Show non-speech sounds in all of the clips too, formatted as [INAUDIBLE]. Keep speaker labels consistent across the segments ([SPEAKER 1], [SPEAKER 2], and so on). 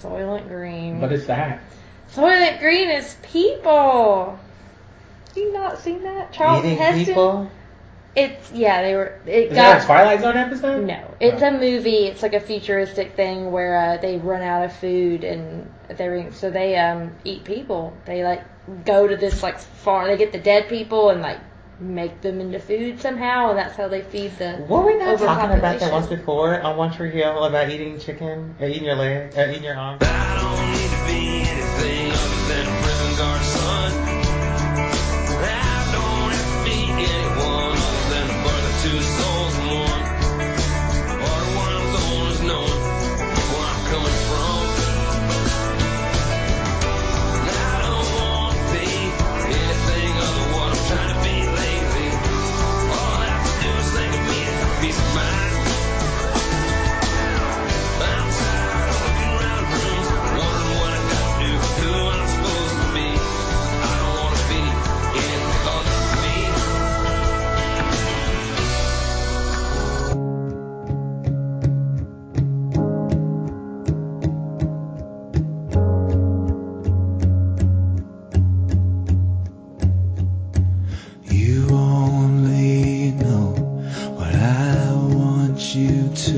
[SPEAKER 1] Soylent Green.
[SPEAKER 2] What is that?
[SPEAKER 1] Soylent Green is people. You not seen that? Charles
[SPEAKER 3] Eating
[SPEAKER 1] Heston.
[SPEAKER 3] people.
[SPEAKER 1] It's yeah, they were. It
[SPEAKER 2] Is that a
[SPEAKER 1] got
[SPEAKER 2] Twilight Zone episode?
[SPEAKER 1] no. It's a movie. It's like a futuristic thing where uh, they run out of food and they so they um eat people. They like go to this like farm. They get the dead people and like make them into food somehow, and that's how they feed the.
[SPEAKER 3] Were we not talking about that
[SPEAKER 1] Overpopulation.
[SPEAKER 3] once before on One Tree Hill about eating chicken, or eating your leg, or eating your arm?
[SPEAKER 4] I don't need to be anything other than a prison guard's son. I don't have to be anyone other than a bird of two souls in one. Or one of those known where I'm coming from. I don't want to be anything other what I'm trying to be lately. All I have to do is think of me as a piece of mind. I'm tired of looking round rooms, wondering what I gotta do, who I'm supposed to be. I don't wanna be anything other than me.
[SPEAKER 5] You only know what I want you to.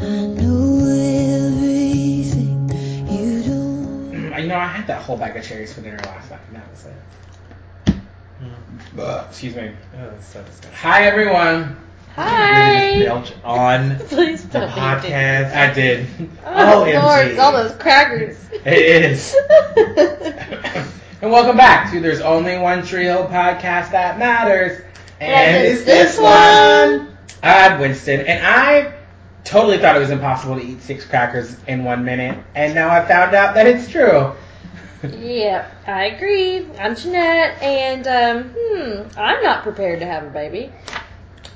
[SPEAKER 6] I know everything you don't.
[SPEAKER 2] Mm, You know, I had that whole bag of cherries for dinner last night, and that was it.
[SPEAKER 3] Hmm.
[SPEAKER 2] Ugh, excuse me.
[SPEAKER 3] Oh, it's so disgusting.
[SPEAKER 2] Hi, everyone.
[SPEAKER 3] Really just
[SPEAKER 1] Hi.
[SPEAKER 3] belch on
[SPEAKER 1] Please
[SPEAKER 3] the
[SPEAKER 1] tell me. you did.
[SPEAKER 3] podcast.
[SPEAKER 2] I did.
[SPEAKER 1] Oh,
[SPEAKER 3] OMG.
[SPEAKER 1] Lord, it's all those crackers. [LAUGHS]
[SPEAKER 3] It is.
[SPEAKER 2] and welcome back to There's Only One Tree Hill podcast that matters,
[SPEAKER 1] And
[SPEAKER 2] and it's this one. I'm Winston, and I totally thought it was impossible to eat six crackers in one minute, and now I found out that it's true.
[SPEAKER 1] Yep, I agree. I'm Jeanette, and um, hmm, I'm not prepared to have a baby.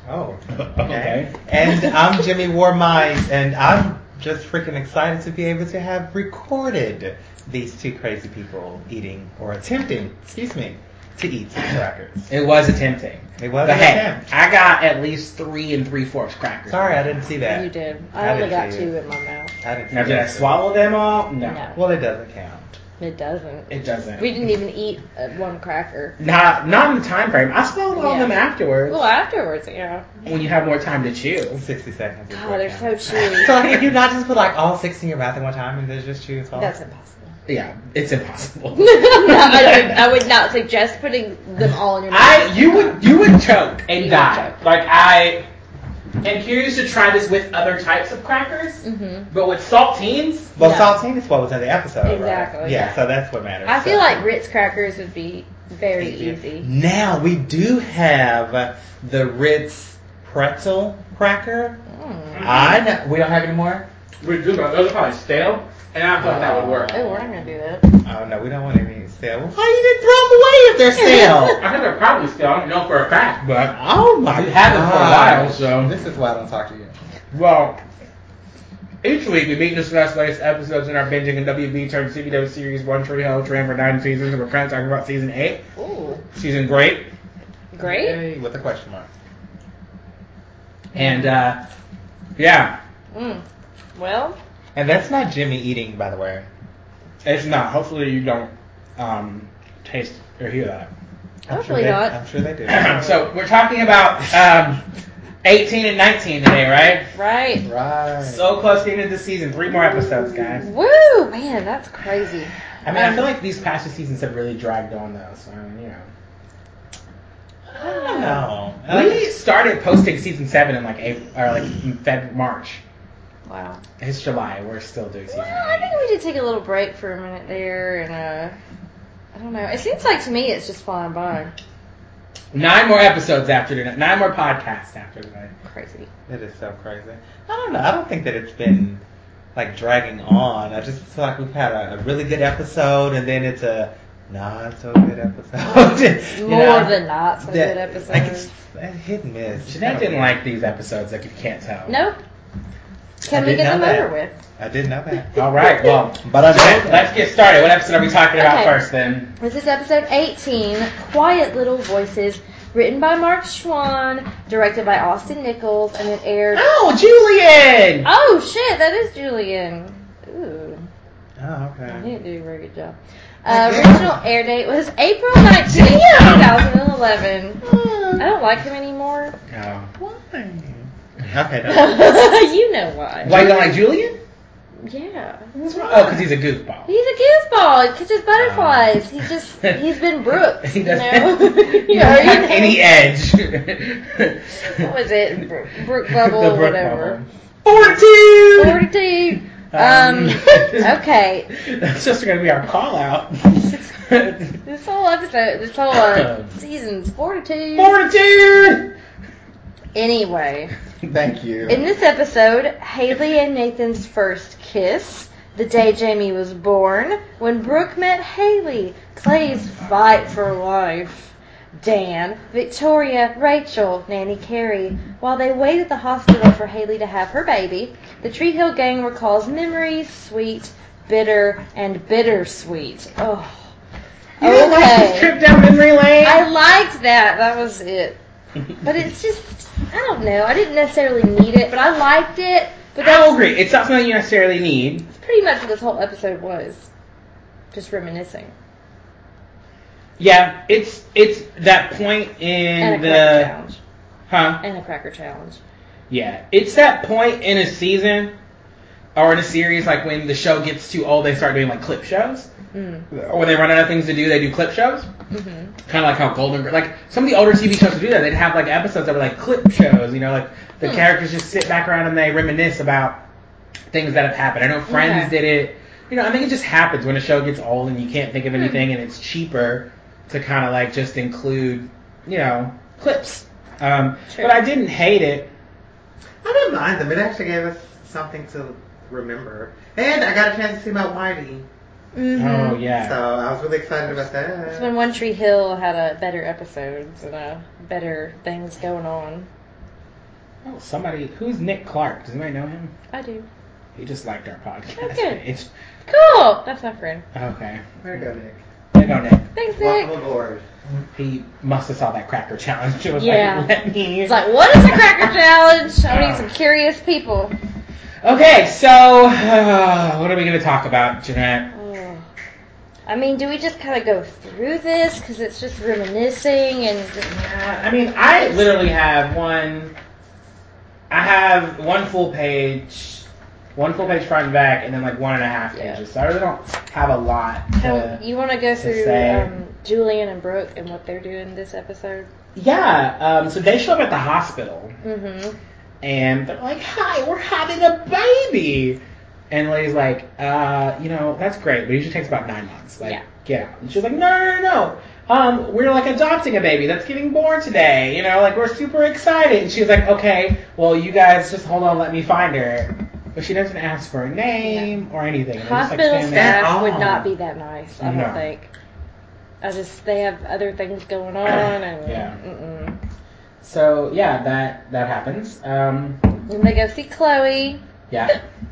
[SPEAKER 3] Oh.
[SPEAKER 2] Okay.
[SPEAKER 3] And I'm Jimmy War Mines, and I'm just freaking excited to be able to have recorded these two crazy people eating or attempting, excuse me, to eat some crackers.
[SPEAKER 2] It was attempting.
[SPEAKER 3] It was an
[SPEAKER 2] But hey,
[SPEAKER 3] attempt.
[SPEAKER 2] I got at least three and three fourths crackers.
[SPEAKER 3] Sorry, I didn't see that.
[SPEAKER 1] You did.
[SPEAKER 3] I
[SPEAKER 1] I, only
[SPEAKER 3] didn't
[SPEAKER 1] got
[SPEAKER 3] see
[SPEAKER 1] two
[SPEAKER 3] it.
[SPEAKER 1] in my mouth.
[SPEAKER 3] I didn't see
[SPEAKER 2] Now, did I
[SPEAKER 3] that.
[SPEAKER 2] swallow them all? No,
[SPEAKER 1] No.
[SPEAKER 3] Well, it doesn't count.
[SPEAKER 1] It doesn't.
[SPEAKER 2] it doesn't.
[SPEAKER 1] We didn't even eat uh, one cracker.
[SPEAKER 2] not not in the time frame. I swallowed all of them
[SPEAKER 1] Yeah.
[SPEAKER 2] afterwards.
[SPEAKER 1] Well, afterwards, yeah.
[SPEAKER 2] when you have more time to chew.
[SPEAKER 3] 60 seconds. is
[SPEAKER 1] God,
[SPEAKER 3] what
[SPEAKER 1] they're so
[SPEAKER 3] counts.
[SPEAKER 2] [LAUGHS]
[SPEAKER 1] chewy.
[SPEAKER 3] So, can you not just put like all six in your mouth at one time and there's just two as well?
[SPEAKER 1] That's impossible. [LAUGHS]
[SPEAKER 2] Yeah, it's impossible.
[SPEAKER 1] No, I, would, I would not suggest putting them all in your mouth.
[SPEAKER 2] [LAUGHS] I you would you would choke
[SPEAKER 1] You
[SPEAKER 2] and
[SPEAKER 1] would
[SPEAKER 2] die.
[SPEAKER 1] choke.
[SPEAKER 2] Like I am curious to try this with other types of crackers,
[SPEAKER 1] hmm
[SPEAKER 2] but with saltines,
[SPEAKER 3] Well,
[SPEAKER 1] Yeah.
[SPEAKER 3] saltine is what was in the episode, right?
[SPEAKER 1] Exactly.
[SPEAKER 3] Yeah, so that's what matters.
[SPEAKER 1] I feel
[SPEAKER 3] So-
[SPEAKER 1] like Ritz crackers would be very easy.
[SPEAKER 3] Now we do have the Ritz pretzel cracker.
[SPEAKER 1] Mm.
[SPEAKER 3] I know, we don't have any more.
[SPEAKER 2] we do that. Those are probably stale, and I thought that would work.
[SPEAKER 1] Oh, we're not gonna do that.
[SPEAKER 3] Oh no, we don't want any stale. Why you
[SPEAKER 1] [LAUGHS]
[SPEAKER 3] didn't throw them away if they're stale?
[SPEAKER 2] [LAUGHS] I think they're probably stale. I don't know for a fact, but
[SPEAKER 3] oh my!
[SPEAKER 2] You had them for a
[SPEAKER 3] God.
[SPEAKER 2] while, so-
[SPEAKER 3] this is why I don't talk to you.
[SPEAKER 2] well. Each week we meet and discuss latest episodes in our binging and WB term CBW series One Tree Hill, which ran for nine seasons, and we're currently talking about season eight.
[SPEAKER 1] Ooh,
[SPEAKER 2] Season great.
[SPEAKER 1] great.
[SPEAKER 3] Yay, with a question mark.
[SPEAKER 2] And uh yeah,
[SPEAKER 1] Mm. Well,
[SPEAKER 3] And that's not Jimmy eating, by the way.
[SPEAKER 2] it's not. Hopefully you don't um taste or hear that.
[SPEAKER 3] I'm
[SPEAKER 1] Hopefully
[SPEAKER 3] sure they,
[SPEAKER 1] not.
[SPEAKER 3] I'm sure they do.
[SPEAKER 1] [LAUGHS]
[SPEAKER 2] [CLEARS THROAT] so we're talking about um, 18 and 19 today, right?
[SPEAKER 1] right.
[SPEAKER 3] right.
[SPEAKER 2] So close to the end of the season. Three more episodes, guys.
[SPEAKER 1] Woo, man, that's crazy.
[SPEAKER 2] I mean, I feel like these past two seasons have really dragged on, though. So I mean, you know,
[SPEAKER 3] I don't know.
[SPEAKER 2] we started posting season seven in like April or like in Feb March.
[SPEAKER 1] Wow.
[SPEAKER 2] It's July. We're still doing season.
[SPEAKER 1] Well, I
[SPEAKER 2] eight.
[SPEAKER 1] think we did take a little break for a minute there, and uh, I don't know. It seems like to me it's just flying by.
[SPEAKER 2] Nine more episodes after tonight. Nine more podcasts after tonight.
[SPEAKER 1] Crazy.
[SPEAKER 3] It is so crazy. I don't know. I don't think that it's been like dragging on. I just feel like we've had a, a really good episode, and then it's a not so good [LAUGHS] episode. You
[SPEAKER 1] More
[SPEAKER 3] know?
[SPEAKER 1] than not so
[SPEAKER 3] That-
[SPEAKER 1] good
[SPEAKER 3] Like it's
[SPEAKER 1] episodes.
[SPEAKER 3] a hit and miss.
[SPEAKER 2] Jeanette didn't like these episodes, like if you can't tell.
[SPEAKER 1] Nope. Can
[SPEAKER 3] I
[SPEAKER 1] we
[SPEAKER 3] didn't
[SPEAKER 1] get them
[SPEAKER 3] know that.
[SPEAKER 1] over with?
[SPEAKER 3] I didn't know that.
[SPEAKER 2] All right. Well,
[SPEAKER 3] But I
[SPEAKER 2] Jeanette,
[SPEAKER 3] know
[SPEAKER 2] let's get started. What episode are we talking about
[SPEAKER 1] Okay.
[SPEAKER 2] first, then?
[SPEAKER 1] This is episode 18, Quiet Little Voices, written by Mark Schwann, directed by Austin Nichols, and it aired.
[SPEAKER 2] Oh, Julian!
[SPEAKER 1] Oh shit, that is Julian. Ooh,
[SPEAKER 3] Oh,
[SPEAKER 1] I
[SPEAKER 3] okay.
[SPEAKER 1] didn't do a very good job.
[SPEAKER 3] I
[SPEAKER 1] Uh,
[SPEAKER 3] did.
[SPEAKER 1] original air date was April nineteenth,
[SPEAKER 2] [LAUGHS]
[SPEAKER 1] two
[SPEAKER 2] Damn!
[SPEAKER 1] 2011. I don't like him
[SPEAKER 2] [LAUGHS]
[SPEAKER 1] anymore.
[SPEAKER 2] Oh.
[SPEAKER 3] Why? Okay. No.
[SPEAKER 1] you know why.
[SPEAKER 2] [LAUGHS] Why you don't like Julian?
[SPEAKER 1] Yeah.
[SPEAKER 2] What's wrong? Oh, because he's a goofball.
[SPEAKER 1] He's a goofball. He catches butterflies. He's just,
[SPEAKER 2] [LAUGHS]
[SPEAKER 1] he's been Brooks,
[SPEAKER 2] He
[SPEAKER 1] you know? [LAUGHS]
[SPEAKER 2] [LAUGHS] doesn't he
[SPEAKER 1] You already
[SPEAKER 2] doesn't have
[SPEAKER 1] know.
[SPEAKER 2] any edge.
[SPEAKER 1] What was it? Bro- Brook
[SPEAKER 2] [LAUGHS] The
[SPEAKER 1] Bubble or
[SPEAKER 2] Brook
[SPEAKER 1] whatever.
[SPEAKER 2] Bubble. Fortitude!
[SPEAKER 1] Fortitude. Um, [LAUGHS]
[SPEAKER 2] [LAUGHS]
[SPEAKER 1] okay.
[SPEAKER 2] That's just going to be our
[SPEAKER 1] [LAUGHS]
[SPEAKER 2] call out.
[SPEAKER 1] This whole episode, this whole
[SPEAKER 2] [COUGHS]
[SPEAKER 1] uh, season's fortitude.
[SPEAKER 2] Fortitude!
[SPEAKER 1] Anyway,
[SPEAKER 3] Thank you.
[SPEAKER 1] in this episode, Haley and Nathan's first kiss, the day Jamie was born, when Brooke met Haley, Clay's fight for life, Dan, Victoria, Rachel, Nanny Carey. While they wait at the hospital for Haley to have her baby, the Tree Hill Gang recalls memories sweet, bitter, and bittersweet. Oh.
[SPEAKER 2] You didn't like this trip down memory lane?
[SPEAKER 1] I liked that. That was it. But it's just, I don't know. I didn't necessarily need it, but I liked it. But that
[SPEAKER 2] I'll
[SPEAKER 1] was
[SPEAKER 2] agree. It's not something you necessarily need.
[SPEAKER 1] pretty much what this whole episode was. Just reminiscing.
[SPEAKER 2] Yeah, it's it's that point
[SPEAKER 1] and
[SPEAKER 2] in
[SPEAKER 1] a cracker
[SPEAKER 2] the
[SPEAKER 1] challenge.
[SPEAKER 2] huh?
[SPEAKER 1] And a cracker challenge.
[SPEAKER 2] Yeah, it's that point in a season or in a series like when the show gets too old, they start doing like clip shows,
[SPEAKER 1] Mm.
[SPEAKER 2] or when they run out of things to do, they do clip shows.
[SPEAKER 1] hmm
[SPEAKER 2] Kind of like how Golden Girls, like some of the older TV shows would do that. They'd have like episodes that were like clip shows, you know, like the
[SPEAKER 1] Hmm.
[SPEAKER 2] characters just sit back around and they reminisce about things that have happened. I know Friends
[SPEAKER 1] Okay.
[SPEAKER 2] did it. You know, I think it just happens when a show gets old and you can't
[SPEAKER 1] Hmm.
[SPEAKER 2] think of anything, and it's cheaper to kind of like just include, you know, clips. Um,
[SPEAKER 1] True.
[SPEAKER 2] but I didn't hate it.
[SPEAKER 3] I didn't mind them. It actually gave us something to remember. And I got a chance to see my Whitey.
[SPEAKER 1] hmm
[SPEAKER 2] Oh yeah.
[SPEAKER 3] So I was really excited about
[SPEAKER 1] It's
[SPEAKER 3] that.
[SPEAKER 1] when One Tree Hill had a better episodes and uh better things going on.
[SPEAKER 2] Oh, somebody who's Nick Clark? Does anybody know him?
[SPEAKER 1] I do.
[SPEAKER 2] He just liked our podcast [LAUGHS]
[SPEAKER 1] Okay.
[SPEAKER 2] page.
[SPEAKER 1] Cool. That's my friend.
[SPEAKER 2] Okay.
[SPEAKER 3] Where to go, Nick?
[SPEAKER 2] There you go, Nick.
[SPEAKER 1] Thanks, Nick.
[SPEAKER 3] Welcome aboard.
[SPEAKER 2] He must have saw that cracker challenge. [LAUGHS] It was
[SPEAKER 1] Yeah.
[SPEAKER 2] like, let me.
[SPEAKER 1] It's like, what is a cracker challenge? I need some curious people.
[SPEAKER 2] Okay, so [SIGHS] uh, what are we going to talk about, Jeanette?
[SPEAKER 1] Oh. I mean, do we just kind of go through this because it's just reminiscing and just,
[SPEAKER 2] Uh, I mean, I literally have one. I have one full page, one full page front and back, and then like one and a half
[SPEAKER 1] Yeah.
[SPEAKER 2] pages. So I really don't have a lot.
[SPEAKER 1] how,
[SPEAKER 2] To,
[SPEAKER 1] you want to go through
[SPEAKER 2] say-
[SPEAKER 1] um, Julian and Brooke and what they're doing this episode?
[SPEAKER 2] yeah. Um, so they show up at the hospital.
[SPEAKER 1] Mm-hmm.
[SPEAKER 2] and they're like, "Hi, we're having a baby." And the lady's like, uh, "You know, that's great, but it usually takes about nine months. Like,
[SPEAKER 1] Yeah.
[SPEAKER 2] get out." And she's like, "No, no, no, no. Um, we're like adopting a baby that's getting born today. You know, like we're super excited." And she's like, "Okay, well, you guys just hold on, let me find her." But she doesn't ask for her name or anything. They're just, like,
[SPEAKER 1] Hospital
[SPEAKER 2] standing there.
[SPEAKER 1] staff
[SPEAKER 3] At
[SPEAKER 1] would
[SPEAKER 3] all.
[SPEAKER 1] not be that nice, I don't
[SPEAKER 2] No.
[SPEAKER 1] think. I just, they have other things going on and,
[SPEAKER 2] Yeah.
[SPEAKER 1] mm-mm.
[SPEAKER 2] So yeah, that that happens. Um,
[SPEAKER 1] and they go see Chloe.
[SPEAKER 2] Yeah.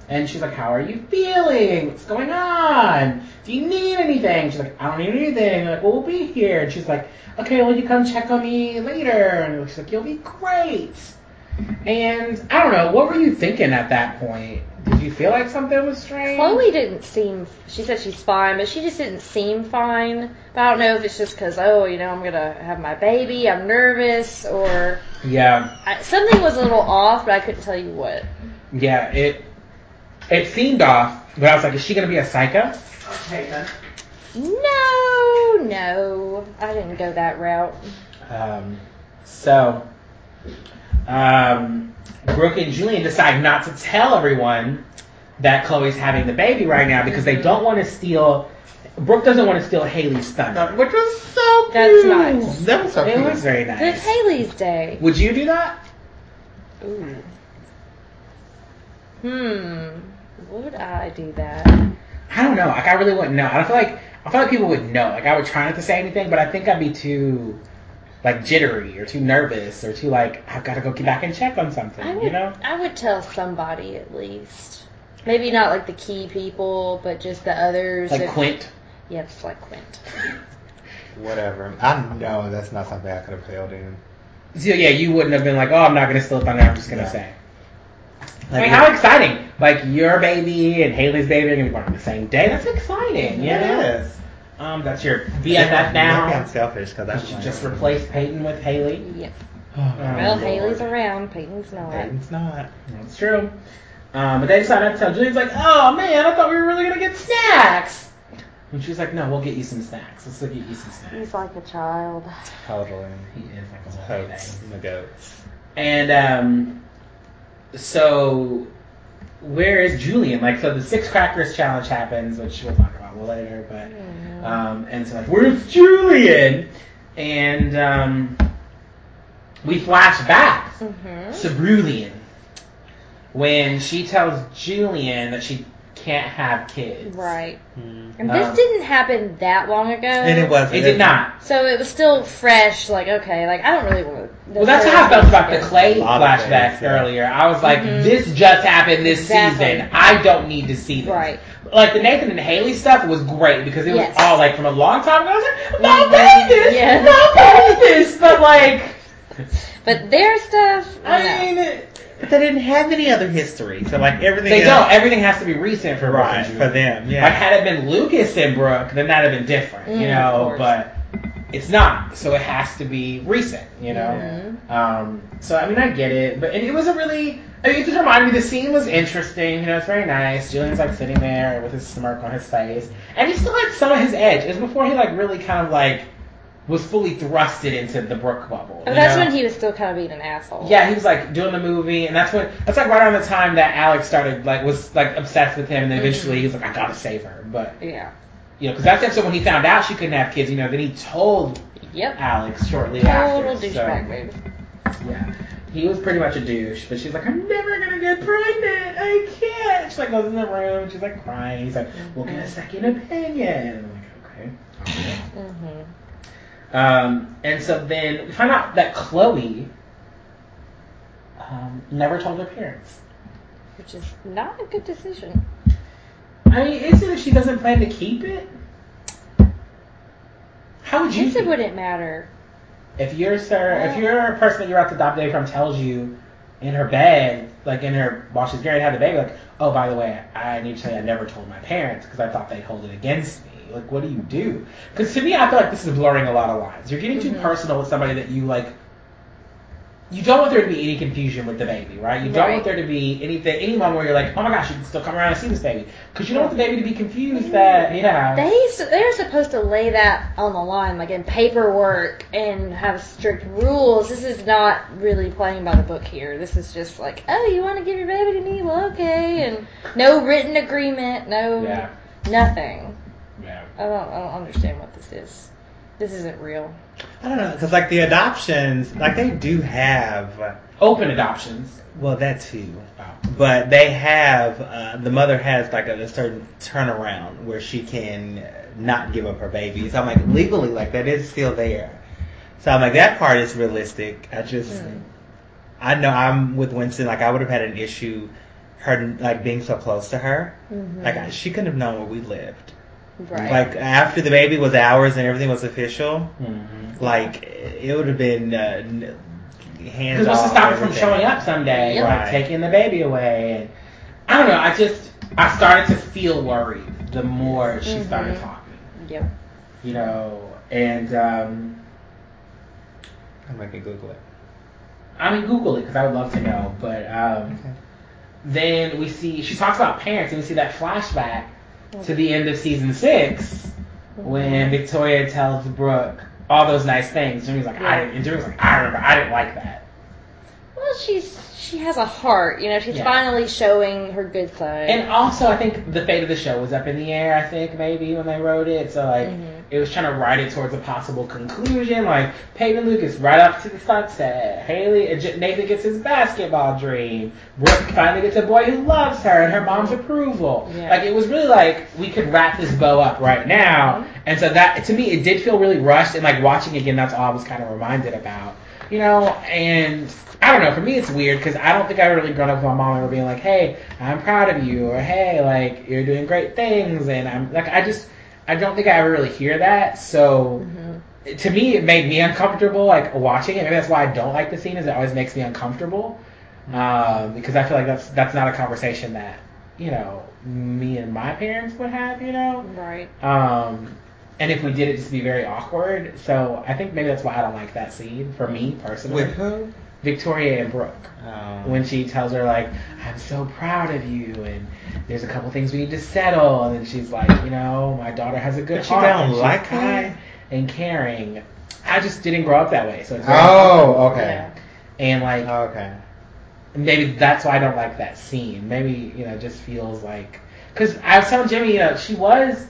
[SPEAKER 2] And she's like, How are you feeling? What's going on? Do you need anything? She's like, I don't need anything. They're like, well, we'll be here. And she's like, Okay, well, you come check on me later. And she's like, You'll be great. And I don't know, what were you thinking at that point? Did you feel like something was strange?
[SPEAKER 1] Chloe didn't seem. She said she's fine, but she just didn't seem fine. But I don't know if it's just because oh, you know, I'm gonna have my baby, I'm nervous, or
[SPEAKER 2] Yeah.
[SPEAKER 1] I, something was a little off, but I couldn't tell you what.
[SPEAKER 2] Yeah, it it seemed off, but I was like, Is she gonna be a psycho?
[SPEAKER 1] No, no, I didn't go that route.
[SPEAKER 2] Um, so, um, Brooke and Julian decide not to tell everyone that Chloe's having the baby right now because they don't want to steal. Brooke doesn't want to steal Haley's thunder.
[SPEAKER 3] That- Which was so cute.
[SPEAKER 1] That's nice.
[SPEAKER 3] That was so
[SPEAKER 2] It
[SPEAKER 3] cute.
[SPEAKER 2] was very
[SPEAKER 1] But it's
[SPEAKER 2] nice.
[SPEAKER 1] Haley's day.
[SPEAKER 2] Would you do that?
[SPEAKER 1] Ooh. Hmm. Would I do that?
[SPEAKER 2] I don't know. Like I really wouldn't know. I feel like I feel like people would know. Like I would try not to say anything, but I think I'd be too like jittery or too nervous or too like I've got to go get back and check on something.
[SPEAKER 1] I would.
[SPEAKER 2] You know?
[SPEAKER 1] I would tell somebody at least. Maybe not like the key people, but just the others.
[SPEAKER 2] Like
[SPEAKER 1] if-
[SPEAKER 2] Quint.
[SPEAKER 1] Yes, like Quint.
[SPEAKER 3] Whatever. I know that's not something I could have held in.
[SPEAKER 2] So yeah, you wouldn't have been like, oh, I'm not gonna slip on that. I'm just gonna
[SPEAKER 3] No.
[SPEAKER 2] say. I
[SPEAKER 3] Like,
[SPEAKER 2] mean, how exciting! Like your baby and Haley's baby are gonna be born on the same day. That's exciting.
[SPEAKER 3] Yeah,
[SPEAKER 2] Yeah.
[SPEAKER 3] it is.
[SPEAKER 2] Um, that's your BFF
[SPEAKER 3] Maybe I'm
[SPEAKER 2] now.
[SPEAKER 3] selfish because I
[SPEAKER 2] You should just replace Peyton with Haley.
[SPEAKER 1] Yep.
[SPEAKER 2] Um,
[SPEAKER 1] Well,
[SPEAKER 2] Lord.
[SPEAKER 1] Haley's around. Peyton's not.
[SPEAKER 3] It's Oh, not.
[SPEAKER 2] That's true. Um, but they decided to tell Julie's like, oh man, I thought we were really gonna get snacks. And she's like, no, we'll get you some snacks. Let's go get you some snacks.
[SPEAKER 1] He's like a child.
[SPEAKER 3] Totally.
[SPEAKER 2] He is like a
[SPEAKER 3] It's a
[SPEAKER 2] little baby.
[SPEAKER 3] hoax. The goats.
[SPEAKER 2] And um, so where is Julian? Like, so the six crackers challenge happens, which we'll talk about later. But um, and so like, where's Julian? And um, we flash back
[SPEAKER 1] Mm-hmm.
[SPEAKER 2] to Brulian when she tells Julian that she can't have kids.
[SPEAKER 1] Right.
[SPEAKER 3] Mm.
[SPEAKER 1] And this
[SPEAKER 2] Um,
[SPEAKER 1] didn't happen that long ago.
[SPEAKER 3] And it was.
[SPEAKER 2] It did not.
[SPEAKER 1] So it was still fresh. Like okay, like I don't really want to.
[SPEAKER 2] Well, that's how I felt about the
[SPEAKER 3] A
[SPEAKER 2] Clay
[SPEAKER 3] lot of
[SPEAKER 2] flashback
[SPEAKER 3] things, yeah.
[SPEAKER 2] earlier. I was like,
[SPEAKER 1] Mhm.
[SPEAKER 2] this just happened this
[SPEAKER 1] Exactly.
[SPEAKER 2] season. I don't need to see this.
[SPEAKER 1] Right.
[SPEAKER 2] Like the Nathan and Haley stuff was great because it was
[SPEAKER 1] Yes.
[SPEAKER 2] all like from a long time ago. I was like, not
[SPEAKER 1] Mhm.
[SPEAKER 2] paying this,
[SPEAKER 1] Yes.
[SPEAKER 2] not paying this, but like,
[SPEAKER 1] But their stuff.
[SPEAKER 2] I
[SPEAKER 1] no.
[SPEAKER 2] mean,
[SPEAKER 3] But they didn't have any other history, so like everything.
[SPEAKER 2] they
[SPEAKER 3] else,
[SPEAKER 2] don't. Everything has to be recent for Brooke
[SPEAKER 3] Right
[SPEAKER 2] and
[SPEAKER 3] for
[SPEAKER 2] Julie.
[SPEAKER 3] them.
[SPEAKER 2] Like
[SPEAKER 3] Yeah.
[SPEAKER 2] had it been Lucas and Brooke, then that'd have been different, you
[SPEAKER 1] Mm, of
[SPEAKER 2] know.
[SPEAKER 1] course.
[SPEAKER 2] But it's not, so it has to be recent, you know.
[SPEAKER 1] Mhm.
[SPEAKER 2] Um, so I mean, I get it, but and it was a really. I mean, it just reminded me the scene was interesting. You know, it's very nice. Julian's like sitting there with his smirk on his face, and he still had some of his edge. It was before he like really kind of like was fully thrusted into the Brooke bubble.
[SPEAKER 1] But
[SPEAKER 2] you
[SPEAKER 1] that's
[SPEAKER 2] know?
[SPEAKER 1] when he was still kind of being an asshole.
[SPEAKER 2] Yeah, he was like doing the movie, and that's when that's like right around the time that Alex started like was like obsessed with him, and then eventually he was like, I gotta save her. But
[SPEAKER 1] Yeah.
[SPEAKER 2] you know, because that's the episode when he found out she couldn't have kids. You know, then he told
[SPEAKER 1] Yep.
[SPEAKER 2] Alex shortly
[SPEAKER 1] Total
[SPEAKER 2] after. so-
[SPEAKER 1] douchebag move.
[SPEAKER 2] yeah. He was pretty much a douche, but she's like, I'm never gonna get pregnant. I can't. She like goes in the room. She's like crying. He's like, We'll get a
[SPEAKER 1] Mm-hmm.
[SPEAKER 2] second opinion. I'm like, okay.
[SPEAKER 1] Mhm.
[SPEAKER 2] Um, and so then we find out that Chloe um, never told her parents.
[SPEAKER 1] Which is not a good decision.
[SPEAKER 2] I mean, is it if she doesn't plan to keep it? How would
[SPEAKER 1] I
[SPEAKER 2] you?
[SPEAKER 1] guess it
[SPEAKER 2] feel?
[SPEAKER 1] wouldn't matter.
[SPEAKER 2] If you're sir, if
[SPEAKER 1] Well-
[SPEAKER 2] you're a person that you're about to adopt a baby from tells you in her bed, like in her while she's getting had the baby, like, oh by the way, I need to tell you I never told my parents because I thought they'd hold it against me. Like, what do you do? Because to me, I feel like this is blurring a lot of lines. You're getting too
[SPEAKER 1] Mhm.
[SPEAKER 2] personal with somebody that you like. You don't want there to be any confusion with the baby, right? You don't
[SPEAKER 1] Right.
[SPEAKER 2] want there to be anything, any moment where you're like, oh my gosh, you can still come around and see this baby, because you don't want the baby to be
[SPEAKER 1] Mm-hmm.
[SPEAKER 2] confused that, yeah.
[SPEAKER 1] They s- they're supposed to lay that on the line, like in paperwork and have strict rules. This is not really playing by the book here. This is just like, oh, you want to give your baby to me? Well, okay, and no written agreement, no
[SPEAKER 2] yeah,
[SPEAKER 1] nothing.
[SPEAKER 2] yeah.
[SPEAKER 1] I don't, I don't understand what this is. This isn't real.
[SPEAKER 3] I don't know because like the adoptions, like they do have.
[SPEAKER 2] Open adoptions.
[SPEAKER 3] Well, that too.
[SPEAKER 2] Wow.
[SPEAKER 3] But they have uh, the mother has like a, a certain turnaround where she can uh, not give up her baby. So I'm like legally, like that is still there. So I'm like that part is realistic. I just,
[SPEAKER 1] Mm.
[SPEAKER 3] I know I'm with Winston. Like I would have had an issue, her like being so close to her.
[SPEAKER 1] Mhm.
[SPEAKER 3] Like I, she couldn't have known where we lived.
[SPEAKER 1] right.
[SPEAKER 3] Like after the baby was ours and everything was official,
[SPEAKER 2] Mm-hmm.
[SPEAKER 3] like it would have been uh, n- hands off.
[SPEAKER 2] Because what's to stop her from
[SPEAKER 3] everything.
[SPEAKER 2] showing up someday,
[SPEAKER 1] Yeah.
[SPEAKER 2] like
[SPEAKER 3] Right.
[SPEAKER 2] taking the baby away? And I don't know. I just I started to feel worried the more she started
[SPEAKER 1] Mhm.
[SPEAKER 2] talking,
[SPEAKER 1] yep.
[SPEAKER 2] you know. And um,
[SPEAKER 3] I'm gonna Google it.
[SPEAKER 2] I mean, Google it because I would love to know. But um,
[SPEAKER 3] Okay.
[SPEAKER 2] then we see she talks about parents, and we see that flashback to the end of season six when Victoria tells Brooke all those nice things. Jimmy's like, I
[SPEAKER 1] Yeah.
[SPEAKER 2] didn't. And Jimmy's like, I remember. I didn't like that.
[SPEAKER 1] Well, she's she has a heart. You know, she's
[SPEAKER 2] Yeah.
[SPEAKER 1] finally showing her good side.
[SPEAKER 2] And also, I think the fate of the show was up in the air. I think maybe when they wrote it, so like
[SPEAKER 1] Mhm.
[SPEAKER 2] it was trying to write it towards a possible conclusion. Like Peyton Lucas right off to the sunset. Haley uh, J- Nathan gets his basketball dream. Brooke finally gets a boy who loves her and her mom's approval.
[SPEAKER 1] Yeah.
[SPEAKER 2] Like it was really like we could wrap this bow up right now.
[SPEAKER 1] Mhm.
[SPEAKER 2] And so that to me, it did feel really rushed. And like watching again, that's all I was kind of reminded about. You know, and I don't know. For me, it's weird because I don't think I've really grown up with my mom ever being like, "Hey, I'm proud of you," or "Hey, like you're doing great things," and I'm like, I just, I don't think I ever really hear that. So
[SPEAKER 1] Mhm.
[SPEAKER 2] to me it made me uncomfortable like watching it. Maybe that's why I don't like the scene is it always makes me uncomfortable um, because I feel like that's that's not a conversation that you know me and my parents would have. You know.
[SPEAKER 1] Right.
[SPEAKER 2] Um, and if we did, it just be very awkward. So I think maybe that's why I don't like that scene for me personally.
[SPEAKER 3] With who?
[SPEAKER 2] Victoria and Brooke.
[SPEAKER 3] Um,
[SPEAKER 2] When she tells her like, "I'm so proud of you," and there's a couple things we need to settle, and then she's like, "You know, my daughter has a good
[SPEAKER 3] But you
[SPEAKER 2] heart.
[SPEAKER 3] don't
[SPEAKER 2] and she's
[SPEAKER 3] like her?
[SPEAKER 2] kind and caring." I just didn't grow up that way, so it's very uncomfortable.
[SPEAKER 3] Oh, okay.
[SPEAKER 1] Yeah.
[SPEAKER 2] and like
[SPEAKER 3] Okay.
[SPEAKER 2] maybe that's why I don't like that scene. Maybe you know, it just feels like because I was telling Jimmy, you know, she was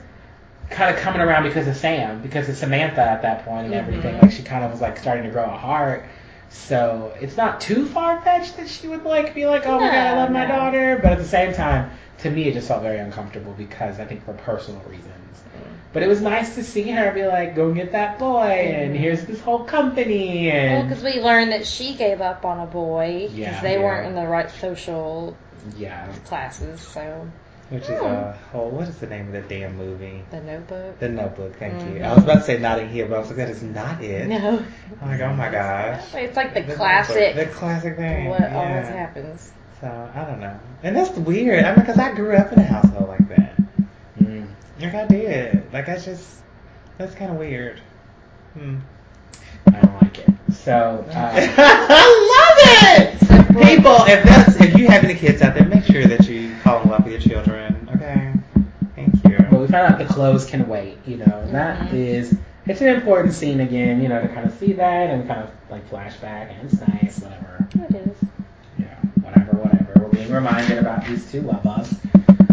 [SPEAKER 2] kind of coming around because of Sam, because of Samantha at that point
[SPEAKER 1] Mm-hmm.
[SPEAKER 2] and everything. Like she kind of was like starting to grow a heart. So it's not too far fetched that she would like be like, oh my god, I love my
[SPEAKER 1] No, no.
[SPEAKER 2] daughter. But at the same time, to me, it just felt very uncomfortable because I think for personal reasons.
[SPEAKER 1] Mm-hmm.
[SPEAKER 2] But it was nice to see her be like, go get that boy, and here's this whole
[SPEAKER 1] Mm-hmm.
[SPEAKER 2] company,
[SPEAKER 1] Well,
[SPEAKER 2] and
[SPEAKER 1] because we learned that she gave up on a boy because
[SPEAKER 2] Yeah,
[SPEAKER 1] they
[SPEAKER 2] yeah.
[SPEAKER 1] weren't in the right social
[SPEAKER 2] yeah,
[SPEAKER 1] classes. So
[SPEAKER 3] Which
[SPEAKER 1] Hmm.
[SPEAKER 3] is a whole. What is the name of that damn movie?
[SPEAKER 1] the Notebook.
[SPEAKER 3] The Notebook. Thank you.
[SPEAKER 1] Mhm.
[SPEAKER 3] I was about to say Notting Hill, but I was like, that is not it.
[SPEAKER 1] no,
[SPEAKER 3] I'm like, oh my gosh.
[SPEAKER 1] it's like the
[SPEAKER 3] Notebook.
[SPEAKER 1] classic.
[SPEAKER 3] The classic thing.
[SPEAKER 1] what
[SPEAKER 3] yeah.
[SPEAKER 1] always happens.
[SPEAKER 3] So I don't know, and that's weird. I mean, cause I grew up in a household like that.
[SPEAKER 2] Mm.
[SPEAKER 3] Like I did. Like that's just that's kind of weird. Hmm.
[SPEAKER 2] I don't like it. So. Um,
[SPEAKER 3] [LAUGHS] I love it.
[SPEAKER 1] So Brooke-
[SPEAKER 3] People, if that's if you have any kids out there, make sure that you fall in love with your children. Okay. Thank
[SPEAKER 2] But
[SPEAKER 3] you.
[SPEAKER 2] we found out the clothes can wait, you know. And that
[SPEAKER 1] Mhm.
[SPEAKER 2] is, it's an important scene again, you know, to kind of see that and kind of like flashback, and it's nice, whatever,
[SPEAKER 1] It is.
[SPEAKER 2] you know, whatever, whatever. We're being reminded about these two love us.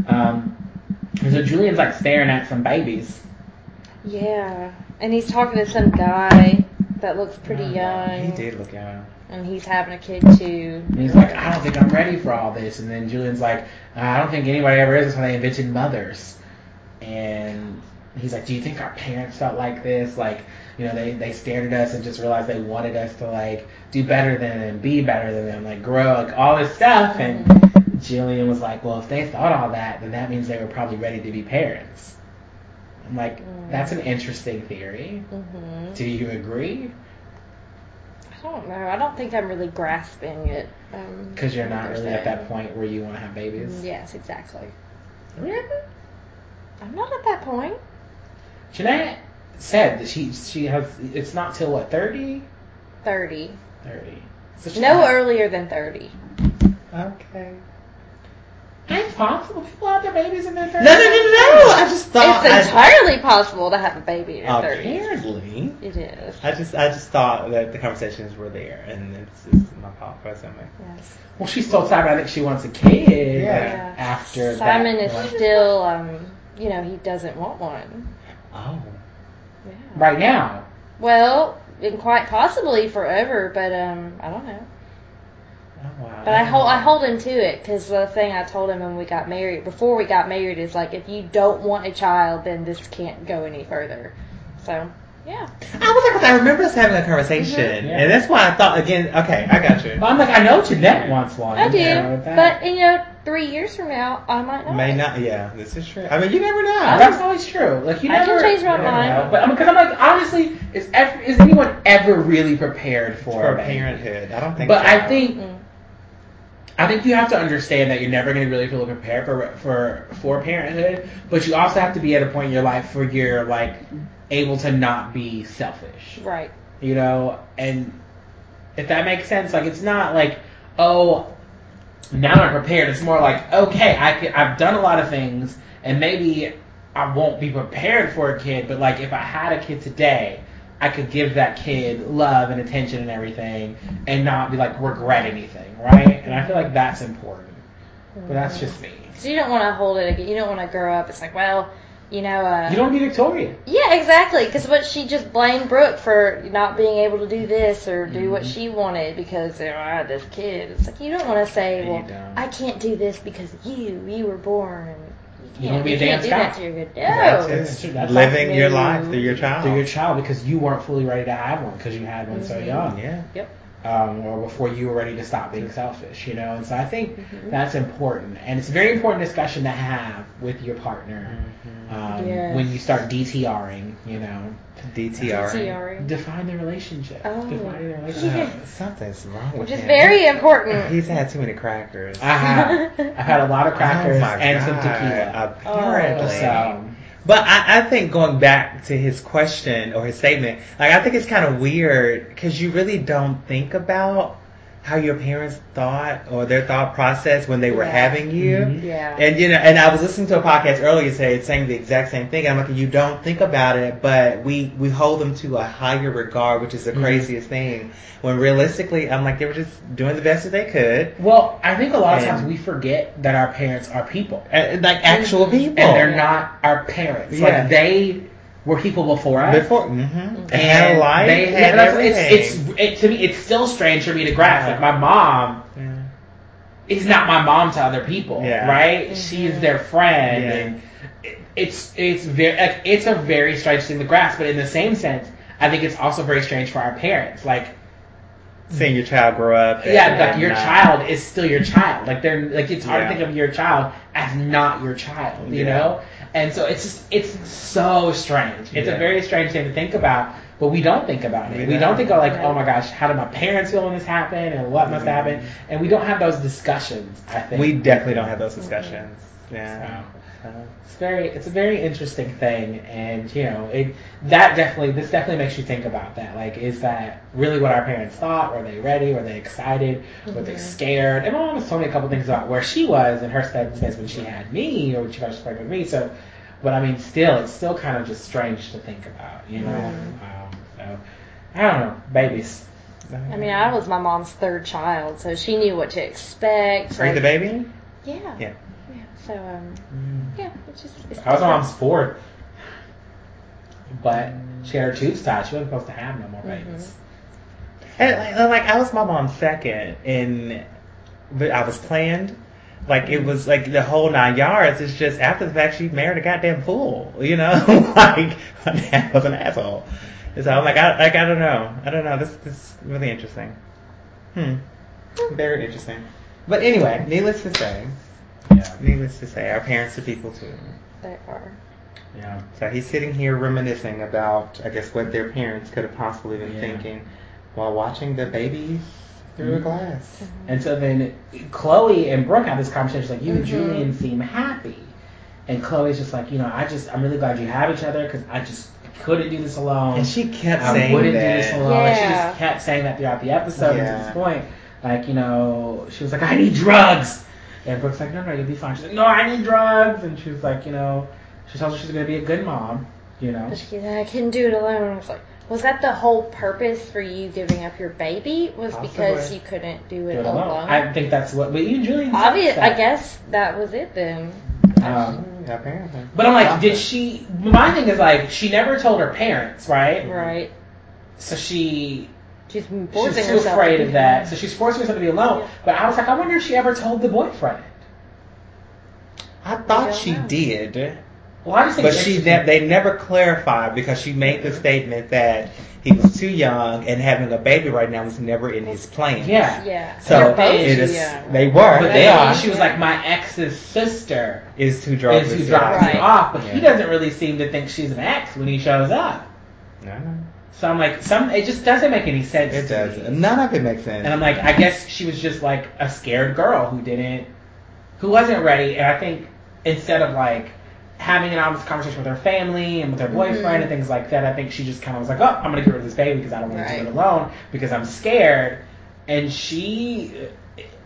[SPEAKER 2] Um, and so Julian's like staring at some babies.
[SPEAKER 1] Yeah, and he's talking to some guy that looks pretty
[SPEAKER 3] Oh, He
[SPEAKER 1] young,
[SPEAKER 3] did look
[SPEAKER 2] Uh,
[SPEAKER 3] young.
[SPEAKER 1] and he's having a kid too.
[SPEAKER 2] And he's like, I don't think I'm ready for all this. And then Julian's like, "Uh, I don't think anybody ever is. That's why they invented mothers. And he's like, Do you think our parents felt like this? Like, you know, they, they stared at us and just realized they wanted us to, like, do better than them, be better than them, like, grow, like, all this stuff. And Jillian was like, Well, if they thought all that, then that means they were probably ready to be parents. I'm like,
[SPEAKER 1] Mm.
[SPEAKER 2] That's an interesting theory.
[SPEAKER 1] hmm
[SPEAKER 2] Do you agree?
[SPEAKER 1] I don't know. I don't think I'm really grasping it. um,
[SPEAKER 2] Because you're not
[SPEAKER 1] per
[SPEAKER 2] really
[SPEAKER 1] se.
[SPEAKER 2] at that point where you want to have babies.
[SPEAKER 1] Yes, exactly.
[SPEAKER 2] Really?
[SPEAKER 1] I'm not at that point.
[SPEAKER 2] Jeanette said that she she has it's not till what 30?
[SPEAKER 1] 30.
[SPEAKER 2] 30. So she-
[SPEAKER 1] No earlier than 30.
[SPEAKER 3] Okay.
[SPEAKER 2] It's possible people have their babies in their
[SPEAKER 3] No, no,
[SPEAKER 2] 30s.
[SPEAKER 3] no, no, no. I just thought.
[SPEAKER 1] it's
[SPEAKER 3] I-
[SPEAKER 1] entirely possible to have a baby at 30.
[SPEAKER 3] Apparently.
[SPEAKER 1] It is.
[SPEAKER 3] I just, I just thought that the conversations were there, and it's just my fault for something.
[SPEAKER 1] Yes.
[SPEAKER 2] Well, she's so excited. I think she wants a kid.
[SPEAKER 3] Yeah.
[SPEAKER 2] like, After
[SPEAKER 1] Simon
[SPEAKER 2] that,
[SPEAKER 1] is
[SPEAKER 2] like-
[SPEAKER 1] still, um, you know, he doesn't want one.
[SPEAKER 3] Oh.
[SPEAKER 1] Yeah.
[SPEAKER 2] right now.
[SPEAKER 1] Well, and quite possibly forever, but um, I don't know.
[SPEAKER 3] Oh wow.
[SPEAKER 1] But I hold I hold him to it because the thing I told him when we got married, before we got married, is like if you don't want a child, then this can't go any further. So yeah,
[SPEAKER 3] I was like, 'cause I remember us having a conversation,
[SPEAKER 2] Mhm.
[SPEAKER 3] and that's why I thought again. Okay, I got you.
[SPEAKER 2] But I'm like, I know Jeanette wants one.
[SPEAKER 1] I do.
[SPEAKER 2] Yeah, with Oh, that.
[SPEAKER 1] But you know, three years from now, I might not.
[SPEAKER 3] May not. Yeah, this is true. I mean, you never
[SPEAKER 2] Yeah,
[SPEAKER 3] know.
[SPEAKER 2] that's always true. Like you
[SPEAKER 1] I
[SPEAKER 2] never
[SPEAKER 1] can change my
[SPEAKER 2] you never
[SPEAKER 1] mind.
[SPEAKER 2] know. But I'm because I'm like, honestly, is ever, is anyone ever really prepared for,
[SPEAKER 3] For
[SPEAKER 2] a baby?
[SPEAKER 3] parenthood, I don't think.
[SPEAKER 2] But
[SPEAKER 3] so.
[SPEAKER 2] I think
[SPEAKER 1] Mm.
[SPEAKER 2] I think you have to understand that you're never going to really feel prepared for for for parenthood, but you also have to be at a point in your life where you're like able to not be selfish,
[SPEAKER 1] Right.
[SPEAKER 2] you know. And if that makes sense, like it's not like oh now I'm prepared. It's more like okay, I can, I've done a lot of things, and maybe I won't be prepared for a kid, but like if I had a kid today. I could give that kid love and attention and everything and not be like regret anything, right? And I feel like that's important. But that's just me.
[SPEAKER 1] So you don't want to hold it. again. You don't want to grow up. It's like, well, you know. Uh,
[SPEAKER 2] You don't be Victoria.
[SPEAKER 1] yeah, exactly. Because what she just blamed Brooke for not being able to do this or do what
[SPEAKER 2] Mhm.
[SPEAKER 1] she wanted because you know, I had this kid. It's like you don't want to say,
[SPEAKER 2] You
[SPEAKER 1] well,
[SPEAKER 2] don't.
[SPEAKER 1] I can't do this because you you were born. and
[SPEAKER 2] You
[SPEAKER 1] can't-
[SPEAKER 2] wanna be a
[SPEAKER 1] you can't
[SPEAKER 2] damn
[SPEAKER 1] do
[SPEAKER 2] Scot.
[SPEAKER 1] that to your kid.
[SPEAKER 2] That's
[SPEAKER 1] No.
[SPEAKER 2] it.
[SPEAKER 3] That's
[SPEAKER 2] true.
[SPEAKER 3] just
[SPEAKER 2] That's
[SPEAKER 3] living your
[SPEAKER 1] awesome.
[SPEAKER 3] life through your child.
[SPEAKER 2] Through your child because you weren't fully ready to have one because you had one so
[SPEAKER 1] Mhm.
[SPEAKER 2] young.
[SPEAKER 3] yeah.
[SPEAKER 1] Yep.
[SPEAKER 2] um, or before you were ready to stop being selfish, you know. And so I think
[SPEAKER 1] Mm-hmm.
[SPEAKER 2] that's important, and it's a very important discussion to have with your partner
[SPEAKER 3] Mm-hmm. Uh,
[SPEAKER 2] um,
[SPEAKER 1] Yes.
[SPEAKER 2] when you start DTRing, you know.
[SPEAKER 3] [LAUGHS] DTR.
[SPEAKER 1] Sorry.
[SPEAKER 2] Define the relationship.
[SPEAKER 1] Oh. [LAUGHS]
[SPEAKER 2] Define the relationship.
[SPEAKER 1] Yeah.
[SPEAKER 3] something's wrong with
[SPEAKER 1] Which is
[SPEAKER 3] him.
[SPEAKER 1] very
[SPEAKER 2] [LAUGHS]
[SPEAKER 1] important.
[SPEAKER 3] He's had too many crackers.
[SPEAKER 2] I have. I've had a lot of
[SPEAKER 3] [LAUGHS]
[SPEAKER 2] crackers
[SPEAKER 3] Oh my
[SPEAKER 2] and some
[SPEAKER 3] God,
[SPEAKER 2] tequila.
[SPEAKER 3] Apparently.
[SPEAKER 2] So
[SPEAKER 3] Oh, But I, I think going back to his question or his statement, like I think it's kind of weird because you really don't think about how your parents thought or their thought process when they were
[SPEAKER 1] Yeah.
[SPEAKER 3] having you.
[SPEAKER 2] Mhm.
[SPEAKER 1] Yeah.
[SPEAKER 3] And you know, and I was listening to a podcast earlier today saying the exact same thing. I'm like, you don't think about it, but we we hold them to a higher regard, which is the
[SPEAKER 2] Mhm.
[SPEAKER 3] craziest thing. When realistically, I'm like, they were just doing the best that they could,
[SPEAKER 2] Well, I think a lot of
[SPEAKER 3] And-
[SPEAKER 2] times we forget that our parents are people.
[SPEAKER 3] and, Uh, like actual people.
[SPEAKER 2] Mm-hmm. And they're not our parents.
[SPEAKER 3] Yeah.
[SPEAKER 2] Like they were people before us.
[SPEAKER 3] before, mm-hmm.
[SPEAKER 2] And
[SPEAKER 3] had life,
[SPEAKER 2] they
[SPEAKER 3] had
[SPEAKER 2] had that's- it's,
[SPEAKER 3] everything.
[SPEAKER 2] it's it, to me it's still strange for me to grasp.
[SPEAKER 3] Yeah.
[SPEAKER 2] Like my mom
[SPEAKER 3] Yeah.
[SPEAKER 2] is not my mom to other people,
[SPEAKER 3] Yeah.
[SPEAKER 2] right? She is their friend,
[SPEAKER 3] Yeah.
[SPEAKER 2] and it- it's it's very like, it's a very strange thing to grasp. But in the same sense, I think it's also very strange for our parents. Like
[SPEAKER 3] seeing your child grow up. and-
[SPEAKER 2] yeah, like
[SPEAKER 3] and
[SPEAKER 2] your
[SPEAKER 3] not-
[SPEAKER 2] child is still your child. Like they're like it's hard
[SPEAKER 3] Yeah.
[SPEAKER 2] to think of your child as not your child, you
[SPEAKER 3] Yeah.
[SPEAKER 2] know? And so it's just it's so strange. It's
[SPEAKER 3] Yeah.
[SPEAKER 2] a very strange thing to think about, but we don't think about it.
[SPEAKER 3] We
[SPEAKER 2] We, don't.
[SPEAKER 3] don't.
[SPEAKER 2] think of like,
[SPEAKER 1] Right.
[SPEAKER 2] oh my gosh, how did my parents feel when this happened and what must
[SPEAKER 3] Mhm.
[SPEAKER 2] happen? And we don't have those discussions, I think.
[SPEAKER 3] We definitely don't have those discussions. Yeah. Uh,
[SPEAKER 2] Mm-hmm. So. It's very it's a very interesting thing and you know, it that definitely this definitely makes you think about that. Like, is that really what our parents thought? Were they ready? Were they excited? Were they scared? And my mom has told me a couple things about where she was and her circumstance when she had me or when she first pregnant with me. So but I mean still it's still kind of just strange to think about, you know. Um, so I don't know, babies.
[SPEAKER 3] uh,
[SPEAKER 1] I mean, I was my mom's third child, so she knew what to expect.
[SPEAKER 3] Are you the
[SPEAKER 1] like-
[SPEAKER 3] baby?
[SPEAKER 1] Yeah.
[SPEAKER 3] Yeah.
[SPEAKER 1] Yeah. So um, yeah, it's just. It's
[SPEAKER 2] I was my
[SPEAKER 1] different.
[SPEAKER 2] mom's fourth. But she had her tubes tied. She wasn't supposed to have no more babies.
[SPEAKER 3] And like, and, like, I was my mom's second, and but I was planned. Like it was like the whole nine yards. It's just after the fact she married a goddamn fool, you know. [LAUGHS] like my dad was an asshole. And so I'm like, I like I don't know, I don't know. This this is really interesting. Hmm. Very interesting. But anyway, needless to say,
[SPEAKER 2] Yeah.
[SPEAKER 3] needless to say, our parents are people too.
[SPEAKER 1] They are.
[SPEAKER 2] Yeah.
[SPEAKER 3] So he's sitting here reminiscing about, I guess, what their parents could have possibly been
[SPEAKER 2] Yeah.
[SPEAKER 3] thinking while watching the babies through a
[SPEAKER 2] Mhm.
[SPEAKER 3] glass.
[SPEAKER 2] And so then Chloe and Brooke have this conversation like, you and
[SPEAKER 1] Mm-hmm.
[SPEAKER 2] Julian seem happy. And Chloe's just like, you know, I just, I'm really glad you have each other because I just couldn't do this alone.
[SPEAKER 3] And she kept
[SPEAKER 2] Um, I
[SPEAKER 3] saying
[SPEAKER 2] wouldn't do this
[SPEAKER 3] that.
[SPEAKER 2] alone. Like, she
[SPEAKER 1] Yeah.
[SPEAKER 2] just kept saying that throughout the episode and
[SPEAKER 3] Yeah.
[SPEAKER 2] to this point. Like, you know, she was like, I need drugs. And Brooke's like, no, no, you'll be fine. She's like, no, I need drugs. And she was like, you know, she tells her she's going to be a good mom, you know.
[SPEAKER 1] But she said, I couldn't do it alone. I was like, was that the whole purpose for you giving up your baby? Was because
[SPEAKER 3] Possibly.
[SPEAKER 1] you couldn't do it
[SPEAKER 2] Do it
[SPEAKER 1] alone?
[SPEAKER 2] alone. I think that's what, but even Julian said
[SPEAKER 1] Obvious.
[SPEAKER 2] that.
[SPEAKER 1] I guess that was it then.
[SPEAKER 2] Um,
[SPEAKER 3] Mm, Apparently.
[SPEAKER 2] But I'm like, did she? My thing is like, she never told her parents, right?
[SPEAKER 1] Right.
[SPEAKER 2] So she
[SPEAKER 1] She's forcing
[SPEAKER 2] she's too
[SPEAKER 1] herself.
[SPEAKER 2] afraid of that. So she's forcing herself to be alone.
[SPEAKER 1] Yeah.
[SPEAKER 2] But I was like, I wonder if she ever told the boyfriend.
[SPEAKER 3] I
[SPEAKER 1] I
[SPEAKER 3] thought
[SPEAKER 1] don't
[SPEAKER 3] she
[SPEAKER 1] know.
[SPEAKER 3] did,
[SPEAKER 2] Well, I just think
[SPEAKER 3] but she ne- they never clarified because she made the statement that he was too young and having a baby right now was never in his plan.
[SPEAKER 2] yeah.
[SPEAKER 1] Yeah.
[SPEAKER 3] So
[SPEAKER 1] They're both
[SPEAKER 3] it
[SPEAKER 1] too
[SPEAKER 3] is.
[SPEAKER 1] young.
[SPEAKER 3] They were.
[SPEAKER 2] But
[SPEAKER 3] they
[SPEAKER 2] then
[SPEAKER 3] are.
[SPEAKER 2] she was like, my ex's sister
[SPEAKER 3] Is too drunk.
[SPEAKER 2] is who drops
[SPEAKER 1] Right.
[SPEAKER 2] me off, but he
[SPEAKER 3] Yeah.
[SPEAKER 2] doesn't really seem to think she's an ex when he shows up.
[SPEAKER 3] No, no.
[SPEAKER 2] So I'm like, some it just doesn't make any sense.
[SPEAKER 3] It
[SPEAKER 2] to me.
[SPEAKER 3] does. None of it makes sense.
[SPEAKER 2] And I'm like, I guess she was just like a scared girl who didn't, who wasn't ready. And I think instead of like having an honest conversation with her family and with her boyfriend and things like that, I think she just kind of was like, oh, I'm going to get rid of this baby because I don't want to do
[SPEAKER 1] Right.
[SPEAKER 2] it alone because I'm scared. And she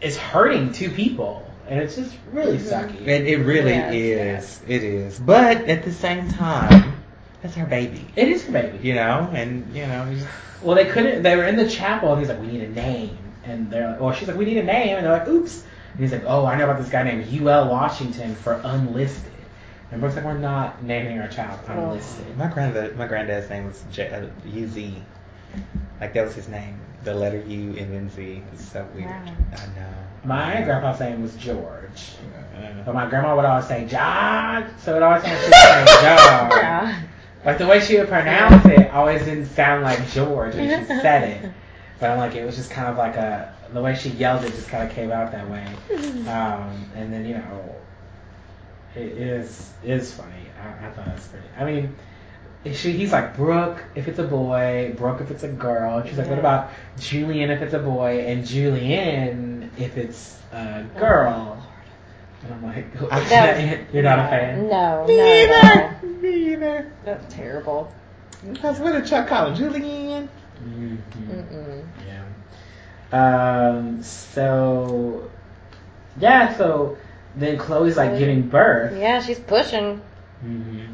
[SPEAKER 2] is hurting two people. And it's just really sucky.
[SPEAKER 3] It, it really
[SPEAKER 1] Yes,
[SPEAKER 3] is. It is. But at the same time, that's her baby.
[SPEAKER 2] it is her baby.
[SPEAKER 3] You know, and you know, it's-
[SPEAKER 2] Well, they couldn't. They were in the chapel, and he's like, "We need a name," and they're like, "Well, she's like, we need a name," and they're like, "Oops," and he's like, "Oh, I know about this guy named U.L. Washington for unlisted," and Brooke's like, "We're not naming our child unlisted."
[SPEAKER 3] my granddad, my granddad's name was J, uh, UZ. Like that was his name. The letter U and then Z. It's so weird.
[SPEAKER 1] Wow.
[SPEAKER 3] I know.
[SPEAKER 2] My grandpa's name was George,
[SPEAKER 3] Uh,
[SPEAKER 2] but my grandma would always say George, so it always sounded like
[SPEAKER 1] [LAUGHS]
[SPEAKER 2] George.
[SPEAKER 1] Yeah.
[SPEAKER 2] Like the way she would pronounce it always didn't sound like George when she said it. But I'm like, it was just kind of like a the way she yelled it just kind of came out
[SPEAKER 1] [LAUGHS]
[SPEAKER 2] that way. Um, and then you know, it is it is funny. I, I thought it was pretty. I mean, if she he's like Brooke if it's a boy, Brooke if it's a girl. And she's like, what
[SPEAKER 1] Yeah.
[SPEAKER 2] about Julian if it's a boy, and Julian if it's a
[SPEAKER 1] Oh,
[SPEAKER 2] girl. And I'm like, [LAUGHS] you're not a fan.
[SPEAKER 1] No,
[SPEAKER 2] Me
[SPEAKER 1] no.
[SPEAKER 2] either. Me either.
[SPEAKER 1] That's terrible.
[SPEAKER 3] That's what did Chuck call it? Julian?
[SPEAKER 2] Mhm.
[SPEAKER 1] Mm-mm.
[SPEAKER 2] Yeah. Um, so yeah, so then Chloe's like
[SPEAKER 1] Chloe.
[SPEAKER 2] giving birth,
[SPEAKER 1] Yeah, she's pushing.
[SPEAKER 2] mm-hmm.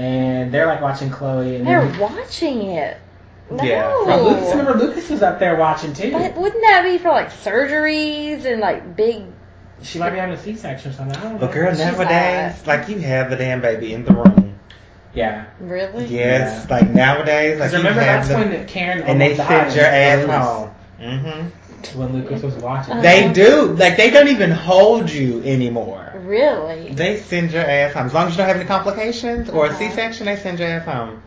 [SPEAKER 2] and they're like watching Chloe, and
[SPEAKER 1] They're
[SPEAKER 2] then,
[SPEAKER 1] watching it. No.
[SPEAKER 3] Yeah,
[SPEAKER 2] Well, Lucas, remember Lucas was up there watching too.
[SPEAKER 1] But wouldn't that be for like surgeries and like big?
[SPEAKER 2] she might be having a C-section or something. I don't know.
[SPEAKER 3] But girl,
[SPEAKER 1] She's
[SPEAKER 3] nowadays, like you have the damn baby in the room.
[SPEAKER 2] yeah.
[SPEAKER 1] Really?
[SPEAKER 3] Yes,
[SPEAKER 2] Yeah.
[SPEAKER 3] like nowadays, like
[SPEAKER 2] Because
[SPEAKER 3] you
[SPEAKER 2] remember
[SPEAKER 3] have
[SPEAKER 2] that's
[SPEAKER 3] the,
[SPEAKER 2] when Karen
[SPEAKER 3] and they
[SPEAKER 2] almost
[SPEAKER 3] send
[SPEAKER 2] died
[SPEAKER 3] your ass
[SPEAKER 2] when
[SPEAKER 3] home. hmm
[SPEAKER 2] Lucas- when Lucas was watching.
[SPEAKER 1] Uh-huh.
[SPEAKER 3] They do. Like they don't even hold you anymore.
[SPEAKER 1] Really?
[SPEAKER 3] They send your ass home as long as you don't have any complications or a
[SPEAKER 1] Uh-huh.
[SPEAKER 3] C-section. They send your ass home.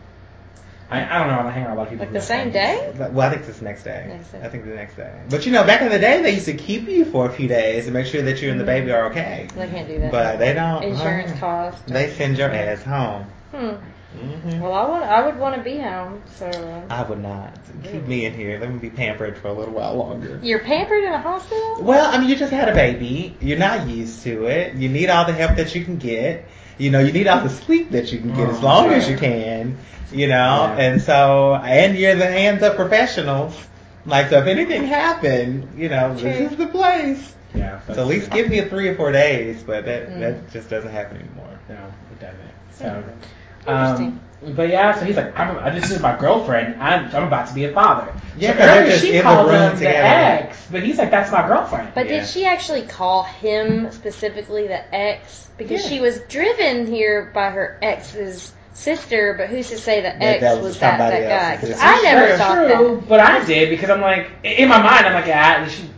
[SPEAKER 2] I, I don't know. I don't hang out with a lot of people.
[SPEAKER 1] Like
[SPEAKER 2] who
[SPEAKER 1] the
[SPEAKER 2] have
[SPEAKER 1] same
[SPEAKER 2] babies.
[SPEAKER 1] day?
[SPEAKER 3] But- Well, I think it's the next day.
[SPEAKER 1] Next day.
[SPEAKER 3] I think the next day. But you know, back in the day, they used to keep you for a few days to make sure that you and the baby are okay.
[SPEAKER 1] Mm-hmm. They can't do that.
[SPEAKER 3] But they don't.
[SPEAKER 1] Insurance
[SPEAKER 3] uh-uh.
[SPEAKER 1] cost.
[SPEAKER 3] They send your ass home.
[SPEAKER 1] Hmm.
[SPEAKER 3] hmm
[SPEAKER 1] Well, I want. I would want to be home. So uh,
[SPEAKER 3] I would not keep me in here. Let me be pampered for a little while longer.
[SPEAKER 1] you're pampered in a hospital.
[SPEAKER 3] Well, I mean, you just had a baby. You're not used to it. You need all the help that you can get. You know, you need all the sleep that you can get as long as you can. You know,
[SPEAKER 2] Oh, Yeah.
[SPEAKER 3] and so and you're the hands of professionals. Like, so if anything happened, you know,
[SPEAKER 1] True.
[SPEAKER 3] this is the place.
[SPEAKER 2] Yeah.
[SPEAKER 3] So at least give me a three or four days, but that
[SPEAKER 1] Mm.
[SPEAKER 3] that just doesn't happen anymore.
[SPEAKER 2] No, it doesn't. So, um,
[SPEAKER 1] Interesting.
[SPEAKER 2] but yeah, so he's like, I'm, I- this is my girlfriend. I'm, I'm about to be a father.
[SPEAKER 3] Yeah,
[SPEAKER 2] so
[SPEAKER 3] 'cause they're
[SPEAKER 2] earlier
[SPEAKER 3] just
[SPEAKER 2] she
[SPEAKER 3] in the
[SPEAKER 2] called
[SPEAKER 3] room
[SPEAKER 2] him
[SPEAKER 3] together.
[SPEAKER 2] the ex, but he's like, that's my girlfriend.
[SPEAKER 1] But
[SPEAKER 3] Yeah.
[SPEAKER 1] did she actually call him specifically the ex? Because
[SPEAKER 3] Yeah.
[SPEAKER 1] she was driven here by her ex's sister. But who's to say the
[SPEAKER 3] That
[SPEAKER 1] ex
[SPEAKER 3] that was
[SPEAKER 1] was that that
[SPEAKER 3] somebody
[SPEAKER 1] guy?
[SPEAKER 3] else's
[SPEAKER 1] Because
[SPEAKER 3] sister.
[SPEAKER 1] I never
[SPEAKER 2] Sure,
[SPEAKER 1] thought
[SPEAKER 2] true, But I did because I'm like, in my mind, I'm like, ah, she,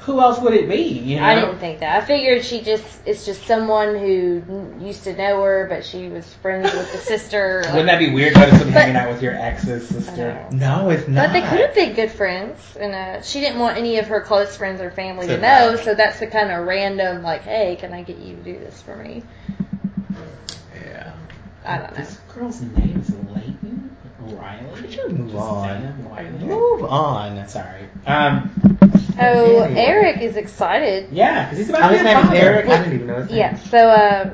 [SPEAKER 2] who else would it be? You
[SPEAKER 1] that.
[SPEAKER 2] know?
[SPEAKER 1] I didn't think that. I figured she just it's just someone who n- used to know her, but she was friends with the sister. like-
[SPEAKER 2] Wouldn't that be weird though, to be
[SPEAKER 1] But-
[SPEAKER 2] hanging out with your ex's
[SPEAKER 1] I
[SPEAKER 2] sister?
[SPEAKER 1] know.
[SPEAKER 3] No, it's not.
[SPEAKER 1] But they could have been good friends, and uh, she didn't want any of her close friends or family
[SPEAKER 3] To
[SPEAKER 1] to know.
[SPEAKER 3] know.
[SPEAKER 1] So that's the kind of random, like, hey, can I get you to do this for me?
[SPEAKER 3] Yeah.
[SPEAKER 1] I don't
[SPEAKER 2] [LAUGHS]
[SPEAKER 1] know.
[SPEAKER 2] This girl's name is Leighton Riley.
[SPEAKER 3] Could you move
[SPEAKER 2] Just
[SPEAKER 3] on?
[SPEAKER 2] Sam Riley.
[SPEAKER 3] Move on.
[SPEAKER 2] Sorry. Um,
[SPEAKER 1] Oh,
[SPEAKER 3] Anyway.
[SPEAKER 1] Eric is excited.
[SPEAKER 2] yeah, because he's about
[SPEAKER 3] Oh,
[SPEAKER 2] to
[SPEAKER 3] his
[SPEAKER 2] be a
[SPEAKER 3] name is
[SPEAKER 2] father.
[SPEAKER 3] Eric. I didn't even know his name.
[SPEAKER 1] Yeah. So, uh,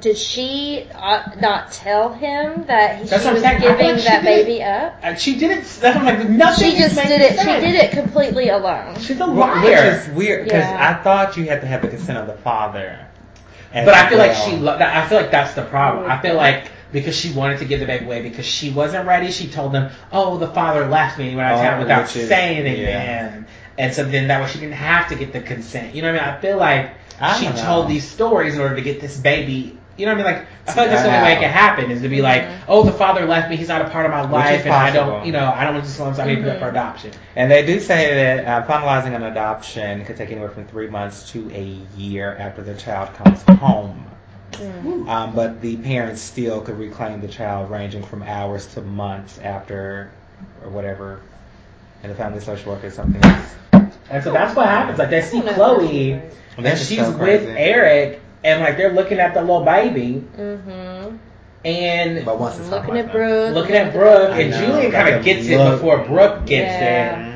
[SPEAKER 1] did she uh, not tell him that he, she
[SPEAKER 2] That's what I'm
[SPEAKER 1] was
[SPEAKER 2] saying. I thought
[SPEAKER 1] giving
[SPEAKER 2] she
[SPEAKER 1] that
[SPEAKER 2] did.
[SPEAKER 1] baby up?
[SPEAKER 2] And she didn't. [LAUGHS] That's what I'm like nothing.
[SPEAKER 1] She just
[SPEAKER 2] makes
[SPEAKER 1] did it. She
[SPEAKER 2] sense.
[SPEAKER 1] did it completely alone.
[SPEAKER 2] She's a
[SPEAKER 3] Wh-
[SPEAKER 2] liar.
[SPEAKER 3] Which is weird because
[SPEAKER 1] Yeah.
[SPEAKER 3] I thought you had to have the consent of the father. as
[SPEAKER 2] but I feel like
[SPEAKER 3] well.
[SPEAKER 2] she. Lo- I feel like that's the problem. I feel like because she wanted to give the baby away because she wasn't ready. She told them, "Oh, the father left me when I was
[SPEAKER 3] Oh,
[SPEAKER 2] out without
[SPEAKER 3] which is-
[SPEAKER 2] saying anything."
[SPEAKER 3] yeah.
[SPEAKER 2] And so then that way she didn't have to get the consent. You know what I mean? I feel like
[SPEAKER 3] I
[SPEAKER 2] she
[SPEAKER 3] don't know.
[SPEAKER 2] told these stories in order to get this baby. You know what I mean? Like I feel like that's the
[SPEAKER 3] Yeah.
[SPEAKER 2] only way it could happen is to be like,
[SPEAKER 1] Mhm.
[SPEAKER 2] "Oh, the father left me. He's not a part of my
[SPEAKER 3] Which
[SPEAKER 2] life,
[SPEAKER 3] is
[SPEAKER 2] and I
[SPEAKER 3] possible.
[SPEAKER 2] don't. You know, I don't want to just want somebody to put up
[SPEAKER 1] Mhm.
[SPEAKER 2] for adoption."
[SPEAKER 3] And they do say that uh, finalizing an adoption could take anywhere from three months to a year after the child comes home.
[SPEAKER 1] Mm.
[SPEAKER 3] Um, but the parents still could reclaim the child, ranging from hours to months after, or whatever. And the family social worker or something.
[SPEAKER 2] And so that's what happens. Like they see
[SPEAKER 1] I don't know if
[SPEAKER 2] Chloe.
[SPEAKER 1] that's right.
[SPEAKER 2] and she's with Eric, and like they're looking at the little baby,
[SPEAKER 1] Mhm.
[SPEAKER 2] and
[SPEAKER 3] But once it's
[SPEAKER 1] Looking at Brooke.
[SPEAKER 2] looking at Brooke,
[SPEAKER 3] I
[SPEAKER 2] and
[SPEAKER 3] know,
[SPEAKER 2] Julian
[SPEAKER 3] like
[SPEAKER 2] kind
[SPEAKER 3] a
[SPEAKER 2] of gets it
[SPEAKER 3] look.
[SPEAKER 2] before Brooke gets
[SPEAKER 1] Yeah.
[SPEAKER 2] there,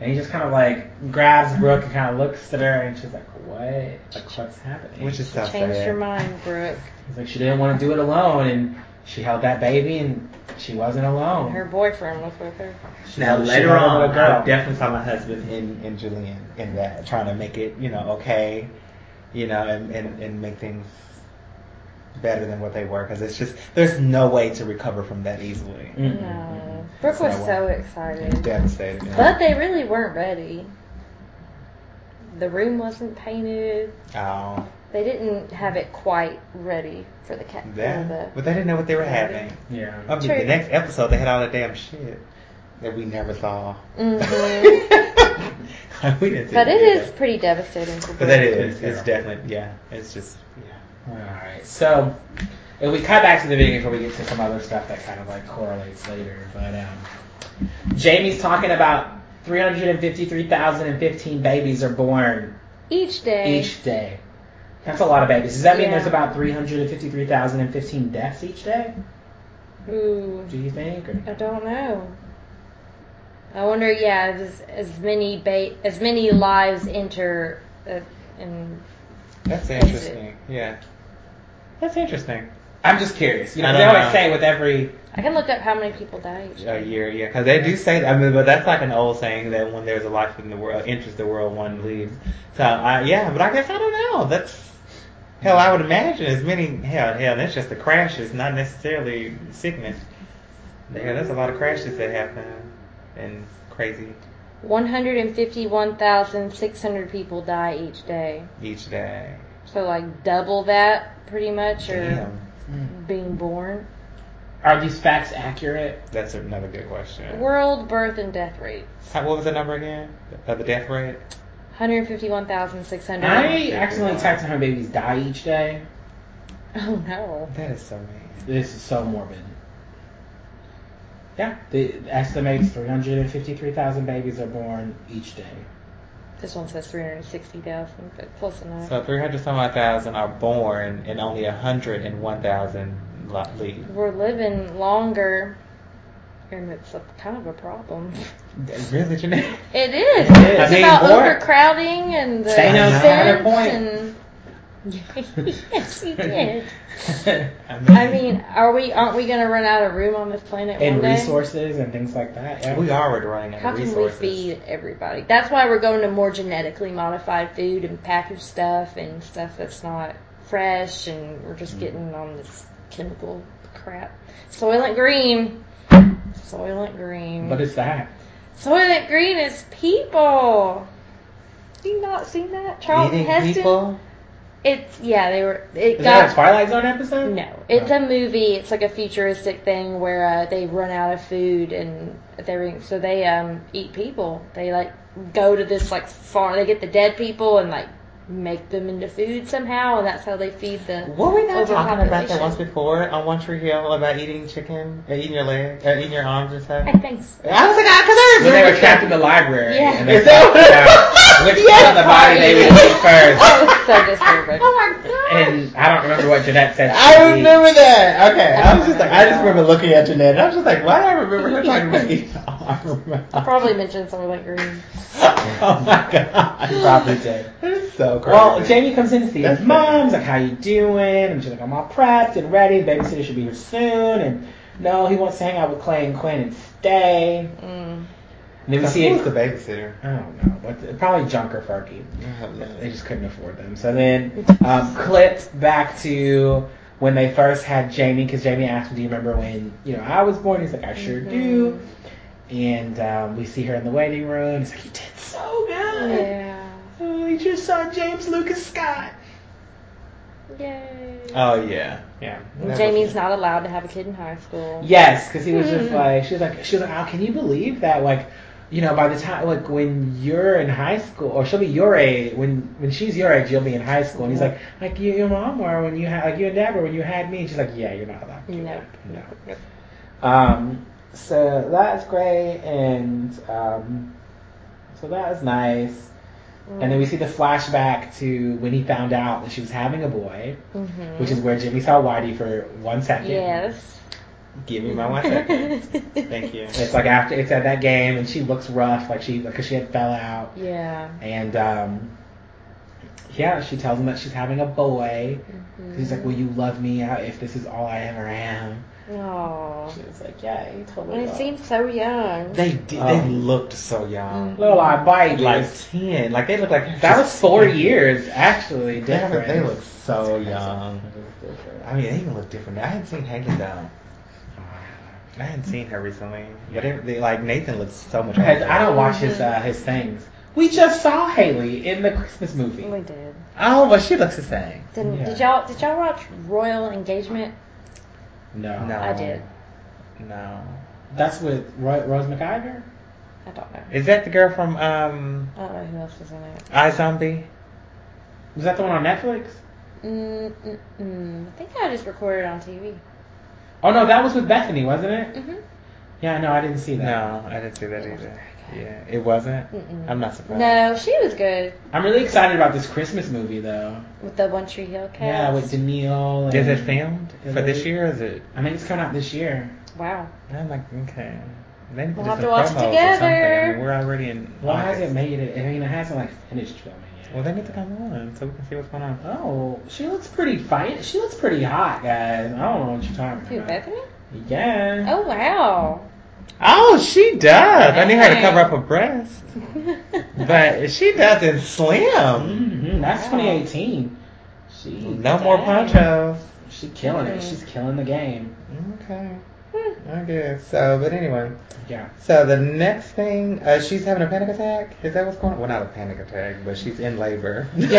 [SPEAKER 2] and he just kind of like grabs Brooke and kind of looks at her, and she's like, "What? Like what's happening?"
[SPEAKER 3] which is so
[SPEAKER 1] Change
[SPEAKER 3] sad.
[SPEAKER 1] your mind, Brooke.
[SPEAKER 2] It's like she didn't want to do it alone, and she held that baby, and she wasn't alone.
[SPEAKER 1] Her boyfriend was with her.
[SPEAKER 2] She-
[SPEAKER 3] Now
[SPEAKER 2] she
[SPEAKER 3] later
[SPEAKER 2] had a
[SPEAKER 3] on,
[SPEAKER 2] little girl.
[SPEAKER 3] I definitely saw my husband in in Julian in that trying to make it you know okay, you know and and, and make things better than what they were because it's just there's no way to recover from that easily.
[SPEAKER 2] Mm-mm.
[SPEAKER 1] No. Brooke was so excited.
[SPEAKER 3] Devastated.
[SPEAKER 1] But they really weren't ready. The room wasn't painted.
[SPEAKER 3] oh,
[SPEAKER 1] They didn't have it quite ready for the cat. for
[SPEAKER 3] that,
[SPEAKER 1] the, [LAUGHS]
[SPEAKER 3] but they didn't know what they were having.
[SPEAKER 2] Yeah.
[SPEAKER 3] I mean,
[SPEAKER 1] True.
[SPEAKER 3] the next episode they had all that damn shit that we never saw. [LAUGHS]
[SPEAKER 1] Mhm.
[SPEAKER 3] we didn't. see
[SPEAKER 1] Mm-hmm. but it
[SPEAKER 3] any of
[SPEAKER 1] is pretty devastating. For
[SPEAKER 3] But that
[SPEAKER 1] Brooke.
[SPEAKER 3] is. It's definitely. Yeah. It's just. Yeah.
[SPEAKER 2] All right. So, if we cut back to the beginning before we get to some other stuff that kind of like correlates later, but um, Jamie's talking about 353,015 babies are born
[SPEAKER 1] Each day.
[SPEAKER 2] each day. That's a lot of babies. Does that mean
[SPEAKER 1] Yeah.
[SPEAKER 2] there's about 353,015 deaths each day?
[SPEAKER 1] Ooh.
[SPEAKER 2] Do you think? Or?
[SPEAKER 1] I don't know. I wonder. Yeah, as as many ba- as many lives enter, uh, and
[SPEAKER 3] That's
[SPEAKER 1] Is it?
[SPEAKER 3] interesting. Yeah. That's interesting.
[SPEAKER 2] I'm just curious. You know,
[SPEAKER 3] I
[SPEAKER 2] they
[SPEAKER 3] don't
[SPEAKER 2] always
[SPEAKER 3] know.
[SPEAKER 2] say with every
[SPEAKER 1] I can look up how many people die each.
[SPEAKER 3] A year, yeah, because they do say. I mean, but that's like an old saying that when there's a life in the world, enters the world, one leaves. So, I, yeah, but I guess I don't know. That's hell. I would imagine as many hell, hell. That's just the crashes, not necessarily sickness. Yeah, there's a lot of crashes that happen and crazy
[SPEAKER 1] One hundred and fifty-one thousand six hundred people die each day.
[SPEAKER 3] each day.
[SPEAKER 1] So like double that, pretty much, or
[SPEAKER 3] Damn,
[SPEAKER 1] being born.
[SPEAKER 2] are these facts accurate?
[SPEAKER 3] that's another good question.
[SPEAKER 1] World birth and death rate.
[SPEAKER 3] How, what was the number again? Of the death rate?
[SPEAKER 1] One hundred fifty-one thousand six hundred.
[SPEAKER 2] I accidentally typed how many babies die each day.
[SPEAKER 1] Oh no.
[SPEAKER 3] That is so mean.
[SPEAKER 2] This is so morbid. Yeah, the estimates 353,000 babies are born each day.
[SPEAKER 1] This one says three hundred sixty thousand, but close enough.
[SPEAKER 3] So 300 some odd thousand are born, and only 101,000 lo- leave.
[SPEAKER 1] We're living longer, and it's a, kind of a problem. [LAUGHS]
[SPEAKER 3] Really, Janae?
[SPEAKER 1] It is.
[SPEAKER 2] It is.
[SPEAKER 1] It's
[SPEAKER 2] I mean,
[SPEAKER 1] about
[SPEAKER 2] war-
[SPEAKER 1] overcrowding and the
[SPEAKER 2] Thanos had her
[SPEAKER 1] events and [LAUGHS] yes,
[SPEAKER 2] [LAUGHS]
[SPEAKER 1] he did.
[SPEAKER 3] I
[SPEAKER 1] I mean, are we? Aren't we going to run out of room on this planet
[SPEAKER 2] and
[SPEAKER 1] one day?
[SPEAKER 2] resources and things like that. Yeah.
[SPEAKER 3] we are already running out
[SPEAKER 1] How
[SPEAKER 3] of
[SPEAKER 1] can
[SPEAKER 3] resources.
[SPEAKER 1] we feed everybody? That's why we're going to more genetically modified food and packaged stuff and stuff that's not fresh, and we're
[SPEAKER 2] Mm.
[SPEAKER 1] just getting on this chemical crap. Soylent Green. Soylent Green.
[SPEAKER 2] What is that?
[SPEAKER 1] Soylent Green is people. You not seen that? Charlton
[SPEAKER 3] Eating
[SPEAKER 1] Heston.
[SPEAKER 3] people?
[SPEAKER 1] It's yeah, they were. It
[SPEAKER 2] Is that a
[SPEAKER 1] got
[SPEAKER 2] Twilight Zone episode?
[SPEAKER 1] no. It's a movie. It's like a futuristic thing where uh, they run out of food and they so they um eat people. They like go to this like farm. They get the dead people and like make them into food somehow, and that's how they feed the.
[SPEAKER 3] Were we not talking about that
[SPEAKER 1] Overpopulation.
[SPEAKER 3] once before on One Tree Hill about eating chicken, or eating your leg, or eating your arms and stuff?
[SPEAKER 1] I think [LAUGHS] so.
[SPEAKER 3] I was like, I because
[SPEAKER 2] When
[SPEAKER 3] I
[SPEAKER 2] they
[SPEAKER 3] remember
[SPEAKER 2] were trapped in the library.
[SPEAKER 1] Yeah.
[SPEAKER 2] And they
[SPEAKER 3] Is that-
[SPEAKER 2] thought, uh, which
[SPEAKER 3] Yes,
[SPEAKER 2] part of the body they would eat first.
[SPEAKER 1] That was so disturbing.
[SPEAKER 3] Oh my god!
[SPEAKER 2] And I don't remember what Jeanette said. she
[SPEAKER 3] I
[SPEAKER 2] would eat.
[SPEAKER 3] remember that. Okay,
[SPEAKER 1] I
[SPEAKER 3] I was just
[SPEAKER 1] remember
[SPEAKER 3] like, I just
[SPEAKER 1] that.
[SPEAKER 3] remember looking at Jeanette, and I was just like, why do I remember her talking about eating arms?
[SPEAKER 1] [LAUGHS] Probably mentioned Soylent Green.
[SPEAKER 3] [LAUGHS] oh my god!
[SPEAKER 2] She probably did.
[SPEAKER 3] That's so crazy.
[SPEAKER 2] Well, Jamie comes in to see
[SPEAKER 3] That's
[SPEAKER 2] his mom's like, "How you doing?" And she's like, "I'm all prepped and ready. Babysitter should be here soon." And no, he wants to hang out with Clay and Quinn and stay.
[SPEAKER 1] Mm.
[SPEAKER 2] And then we
[SPEAKER 3] So
[SPEAKER 2] see,
[SPEAKER 3] who's the
[SPEAKER 2] I
[SPEAKER 3] babysitter?
[SPEAKER 2] don't know, but probably Junk or Fergie.
[SPEAKER 3] I don't know.
[SPEAKER 2] They just couldn't afford them. So then, um, clipped back to when they first had Jamie, because Jamie asked him, "Do you remember when you know I was born?" He's like, "I sure do." And um, we see her in the waiting room. He's like, "You did so good.
[SPEAKER 1] Yeah.
[SPEAKER 2] Oh, you just saw James Lucas Scott."
[SPEAKER 1] Yay.
[SPEAKER 2] Uh,
[SPEAKER 3] Oh yeah.
[SPEAKER 2] Yeah.
[SPEAKER 1] And Jamie's not allowed to have a kid in high school.
[SPEAKER 2] Yes, because he was just
[SPEAKER 1] Mhm.
[SPEAKER 2] like she was like she was like, oh, can you believe that? Like, you know, by the time like when you're in high school, or she'll be your age when when she's your age, you'll be in high school. And he's like, like you, your mom were when you had like you and dad were when you had me. And she's like, yeah, you're not allowed. to do
[SPEAKER 1] No.
[SPEAKER 2] that." No. Um. So that's great, and um, so that was nice. And then we see the flashback to when he found out that she was having a boy,
[SPEAKER 1] Mm-hmm.
[SPEAKER 2] which is where Jimmy saw Whitey for one second.
[SPEAKER 1] Yes.
[SPEAKER 3] Give me my one
[SPEAKER 1] [LAUGHS]
[SPEAKER 3] second. Thank you.
[SPEAKER 2] It's like after it's at that game, and she looks rough, like she because she had fell out,
[SPEAKER 1] Yeah.
[SPEAKER 2] and um, yeah, she tells him that she's having a boy. He's like, "Will you love me out if this is all I ever am?"
[SPEAKER 1] Oh.
[SPEAKER 2] It's like, "Yeah, you totally."
[SPEAKER 1] And it
[SPEAKER 2] will."
[SPEAKER 1] seems so young.
[SPEAKER 3] They did,
[SPEAKER 2] Oh.
[SPEAKER 3] they looked so young.
[SPEAKER 2] Lil' bite
[SPEAKER 3] Like
[SPEAKER 2] like
[SPEAKER 3] ten. Like they look like
[SPEAKER 2] that was four years actually.
[SPEAKER 3] They,
[SPEAKER 2] Different.
[SPEAKER 3] they look so young.
[SPEAKER 2] Different.
[SPEAKER 3] I mean, they even look different. I hadn't seen Haley though. I hadn't seen her recently, but it, they, like Nathan looks so much.
[SPEAKER 2] Because
[SPEAKER 3] older.
[SPEAKER 2] I don't watch his
[SPEAKER 1] Mm-hmm.
[SPEAKER 2] uh, his things. We just saw Haley in the Christmas movie.
[SPEAKER 1] We did.
[SPEAKER 3] Oh, but she looks the same.
[SPEAKER 1] Didn't,
[SPEAKER 2] Yeah.
[SPEAKER 1] Did y'all did y'all watch Royal Engagement?
[SPEAKER 2] No,
[SPEAKER 3] No,
[SPEAKER 1] I did.
[SPEAKER 3] No,
[SPEAKER 2] that's with Ro- Rose McIver.
[SPEAKER 1] I don't know.
[SPEAKER 3] is that the girl from um,
[SPEAKER 1] I don't know who else was in it.
[SPEAKER 3] I Zombie?
[SPEAKER 2] Was that the one on Netflix?
[SPEAKER 1] Mm, mm, mm. I think I just recorded on TV.
[SPEAKER 2] Oh no, that was with Bethany, wasn't it?
[SPEAKER 1] Mm-hmm.
[SPEAKER 2] Yeah, no, I didn't see that.
[SPEAKER 3] No, I didn't see that
[SPEAKER 1] It wasn't
[SPEAKER 3] either. Yeah, it wasn't.
[SPEAKER 1] Mm-mm.
[SPEAKER 3] I'm not surprised.
[SPEAKER 1] No, she was good
[SPEAKER 2] I'm really excited about this Christmas movie though.
[SPEAKER 1] with the One Tree Hill cast.
[SPEAKER 2] Yeah, with Daniil. And,
[SPEAKER 3] Is it filmed
[SPEAKER 2] Is
[SPEAKER 3] for
[SPEAKER 2] it-
[SPEAKER 3] this year? or Is it?
[SPEAKER 2] I mean, it's coming out this year.
[SPEAKER 1] Wow.
[SPEAKER 3] I'm like, okay. They need
[SPEAKER 1] We'll
[SPEAKER 3] do
[SPEAKER 1] have
[SPEAKER 3] some
[SPEAKER 1] to watch it
[SPEAKER 3] promos or something. I
[SPEAKER 1] together.
[SPEAKER 3] mean, we're already in.
[SPEAKER 2] Well, it
[SPEAKER 3] August.
[SPEAKER 2] hasn't made it. I mean, it hasn't like finished filming yet.
[SPEAKER 3] Well, they need to come on so we can see what's going on.
[SPEAKER 2] Oh, she looks pretty fine. She looks pretty hot, guys. I don't know what you're talking
[SPEAKER 1] Who,
[SPEAKER 2] about.
[SPEAKER 1] Bethany?
[SPEAKER 2] Yeah.
[SPEAKER 1] Oh, wow.
[SPEAKER 3] Oh, she does. I need her to cover up her breast,
[SPEAKER 1] [LAUGHS]
[SPEAKER 3] but she does it slim.
[SPEAKER 2] hmm That's
[SPEAKER 1] Oh. Wow.
[SPEAKER 2] 2018. She
[SPEAKER 1] Mm-hmm.
[SPEAKER 3] No more ponchos.
[SPEAKER 2] She killing it.
[SPEAKER 1] Mhm.
[SPEAKER 2] She's killing the game.
[SPEAKER 3] Okay.
[SPEAKER 1] Hmm.
[SPEAKER 3] I guess so. But anyway,
[SPEAKER 2] Yeah.
[SPEAKER 3] so the next thing, uh, she's having a panic attack. Is that what's going on? Well, not a panic attack, but she's in labor.
[SPEAKER 2] Yeah. [LAUGHS]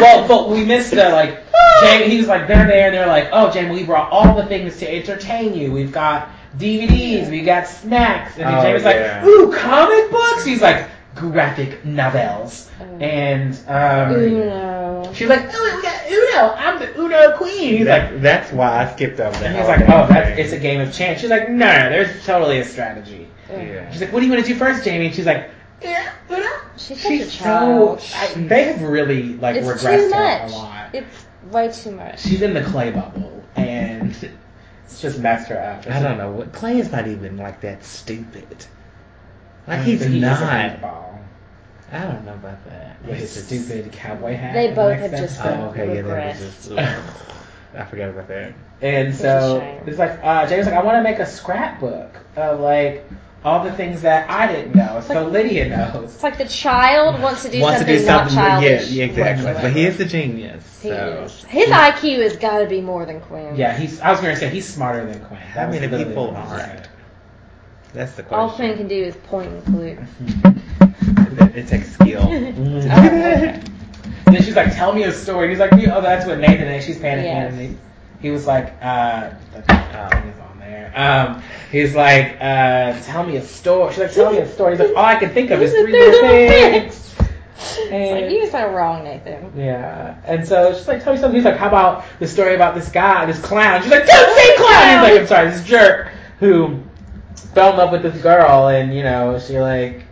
[SPEAKER 2] well, but we missed the like. Jamie, he was like, they're there, and they're like, oh, Jamie, we brought all the things to entertain you. We've got DVDs, we got snacks, and
[SPEAKER 3] Oh,
[SPEAKER 2] Jamie's
[SPEAKER 3] yeah.
[SPEAKER 2] like, ooh, comic books. He's like, graphic novels,
[SPEAKER 1] Oh.
[SPEAKER 2] and
[SPEAKER 1] Mm.
[SPEAKER 2] um,
[SPEAKER 1] Uno.
[SPEAKER 2] She's like, oh, we got Uno. I'm the Uno queen. He's like,
[SPEAKER 3] That- that's why I skipped over that.
[SPEAKER 2] and he's
[SPEAKER 3] whole
[SPEAKER 2] like,
[SPEAKER 3] damn
[SPEAKER 2] oh, that's,
[SPEAKER 3] thing.
[SPEAKER 2] it's a game of chance. She's like, no, no, there's totally a strategy.
[SPEAKER 3] Yeah.
[SPEAKER 2] She's like, what do you want to do first, Jamie? And she's like, yeah, Uno.
[SPEAKER 1] She's such
[SPEAKER 2] She's
[SPEAKER 1] a
[SPEAKER 2] so.
[SPEAKER 1] child.
[SPEAKER 2] I, they have really like
[SPEAKER 1] it's
[SPEAKER 2] regressed
[SPEAKER 1] too
[SPEAKER 2] her a
[SPEAKER 1] much.
[SPEAKER 2] lot.
[SPEAKER 1] It's way too much.
[SPEAKER 2] She's in the clay bubble, and it's just messed her up.
[SPEAKER 3] I don't know. What Clay is not even like that stupid.
[SPEAKER 2] I
[SPEAKER 3] Like
[SPEAKER 2] mean,
[SPEAKER 3] he's
[SPEAKER 2] but he is a
[SPEAKER 3] not.
[SPEAKER 2] goofball
[SPEAKER 3] I don't know about that.
[SPEAKER 2] With his stupid cowboy hat.
[SPEAKER 1] They
[SPEAKER 2] and
[SPEAKER 1] both
[SPEAKER 2] next
[SPEAKER 1] have
[SPEAKER 2] thing-
[SPEAKER 1] just
[SPEAKER 2] Oh,
[SPEAKER 1] been-
[SPEAKER 3] Oh, okay, yeah, that was
[SPEAKER 1] Regressed.
[SPEAKER 3] just. ugh. I forgot about that.
[SPEAKER 2] And
[SPEAKER 1] It's a
[SPEAKER 2] so
[SPEAKER 1] shame.
[SPEAKER 2] it's like uh, James like I want to make a scrapbook of like all the things that I didn't know, so Lydia knows.
[SPEAKER 1] It's like the child wants [LAUGHS] to do,
[SPEAKER 3] Wants to
[SPEAKER 1] something,
[SPEAKER 3] do something,
[SPEAKER 1] not
[SPEAKER 3] but yeah,
[SPEAKER 1] childish.
[SPEAKER 3] yeah, exactly.
[SPEAKER 1] whatsoever.
[SPEAKER 3] But he is a genius.
[SPEAKER 1] He
[SPEAKER 3] so.
[SPEAKER 1] is. His IQ has got to be more than Quinn's.
[SPEAKER 2] Yeah, he's. I was gonna say he's smarter than Quinn.
[SPEAKER 3] How many
[SPEAKER 2] was literally
[SPEAKER 3] people
[SPEAKER 2] what I was
[SPEAKER 3] aren't? That's the
[SPEAKER 1] All Quinn
[SPEAKER 3] question.
[SPEAKER 1] can do is point and click.
[SPEAKER 2] [LAUGHS]
[SPEAKER 3] It takes
[SPEAKER 1] [LAUGHS]
[SPEAKER 3] skill.
[SPEAKER 2] saying.
[SPEAKER 1] Oh, okay.
[SPEAKER 2] And then she's like, "Tell me a story." He's like, "Oh, that's what Nathan." And she's panicking.
[SPEAKER 1] Yes.
[SPEAKER 2] And he, he was like, uh, the thing is on there. Um, he's like, uh, "Tell me a story." She's like, "Tell me a story." He's like, "All I can think of is three little things."
[SPEAKER 1] It's like, you was so wrong, Nathan.
[SPEAKER 2] Yeah, and so she's like, tell me something. He's like, how about the story about this guy, this clown? She's like, don't say clown. He's like, I'm sorry, this jerk who fell in love with this girl, and you know, she like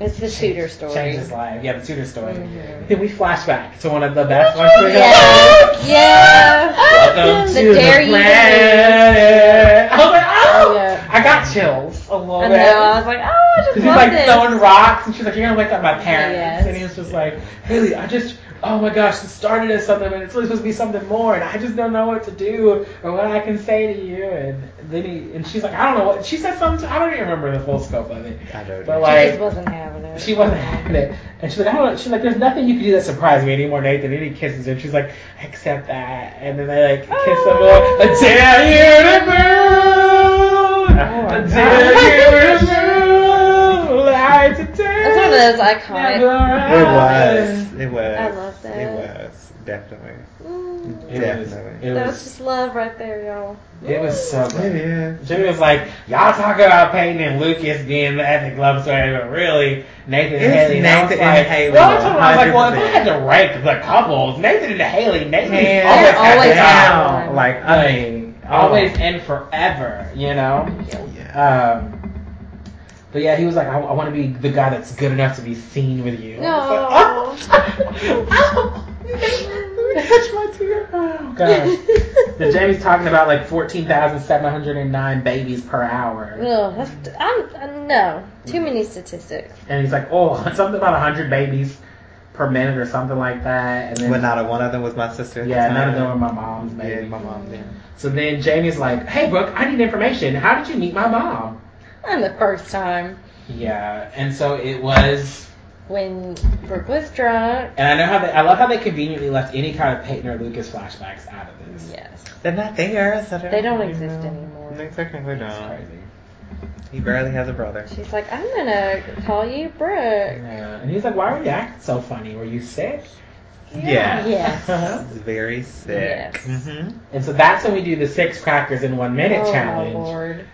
[SPEAKER 1] It's the shooter story.
[SPEAKER 2] changed his life. Yeah, the tutor story.
[SPEAKER 1] Mhm.
[SPEAKER 2] Then we flash back to one of the best ones. we got.
[SPEAKER 1] Yeah. Yeah.
[SPEAKER 2] Welcome
[SPEAKER 1] The
[SPEAKER 2] to the
[SPEAKER 1] dare you to
[SPEAKER 2] planet. I was like, oh,
[SPEAKER 1] Yeah.
[SPEAKER 2] I got chills a little
[SPEAKER 1] I know.
[SPEAKER 2] bit.
[SPEAKER 1] I was like, oh, I
[SPEAKER 2] Because
[SPEAKER 1] just
[SPEAKER 2] he's
[SPEAKER 1] love
[SPEAKER 2] like
[SPEAKER 1] this.
[SPEAKER 2] throwing rocks, and she's like, "You're gonna wake up my parents."
[SPEAKER 1] Yes.
[SPEAKER 2] And he was just like, "Haley, I just, oh my gosh, this started as something, and it's really supposed to be something more, and I just don't know what to do or what I can say to you." And then he, and she's like, "I don't know what." She said something. I don't even remember the full scope of it,
[SPEAKER 3] I don't
[SPEAKER 2] but
[SPEAKER 3] know.
[SPEAKER 1] she just
[SPEAKER 2] like.
[SPEAKER 1] wasn't having it.
[SPEAKER 2] She wasn't having it, and she's like, "I don't." know. She's like, "There's nothing you can do that surprised me anymore, Nathan." And he kisses her, and she's like, "Accept that." And then they like kiss him.
[SPEAKER 1] Oh.
[SPEAKER 2] I dare you to move.
[SPEAKER 3] Oh, my
[SPEAKER 2] I
[SPEAKER 3] God.
[SPEAKER 2] dare you to move. That's one of
[SPEAKER 1] That's one of those iconic.
[SPEAKER 3] It was. It was.
[SPEAKER 1] Ah. I love that.
[SPEAKER 3] It was. Definitely.
[SPEAKER 1] Mm,
[SPEAKER 2] It was.
[SPEAKER 3] Definitely.
[SPEAKER 2] It
[SPEAKER 1] that was
[SPEAKER 2] was.
[SPEAKER 1] just love right there, y'all.
[SPEAKER 2] It was so
[SPEAKER 3] It
[SPEAKER 2] good.
[SPEAKER 3] is.
[SPEAKER 2] Jimmy was like, y'all talk about Peyton and Lucas being the epic love story, but really, Nathan and
[SPEAKER 3] It's
[SPEAKER 2] Haley. And I was
[SPEAKER 3] Nathan
[SPEAKER 2] like,
[SPEAKER 3] and Haley,
[SPEAKER 2] Well, I told him, I was like, well, if I
[SPEAKER 3] 100%.
[SPEAKER 2] had to rank the couples, Nathan and Haley, Nathan
[SPEAKER 3] Man,
[SPEAKER 2] always,
[SPEAKER 1] They're
[SPEAKER 2] always
[SPEAKER 1] always
[SPEAKER 2] down.
[SPEAKER 1] on.
[SPEAKER 3] Like, I mean,
[SPEAKER 2] Always and forever, you know?
[SPEAKER 3] Yeah.
[SPEAKER 2] Um, but yeah, he was like, I, want to be the guy that's good enough to be seen with you. I
[SPEAKER 1] No.
[SPEAKER 2] was like, [LAUGHS] oh. Touch my tear. Oh gosh.
[SPEAKER 1] Ugh, [LAUGHS]
[SPEAKER 2] Now, Jamie's talking about like fourteen thousand seven hundred and nine babies per hour,
[SPEAKER 1] that's, I'm, i no, too many statistics.
[SPEAKER 2] and he's like, oh, [LAUGHS] something about hundred babies per minute or something like that. And then
[SPEAKER 3] But not a one of them was my sister. at the
[SPEAKER 2] yeah, none of
[SPEAKER 3] time.
[SPEAKER 2] them were my mom's
[SPEAKER 3] Yeah,
[SPEAKER 2] baby.
[SPEAKER 3] my mom did.
[SPEAKER 2] So then Jamie's like, hey Brooke, I need information. How did you meet my mom?
[SPEAKER 1] And the first time
[SPEAKER 2] Yeah, and so it was
[SPEAKER 1] when Brooke was drunk,
[SPEAKER 2] And I know how they, I love how they conveniently left any kind of Peyton or Lucas flashbacks out of this.
[SPEAKER 1] yes,
[SPEAKER 3] They're not there. So
[SPEAKER 1] They don't
[SPEAKER 3] really
[SPEAKER 1] exist
[SPEAKER 3] know.
[SPEAKER 1] anymore.
[SPEAKER 3] They technically
[SPEAKER 2] It's
[SPEAKER 3] don't.
[SPEAKER 2] crazy.
[SPEAKER 3] He barely has a brother.
[SPEAKER 1] she's like, I'm gonna call you Brooke.
[SPEAKER 2] Yeah. And he's like, "Why were you acting so funny? Were you sick?"
[SPEAKER 3] Yeah.
[SPEAKER 1] Yes.
[SPEAKER 2] [LAUGHS] Uh-huh.
[SPEAKER 3] He's very sick.
[SPEAKER 1] Yes.
[SPEAKER 3] Mm-hmm.
[SPEAKER 2] And so that's when we do the six crackers in one minute
[SPEAKER 1] oh
[SPEAKER 2] challenge.
[SPEAKER 1] my lord.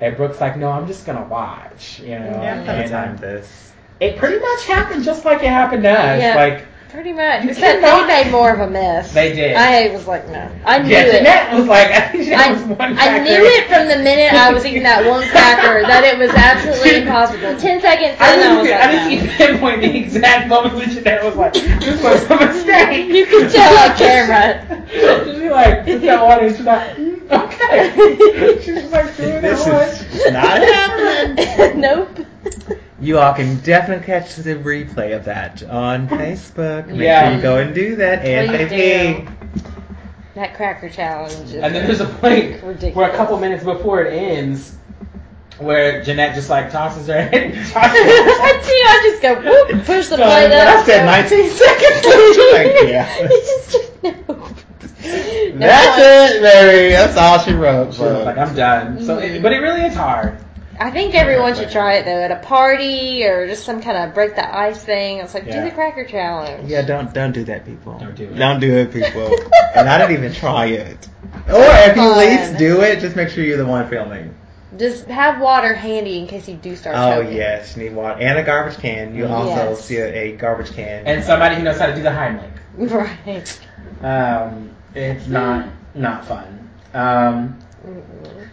[SPEAKER 2] And Brooke's like, "No, I'm just gonna watch." You know.
[SPEAKER 3] Yeah, I'm gonna
[SPEAKER 2] And, um,
[SPEAKER 3] time this.
[SPEAKER 2] it pretty much happened just like it happened to us.
[SPEAKER 1] Yeah.
[SPEAKER 2] Like
[SPEAKER 1] Pretty much.
[SPEAKER 2] You
[SPEAKER 1] Except
[SPEAKER 2] cannot-
[SPEAKER 1] they made more of a mess.
[SPEAKER 3] They did.
[SPEAKER 1] I was like, no. I knew
[SPEAKER 2] yeah,
[SPEAKER 1] it.
[SPEAKER 2] Jeanette was like, [LAUGHS] I,
[SPEAKER 1] I,
[SPEAKER 2] was one
[SPEAKER 1] I
[SPEAKER 2] cracker.
[SPEAKER 1] knew it from the minute I was eating that one cracker that it was
[SPEAKER 2] [LAUGHS]
[SPEAKER 1] absolutely impossible. Ten seconds in,
[SPEAKER 2] I
[SPEAKER 1] I,
[SPEAKER 2] didn't,
[SPEAKER 1] was
[SPEAKER 2] even-
[SPEAKER 1] like,
[SPEAKER 2] I didn't
[SPEAKER 1] no.
[SPEAKER 2] even pinpoint the exact moment when Jeanette was like, this was a
[SPEAKER 1] [LAUGHS]
[SPEAKER 2] mistake. [LAUGHS]
[SPEAKER 1] You could tell on camera.
[SPEAKER 2] She's like, it's not water. She's like, "Mm, okay. [LAUGHS] She's just like, doing
[SPEAKER 3] This
[SPEAKER 2] that one.
[SPEAKER 1] [LAUGHS]
[SPEAKER 3] is not happening.
[SPEAKER 1] nope.
[SPEAKER 3] You all can definitely catch the replay of that
[SPEAKER 1] [LAUGHS]
[SPEAKER 3] on Facebook. Make
[SPEAKER 2] Yeah.
[SPEAKER 3] sure you go and do that
[SPEAKER 1] Please
[SPEAKER 3] ASAP.
[SPEAKER 1] That cracker challenge. Is
[SPEAKER 2] And then there's a point
[SPEAKER 1] Ridiculous.
[SPEAKER 2] where a couple minutes before it ends, where Jeanette just like tosses her head. tosses-
[SPEAKER 1] [LAUGHS] [LAUGHS] I just go whoop, push the
[SPEAKER 2] Sorry,
[SPEAKER 1] plate
[SPEAKER 2] but
[SPEAKER 1] up.
[SPEAKER 3] I said 19 seconds. Like, yeah.
[SPEAKER 1] It's just- nope.
[SPEAKER 3] That's it, baby. That's all she wrote.
[SPEAKER 2] She was like, I'm done. So, it, but it really is hard.
[SPEAKER 1] I think everyone should try it though at a party or just some kind of break the ice thing. It's like
[SPEAKER 3] Yeah.
[SPEAKER 1] do the cracker challenge.
[SPEAKER 3] Yeah, don't don't do that, people.
[SPEAKER 2] Don't do it.
[SPEAKER 3] Don't do it, people. and I didn't even try it. Or if you
[SPEAKER 1] Fun.
[SPEAKER 3] at least do it, just make sure you're the one filming.
[SPEAKER 1] Just have water handy in case you do start.
[SPEAKER 3] Oh
[SPEAKER 1] choking.
[SPEAKER 3] yes, you need water and a garbage can. You also
[SPEAKER 1] Yes.
[SPEAKER 3] see a garbage can.
[SPEAKER 2] And somebody who knows how to do the Heimlich.
[SPEAKER 1] [LAUGHS] right.
[SPEAKER 2] Um, it's
[SPEAKER 1] Hmm.
[SPEAKER 2] not not fun. Um,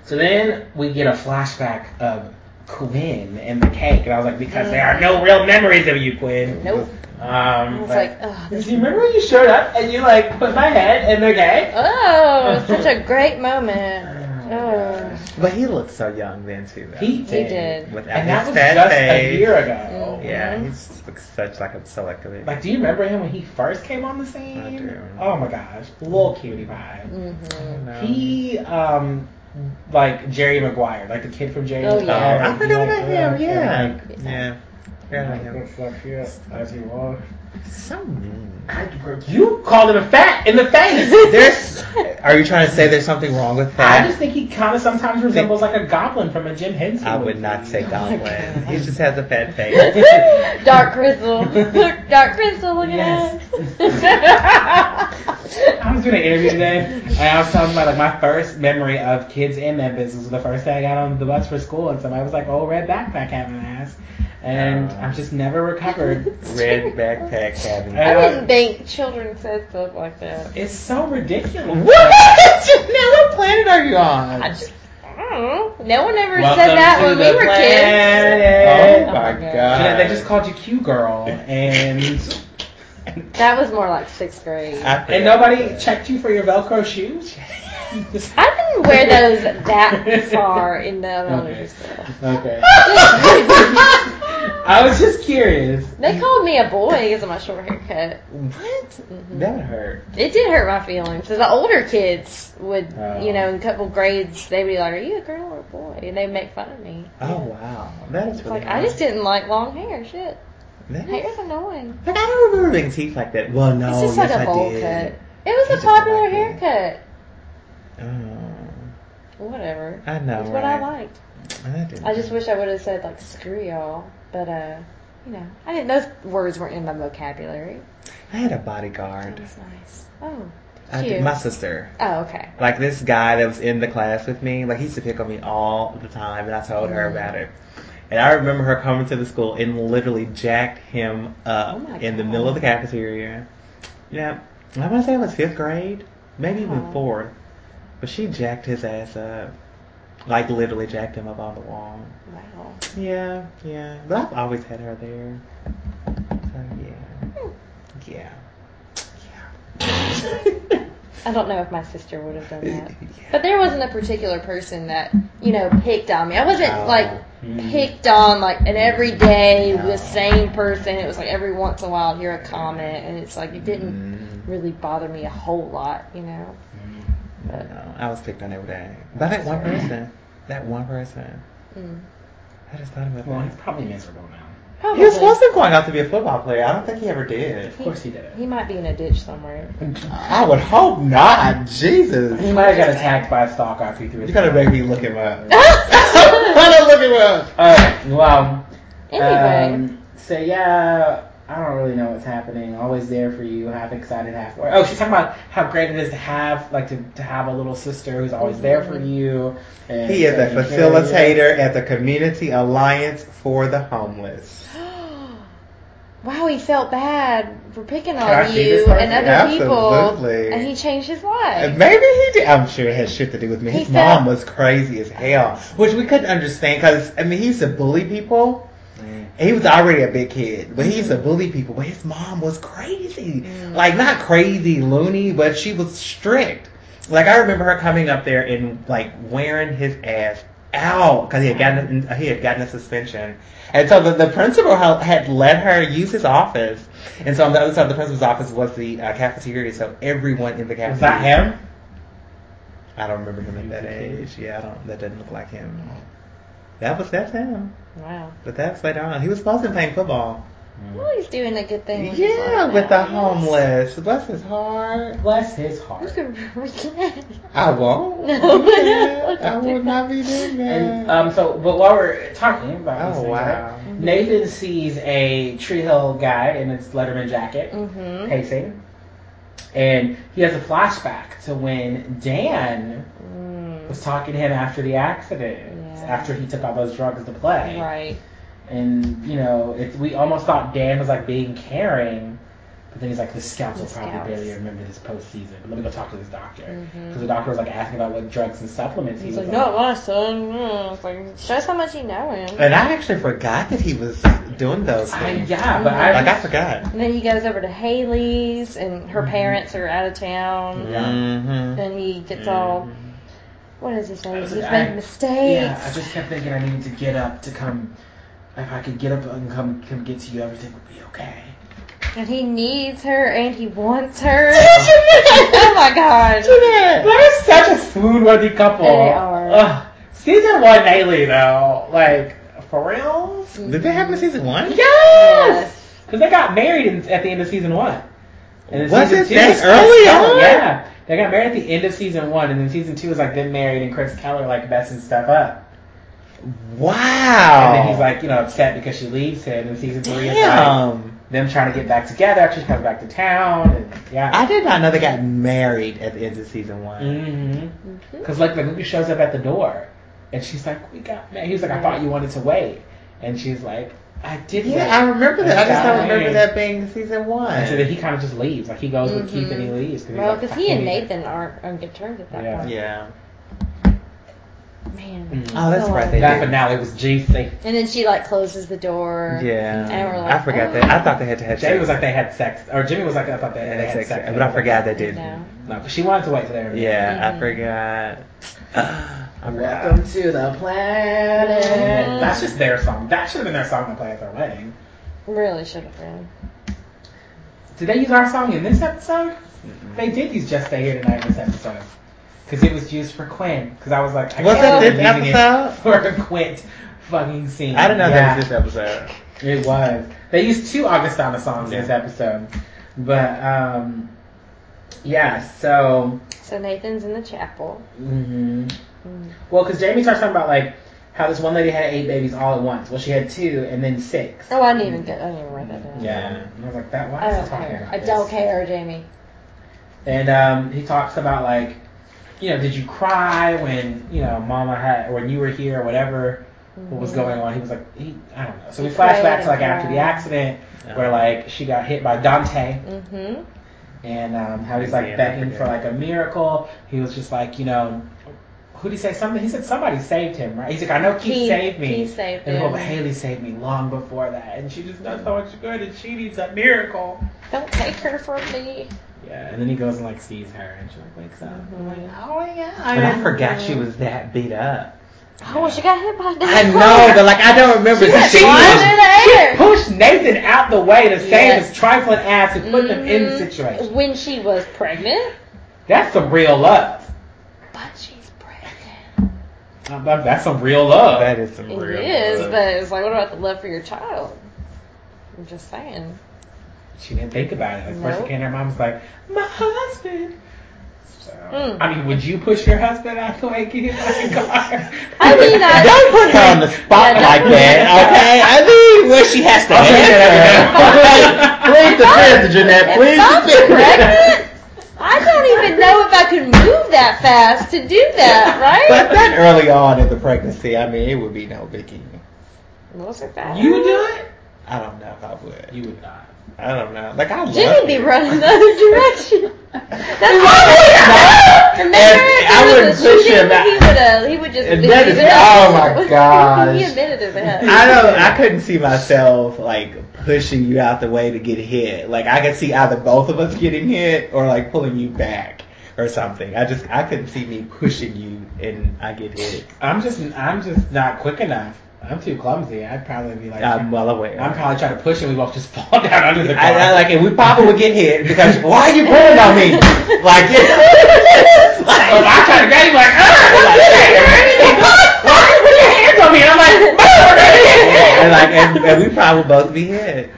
[SPEAKER 2] so then we get a flashback of Quinn and the cake, and I was like, because there are no real memories of you, Quinn.
[SPEAKER 1] Mm. Nope.
[SPEAKER 2] Um,
[SPEAKER 1] It's
[SPEAKER 2] but-
[SPEAKER 1] like, oh,
[SPEAKER 2] Do you remember when you showed up and you like put my head in the cake?
[SPEAKER 1] oh, such a great moment.
[SPEAKER 2] Oh.
[SPEAKER 1] Oh,
[SPEAKER 3] but he looks so young then too. Though.
[SPEAKER 2] He
[SPEAKER 1] he
[SPEAKER 2] did.
[SPEAKER 1] did.
[SPEAKER 3] without
[SPEAKER 2] And
[SPEAKER 3] his
[SPEAKER 2] that was
[SPEAKER 3] fat
[SPEAKER 2] just a
[SPEAKER 3] face.
[SPEAKER 2] year ago.
[SPEAKER 3] Yeah, he's looks such like a selective.
[SPEAKER 2] Like, do you remember him when he first came on the
[SPEAKER 3] I
[SPEAKER 2] scene?
[SPEAKER 3] do.
[SPEAKER 2] Oh my gosh, little cutie pie.
[SPEAKER 1] Mm-hmm.
[SPEAKER 3] [LAUGHS]
[SPEAKER 2] He, um, like Jerry Maguire, like the kid from Jerry
[SPEAKER 1] Oh,
[SPEAKER 3] Oh,
[SPEAKER 2] Maguire.
[SPEAKER 3] I forgot
[SPEAKER 2] Like,
[SPEAKER 3] about him.
[SPEAKER 2] uh,
[SPEAKER 3] Yeah,
[SPEAKER 2] like,
[SPEAKER 3] yeah. Forgot about him.
[SPEAKER 2] Looks like yes, as he was.
[SPEAKER 3] So mean.
[SPEAKER 2] I- You called him a fat in the
[SPEAKER 3] [LAUGHS]
[SPEAKER 2] face.
[SPEAKER 3] There's. Are you trying to say there's something wrong with that?
[SPEAKER 2] I just think he kind of sometimes resembles like a goblin from a Jim Henson.
[SPEAKER 3] I would
[SPEAKER 2] movie.
[SPEAKER 3] not say
[SPEAKER 1] Oh my
[SPEAKER 3] Goblin.
[SPEAKER 1] God.
[SPEAKER 3] He just has a fat
[SPEAKER 2] [LAUGHS]
[SPEAKER 3] face.
[SPEAKER 1] Dark
[SPEAKER 3] [LAUGHS]
[SPEAKER 1] Crystal. Look, Dark Crystal, look
[SPEAKER 2] Yes.
[SPEAKER 1] at [LAUGHS] us.
[SPEAKER 2] I was doing an interview today, and I was talking about like my first memory of kids in Memphis was the first day I got on the bus for school, and somebody was like, "Oh, red backpack having an ass,"
[SPEAKER 1] Uh.
[SPEAKER 2] and I've just never recovered.
[SPEAKER 3] Red backpack having.
[SPEAKER 1] I
[SPEAKER 2] Uh,
[SPEAKER 1] didn't think children said stuff like that.
[SPEAKER 2] It's so ridiculous.
[SPEAKER 3] what? [LAUGHS] Janelle, what planet are you on?
[SPEAKER 1] I just, I don't know. No one ever
[SPEAKER 2] Welcome
[SPEAKER 1] said that
[SPEAKER 2] to
[SPEAKER 1] when
[SPEAKER 2] the
[SPEAKER 1] we were
[SPEAKER 2] planet.
[SPEAKER 3] oh,
[SPEAKER 1] Oh my
[SPEAKER 3] my
[SPEAKER 1] God.
[SPEAKER 3] god.
[SPEAKER 2] Jeanette, they just called you Q girl,
[SPEAKER 1] [LAUGHS]
[SPEAKER 2] and
[SPEAKER 1] kids. That was more like sixth grade.
[SPEAKER 3] I forgot
[SPEAKER 2] and nobody
[SPEAKER 3] that.
[SPEAKER 2] checked you for your
[SPEAKER 1] [LAUGHS]
[SPEAKER 2] Velcro shoes.
[SPEAKER 1] I didn't
[SPEAKER 3] [LAUGHS]
[SPEAKER 1] wear those that far in the elementary
[SPEAKER 2] Okay.
[SPEAKER 1] school. [LAUGHS]
[SPEAKER 2] okay. [LAUGHS] I was just curious.
[SPEAKER 1] They called me a boy because of my short haircut.
[SPEAKER 3] What?
[SPEAKER 1] Mhm.
[SPEAKER 3] That hurt.
[SPEAKER 1] It did hurt my feelings. So the older kids would,
[SPEAKER 2] Oh.
[SPEAKER 1] you know, in a couple grades, they'd be like, "Are you a girl or a boy?" and they'd make fun of me.
[SPEAKER 3] Oh wow, that is really.
[SPEAKER 1] Like I just didn't like long hair. Shit,
[SPEAKER 3] That is-
[SPEAKER 1] hair's annoying.
[SPEAKER 3] like I don't remember being teeth like that. Well, no,
[SPEAKER 1] it's just
[SPEAKER 3] yes,
[SPEAKER 1] like a
[SPEAKER 3] I
[SPEAKER 1] bowl
[SPEAKER 3] did.
[SPEAKER 1] cut. It was
[SPEAKER 3] You
[SPEAKER 1] a
[SPEAKER 3] just
[SPEAKER 1] popular
[SPEAKER 3] like it.
[SPEAKER 1] haircut.
[SPEAKER 3] Oh,
[SPEAKER 1] Whatever.
[SPEAKER 3] I know.
[SPEAKER 1] That's
[SPEAKER 3] right?
[SPEAKER 1] what I liked.
[SPEAKER 3] I, didn't.
[SPEAKER 1] I just wish I would have said like "screw y'all," but uh, you know, I didn't. Those words weren't in my vocabulary.
[SPEAKER 3] I had a
[SPEAKER 1] That
[SPEAKER 3] bodyguard.
[SPEAKER 1] was nice. Oh,
[SPEAKER 3] I
[SPEAKER 1] Cute.
[SPEAKER 3] did, my sister.
[SPEAKER 1] oh, okay.
[SPEAKER 3] Like this guy that was in the class with me, like he used to pick on me all the time, and I told
[SPEAKER 1] Mm.
[SPEAKER 3] her about it. And I remember her coming to the school and literally jacked him up
[SPEAKER 1] Oh my
[SPEAKER 3] in the
[SPEAKER 1] God.
[SPEAKER 3] middle of the cafeteria. Yeah, I want to say it was fifth grade, maybe
[SPEAKER 1] Wow.
[SPEAKER 3] even fourth, but she jacked his ass up, like literally jacked him up on the wall.
[SPEAKER 1] Wow.
[SPEAKER 3] Yeah, yeah. But I've always had her there.
[SPEAKER 1] hmm.
[SPEAKER 3] So yeah, yeah, [LAUGHS]
[SPEAKER 1] I don't know if my sister would have done that.
[SPEAKER 3] yeah.
[SPEAKER 1] But there wasn't a particular person that, you know, picked on me. I wasn't
[SPEAKER 3] Oh.
[SPEAKER 1] like picked on like and every day the same person. It was like every once in a while I'd hear a comment and it's like it didn't
[SPEAKER 3] Mm.
[SPEAKER 1] really bother me a whole lot, you know.
[SPEAKER 3] No, I was picked on every day. By that one person. That one person.
[SPEAKER 1] Mm.
[SPEAKER 3] I just thought about
[SPEAKER 2] Well, he's
[SPEAKER 3] that.
[SPEAKER 2] probably miserable now.
[SPEAKER 1] Probably.
[SPEAKER 3] He was supposed to going out to be a football player. I don't think he ever did.
[SPEAKER 2] Of course he did.
[SPEAKER 1] He might be in a ditch
[SPEAKER 3] [LAUGHS]
[SPEAKER 1] somewhere.
[SPEAKER 3] I would hope not. Jesus.
[SPEAKER 2] He might have got attacked by a stalker after he threw his
[SPEAKER 3] You're gonna make me look him up. [LAUGHS] I don't look him up.
[SPEAKER 2] Alright, well.
[SPEAKER 1] Anyway,
[SPEAKER 2] Um, so yeah, I don't really know what's happening. Always there for you, half excited, half worried. Oh, she's talking about how great it is to have, like, to, to have a little sister who's always there for you. And
[SPEAKER 3] He is a
[SPEAKER 2] taking care of you.
[SPEAKER 3] facilitator at the Community Alliance for the Homeless.
[SPEAKER 1] [GASPS] wow, he felt bad for picking on
[SPEAKER 3] I see
[SPEAKER 1] you
[SPEAKER 3] this person?
[SPEAKER 1] and other
[SPEAKER 3] Absolutely.
[SPEAKER 1] people, and he changed his
[SPEAKER 3] Uh,
[SPEAKER 1] life.
[SPEAKER 3] Maybe he did. I'm sure it has shit to do with me.
[SPEAKER 1] He
[SPEAKER 3] His
[SPEAKER 1] felt-
[SPEAKER 3] mom was crazy as hell, which we couldn't understand because I mean he used to bully people. He was already a big kid, but he used to
[SPEAKER 2] Mm-hmm.
[SPEAKER 3] bully people. But his mom was crazy,
[SPEAKER 2] Mm.
[SPEAKER 3] like not crazy loony, but she was strict. Like I remember her coming up there and like wearing his ass out because he had gotten he had gotten a suspension, and so the, the principal ha- had let her use his office. And so on the other side of the principal's office was the uh, cafeteria, so everyone in the cafeteria.
[SPEAKER 2] Was that him?
[SPEAKER 3] I don't remember him at that age. Yeah, I don't. That doesn't look like him. That was that's him.
[SPEAKER 1] Wow.
[SPEAKER 3] But that's later on. He was supposed to be playing football.
[SPEAKER 2] Mm-hmm.
[SPEAKER 1] Well, he's doing a good thing. With his
[SPEAKER 3] Yeah,
[SPEAKER 1] life
[SPEAKER 3] with the
[SPEAKER 1] now.
[SPEAKER 3] homeless. Bless his heart.
[SPEAKER 2] Bless his
[SPEAKER 1] You
[SPEAKER 2] heart.
[SPEAKER 1] could regret.
[SPEAKER 3] I won't.
[SPEAKER 2] [LAUGHS]
[SPEAKER 1] No.
[SPEAKER 3] Yeah, I will not be doing that.
[SPEAKER 1] Mm.
[SPEAKER 2] And um, so, but while we're talking about
[SPEAKER 3] oh
[SPEAKER 2] these things,
[SPEAKER 3] wow.
[SPEAKER 2] right, Nathan sees a Tree Hill guy in his Letterman jacket
[SPEAKER 1] Mm-hmm.
[SPEAKER 2] pacing, and he has a flashback to when Dan
[SPEAKER 1] Mm,
[SPEAKER 2] was talking to him after the accident,
[SPEAKER 1] Yeah.
[SPEAKER 2] after he took all those drugs to play.
[SPEAKER 1] right.
[SPEAKER 2] And you know, it's we almost thought Dan was like being caring, but then he's like, the scouts will
[SPEAKER 1] The
[SPEAKER 2] probably
[SPEAKER 1] scouts.
[SPEAKER 2] barely remember this postseason. But let me go talk to this doctor because
[SPEAKER 1] Mhm.
[SPEAKER 2] the doctor was like asking about what drugs and supplements
[SPEAKER 1] He's
[SPEAKER 2] he
[SPEAKER 1] like,
[SPEAKER 2] was
[SPEAKER 1] not
[SPEAKER 2] on.
[SPEAKER 1] my son. Mm, It's like, shows how much you know him.
[SPEAKER 3] And I actually forgot that he was doing those
[SPEAKER 2] I,
[SPEAKER 3] things.
[SPEAKER 2] yeah, but I,
[SPEAKER 3] Like I forgot.
[SPEAKER 1] And then he goes over to Haley's, and her parents are out of town.
[SPEAKER 2] Yeah.
[SPEAKER 3] Mm-hmm. [LAUGHS]
[SPEAKER 1] And he gets all, what does he say?
[SPEAKER 2] I was
[SPEAKER 1] He's
[SPEAKER 2] like, I-
[SPEAKER 1] made mistakes.
[SPEAKER 2] Yeah, I just kept thinking I needed to get up to come. If I could get up and come come get to you, everything would be okay.
[SPEAKER 1] And he needs her and he wants her. oh my god.
[SPEAKER 2] They're such a swoon-worthy couple.
[SPEAKER 1] They are.
[SPEAKER 2] Ugh. Season one daily though, like for real.
[SPEAKER 3] Did that happen in season one?
[SPEAKER 2] Yes. Because they got married in, at the end of season one. And then
[SPEAKER 3] Was
[SPEAKER 2] season
[SPEAKER 3] it
[SPEAKER 2] two
[SPEAKER 3] that
[SPEAKER 2] was Chris
[SPEAKER 3] early
[SPEAKER 2] Keller,
[SPEAKER 3] on?
[SPEAKER 2] Yeah. They got married at the end of season one, and then season two was like them married and Chris Keller like messing stuff up.
[SPEAKER 3] Wow.
[SPEAKER 2] And then he's like, you know, upset because she leaves him. And season three is like
[SPEAKER 3] Oh. damn.
[SPEAKER 2] them trying to get back together after she comes back to town. And yeah.
[SPEAKER 3] I did not know they got married at the end of season one.
[SPEAKER 2] Mm-hmm. Because like the movie shows up at the door, and she's like, "We got married." He was like, "I thought you wanted to wait," and she's like, "I did."
[SPEAKER 3] Yeah,
[SPEAKER 2] wait."
[SPEAKER 3] I remember that. I just don't remember
[SPEAKER 2] Right.
[SPEAKER 3] that being season
[SPEAKER 2] And so then
[SPEAKER 3] one.
[SPEAKER 2] he kind of just leaves. Like he goes with Keith
[SPEAKER 3] Mm-hmm.
[SPEAKER 2] and he leaves. he's
[SPEAKER 1] Well,
[SPEAKER 2] like,
[SPEAKER 1] because
[SPEAKER 2] "I
[SPEAKER 1] he
[SPEAKER 2] can't
[SPEAKER 1] and
[SPEAKER 2] even-
[SPEAKER 1] Nathan aren't on good terms at that
[SPEAKER 2] Yeah.
[SPEAKER 1] point.
[SPEAKER 3] Yeah.
[SPEAKER 1] Man.
[SPEAKER 2] Mm.
[SPEAKER 3] Oh, that's
[SPEAKER 1] So,
[SPEAKER 3] right.
[SPEAKER 1] um,
[SPEAKER 3] They
[SPEAKER 2] That
[SPEAKER 3] did.
[SPEAKER 2] finale was juicy.
[SPEAKER 1] And then she like closes the door. And we're
[SPEAKER 3] Yeah.
[SPEAKER 1] like,
[SPEAKER 3] I forgot
[SPEAKER 1] oh.
[SPEAKER 3] that. I thought they had to have
[SPEAKER 2] Jamie
[SPEAKER 3] sex.
[SPEAKER 2] was like they had sex, or Jimmy was like I thought they,
[SPEAKER 3] They
[SPEAKER 2] they
[SPEAKER 3] had
[SPEAKER 2] had sex,
[SPEAKER 3] but I forgot they did.
[SPEAKER 1] No.
[SPEAKER 2] No, she wanted to wait till they were
[SPEAKER 3] Yeah,
[SPEAKER 1] Mhm.
[SPEAKER 3] I forgot. I forgot. [SIGHS]
[SPEAKER 2] Welcome to the planet.
[SPEAKER 1] Mhm.
[SPEAKER 2] That's just their song. That should have been their song to play at their wedding.
[SPEAKER 1] Really should have been.
[SPEAKER 2] Did they use our song in this episode? They did use "Just Stay Here Tonight" in this episode because it was used for Quinn. Because I was like, I
[SPEAKER 3] Was
[SPEAKER 2] can't
[SPEAKER 3] that this
[SPEAKER 2] believe using it
[SPEAKER 3] episode?
[SPEAKER 2] [LAUGHS] for a Quint fucking scene?
[SPEAKER 3] I didn't know that
[SPEAKER 2] Yeah.
[SPEAKER 3] was this episode.
[SPEAKER 2] It was. They used two Augustana songs in this
[SPEAKER 3] Yeah.
[SPEAKER 2] episode. But, um, yeah, so.
[SPEAKER 1] So Nathan's in the chapel.
[SPEAKER 2] hmm
[SPEAKER 1] Mm.
[SPEAKER 2] Well, because Jamie starts talking about, like, how this one lady had eight babies all at once. Well, she had two and then six.
[SPEAKER 1] Oh, I didn't even get. I didn't even write that down.
[SPEAKER 2] Yeah. And I was like, that, why
[SPEAKER 1] I
[SPEAKER 2] is
[SPEAKER 1] don't
[SPEAKER 2] he talking
[SPEAKER 1] care.
[SPEAKER 2] about
[SPEAKER 1] I
[SPEAKER 2] this?
[SPEAKER 1] don't care, Jamie.
[SPEAKER 2] And um, he talks about, like, you know, did you cry when, you know, mama had, when you were here or whatever, what was going on? He was like, he, I don't know. So we
[SPEAKER 1] Mm-hmm. He
[SPEAKER 2] flash
[SPEAKER 1] cried
[SPEAKER 2] back to, like,
[SPEAKER 1] and
[SPEAKER 2] after the
[SPEAKER 1] cried.
[SPEAKER 2] accident where, like, she got hit by Dante.
[SPEAKER 1] Mm-hmm.
[SPEAKER 2] and um, how he's
[SPEAKER 3] Yeah,
[SPEAKER 2] like
[SPEAKER 3] I
[SPEAKER 2] begging
[SPEAKER 3] forget.
[SPEAKER 2] for like a miracle. He was just like, you know, who did he say something? He said somebody saved him, right? He's like, I know Keith
[SPEAKER 1] Keith-
[SPEAKER 2] saved me.
[SPEAKER 1] Keith saved
[SPEAKER 2] and
[SPEAKER 1] him.
[SPEAKER 2] well, Haley saved me long before that, and she just knows how much good, and she needs that miracle.
[SPEAKER 1] Don't take her from me.
[SPEAKER 2] Yeah, and then he goes and like sees her, and she like wakes up.
[SPEAKER 1] Mm-hmm.
[SPEAKER 2] I'm like, oh yeah,
[SPEAKER 3] But I forgot she was that beat up.
[SPEAKER 1] Oh, well, she got hit by a
[SPEAKER 3] I know, but like I don't remember.
[SPEAKER 1] She
[SPEAKER 3] that
[SPEAKER 1] was
[SPEAKER 3] she
[SPEAKER 1] flying
[SPEAKER 3] was-
[SPEAKER 1] through the air.
[SPEAKER 2] Push Nathan out the way to save
[SPEAKER 1] Yes.
[SPEAKER 2] his trifling ass and put them in the
[SPEAKER 3] Mm-hmm.
[SPEAKER 1] Mhm.
[SPEAKER 2] situation.
[SPEAKER 1] When she was pregnant,
[SPEAKER 2] That's some real love.
[SPEAKER 1] but she's pregnant.
[SPEAKER 2] Uh, that- That's some real love.
[SPEAKER 3] That is some
[SPEAKER 1] It is,
[SPEAKER 3] real. love.
[SPEAKER 1] but it's like, what about the love for your child? I'm just saying.
[SPEAKER 2] She didn't think about it. Like, first
[SPEAKER 1] Nope.
[SPEAKER 2] it came, her mom's like, my husband. So,
[SPEAKER 1] Mm.
[SPEAKER 2] I mean, would you push your husband out the way and get him out of the car?
[SPEAKER 1] I mean, I-
[SPEAKER 3] [LAUGHS] don't put her
[SPEAKER 1] [LAUGHS]
[SPEAKER 3] on the spot
[SPEAKER 1] Yeah,
[SPEAKER 3] like
[SPEAKER 1] don't-
[SPEAKER 3] that, okay? I mean, well, she has to
[SPEAKER 2] I'll take
[SPEAKER 3] [LAUGHS]
[SPEAKER 2] that.
[SPEAKER 3] answer. Please defend Jeanette. Please
[SPEAKER 1] If I'm
[SPEAKER 3] [LAUGHS] defend.
[SPEAKER 1] pregnant, I don't even know if I could move that fast to do that,
[SPEAKER 3] But
[SPEAKER 1] right?
[SPEAKER 3] then early on in the pregnancy, I mean, it would be no biggie.
[SPEAKER 1] What was it that?
[SPEAKER 2] you do it?
[SPEAKER 3] I don't know if I would.
[SPEAKER 2] You would not.
[SPEAKER 3] I don't know. Like I love
[SPEAKER 1] Jimmy be
[SPEAKER 3] you.
[SPEAKER 1] running Oh, the
[SPEAKER 3] [LAUGHS]
[SPEAKER 1] other direction. That's
[SPEAKER 2] not.
[SPEAKER 1] all. And there,
[SPEAKER 3] And
[SPEAKER 1] if
[SPEAKER 3] I
[SPEAKER 1] there
[SPEAKER 3] wouldn't
[SPEAKER 1] was a
[SPEAKER 3] push
[SPEAKER 1] shooting,
[SPEAKER 3] him.
[SPEAKER 1] He would, uh, he would just
[SPEAKER 3] And
[SPEAKER 1] leave
[SPEAKER 3] that is-
[SPEAKER 1] it up.
[SPEAKER 2] oh my
[SPEAKER 1] [LAUGHS]
[SPEAKER 2] gosh.
[SPEAKER 1] he admitted it.
[SPEAKER 3] I don't. I couldn't see myself like pushing you out the way to get hit. Like I could see either both of us getting hit or like pulling you back or something. I just I couldn't see me pushing you and I get hit.
[SPEAKER 2] I'm just I'm just not quick enough. I'm too clumsy. I'd probably be like
[SPEAKER 3] I'm Uh, well aware.
[SPEAKER 2] I'm probably trying to push and we both just [LAUGHS] fall down under the car.
[SPEAKER 3] I, I like it. We probably would get hit because why are you pulling on
[SPEAKER 1] [LAUGHS]
[SPEAKER 3] me? Like, [LAUGHS] it's- like,
[SPEAKER 2] If I try to grab you, like, ah, what the shit? Why are you putting your hands on me? And I'm like,
[SPEAKER 3] and
[SPEAKER 2] "Mother!"
[SPEAKER 3] like, and, and we probably would both be hit.